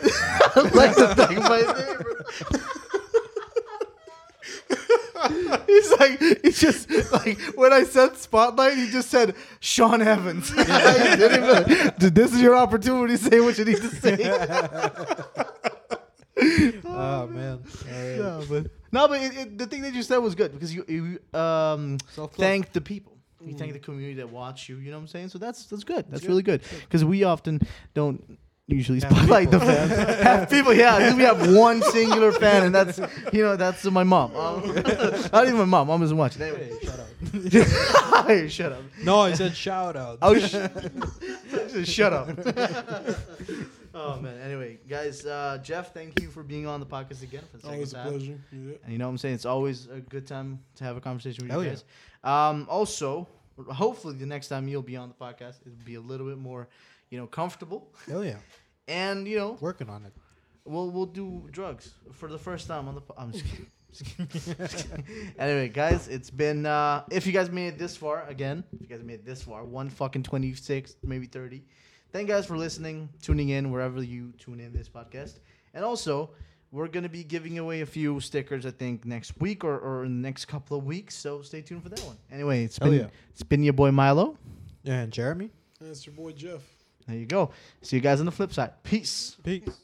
[SPEAKER 4] like to thank my neighbor. [laughs] He's like, he just like when I said spotlight, he just said Sean Evans. [laughs] He didn't even- Dude, this is your opportunity. to Say what you need to
[SPEAKER 3] [laughs]
[SPEAKER 4] say.
[SPEAKER 3] Oh,
[SPEAKER 4] [laughs]
[SPEAKER 3] man. All right.
[SPEAKER 4] no, but no, but it, it, the thing that you said was good because you, you um
[SPEAKER 3] Self-love.
[SPEAKER 4] thank the people. You thank the community that watch you. You know what I'm saying? So that's that's good. That's really good because we often don't usually spotlight the fans. [laughs] have people, yeah. 'cause We have one singular fan, and that's you know that's my [laughs] mom. Um, not even my mom. Mom isn't watching. Anyway, shut [laughs] up. shut up.
[SPEAKER 3] No, I said shout
[SPEAKER 4] [laughs]
[SPEAKER 3] out.
[SPEAKER 4] Oh, sh- just shut up. [laughs] oh man. Anyway, guys, uh, Jeff, thank you for being on the podcast again for the second
[SPEAKER 5] Always a
[SPEAKER 4] time.
[SPEAKER 5] pleasure. Yeah.
[SPEAKER 4] And you know what I'm saying? It's always a good time to have a conversation with you
[SPEAKER 3] Hell yeah.
[SPEAKER 4] guys. Um, also, hopefully the next time you'll be on the podcast, it'll be a little bit more, you know, comfortable.
[SPEAKER 3] Hell yeah.
[SPEAKER 4] And you know,
[SPEAKER 3] Working on it.
[SPEAKER 4] we'll we'll do drugs for the first time on the. Po- I'm just
[SPEAKER 3] [laughs]
[SPEAKER 4] kidding. [laughs] anyway, guys, it's been. Uh, if you guys made it this far, again, if you guys made it this far, one fucking twenty six, maybe thirty. Thank you guys for listening, tuning in wherever you tune in this podcast, and also we're gonna be giving away a few stickers. I think next week or, or in the next couple of weeks. So stay tuned for that one. Anyway, it's
[SPEAKER 3] Hell
[SPEAKER 4] been
[SPEAKER 3] yeah.
[SPEAKER 4] it's been your boy Milo.
[SPEAKER 3] And Jeremy?
[SPEAKER 5] That's your boy Jeff.
[SPEAKER 4] There you go. See you guys on the flip side. Peace.
[SPEAKER 3] Peace.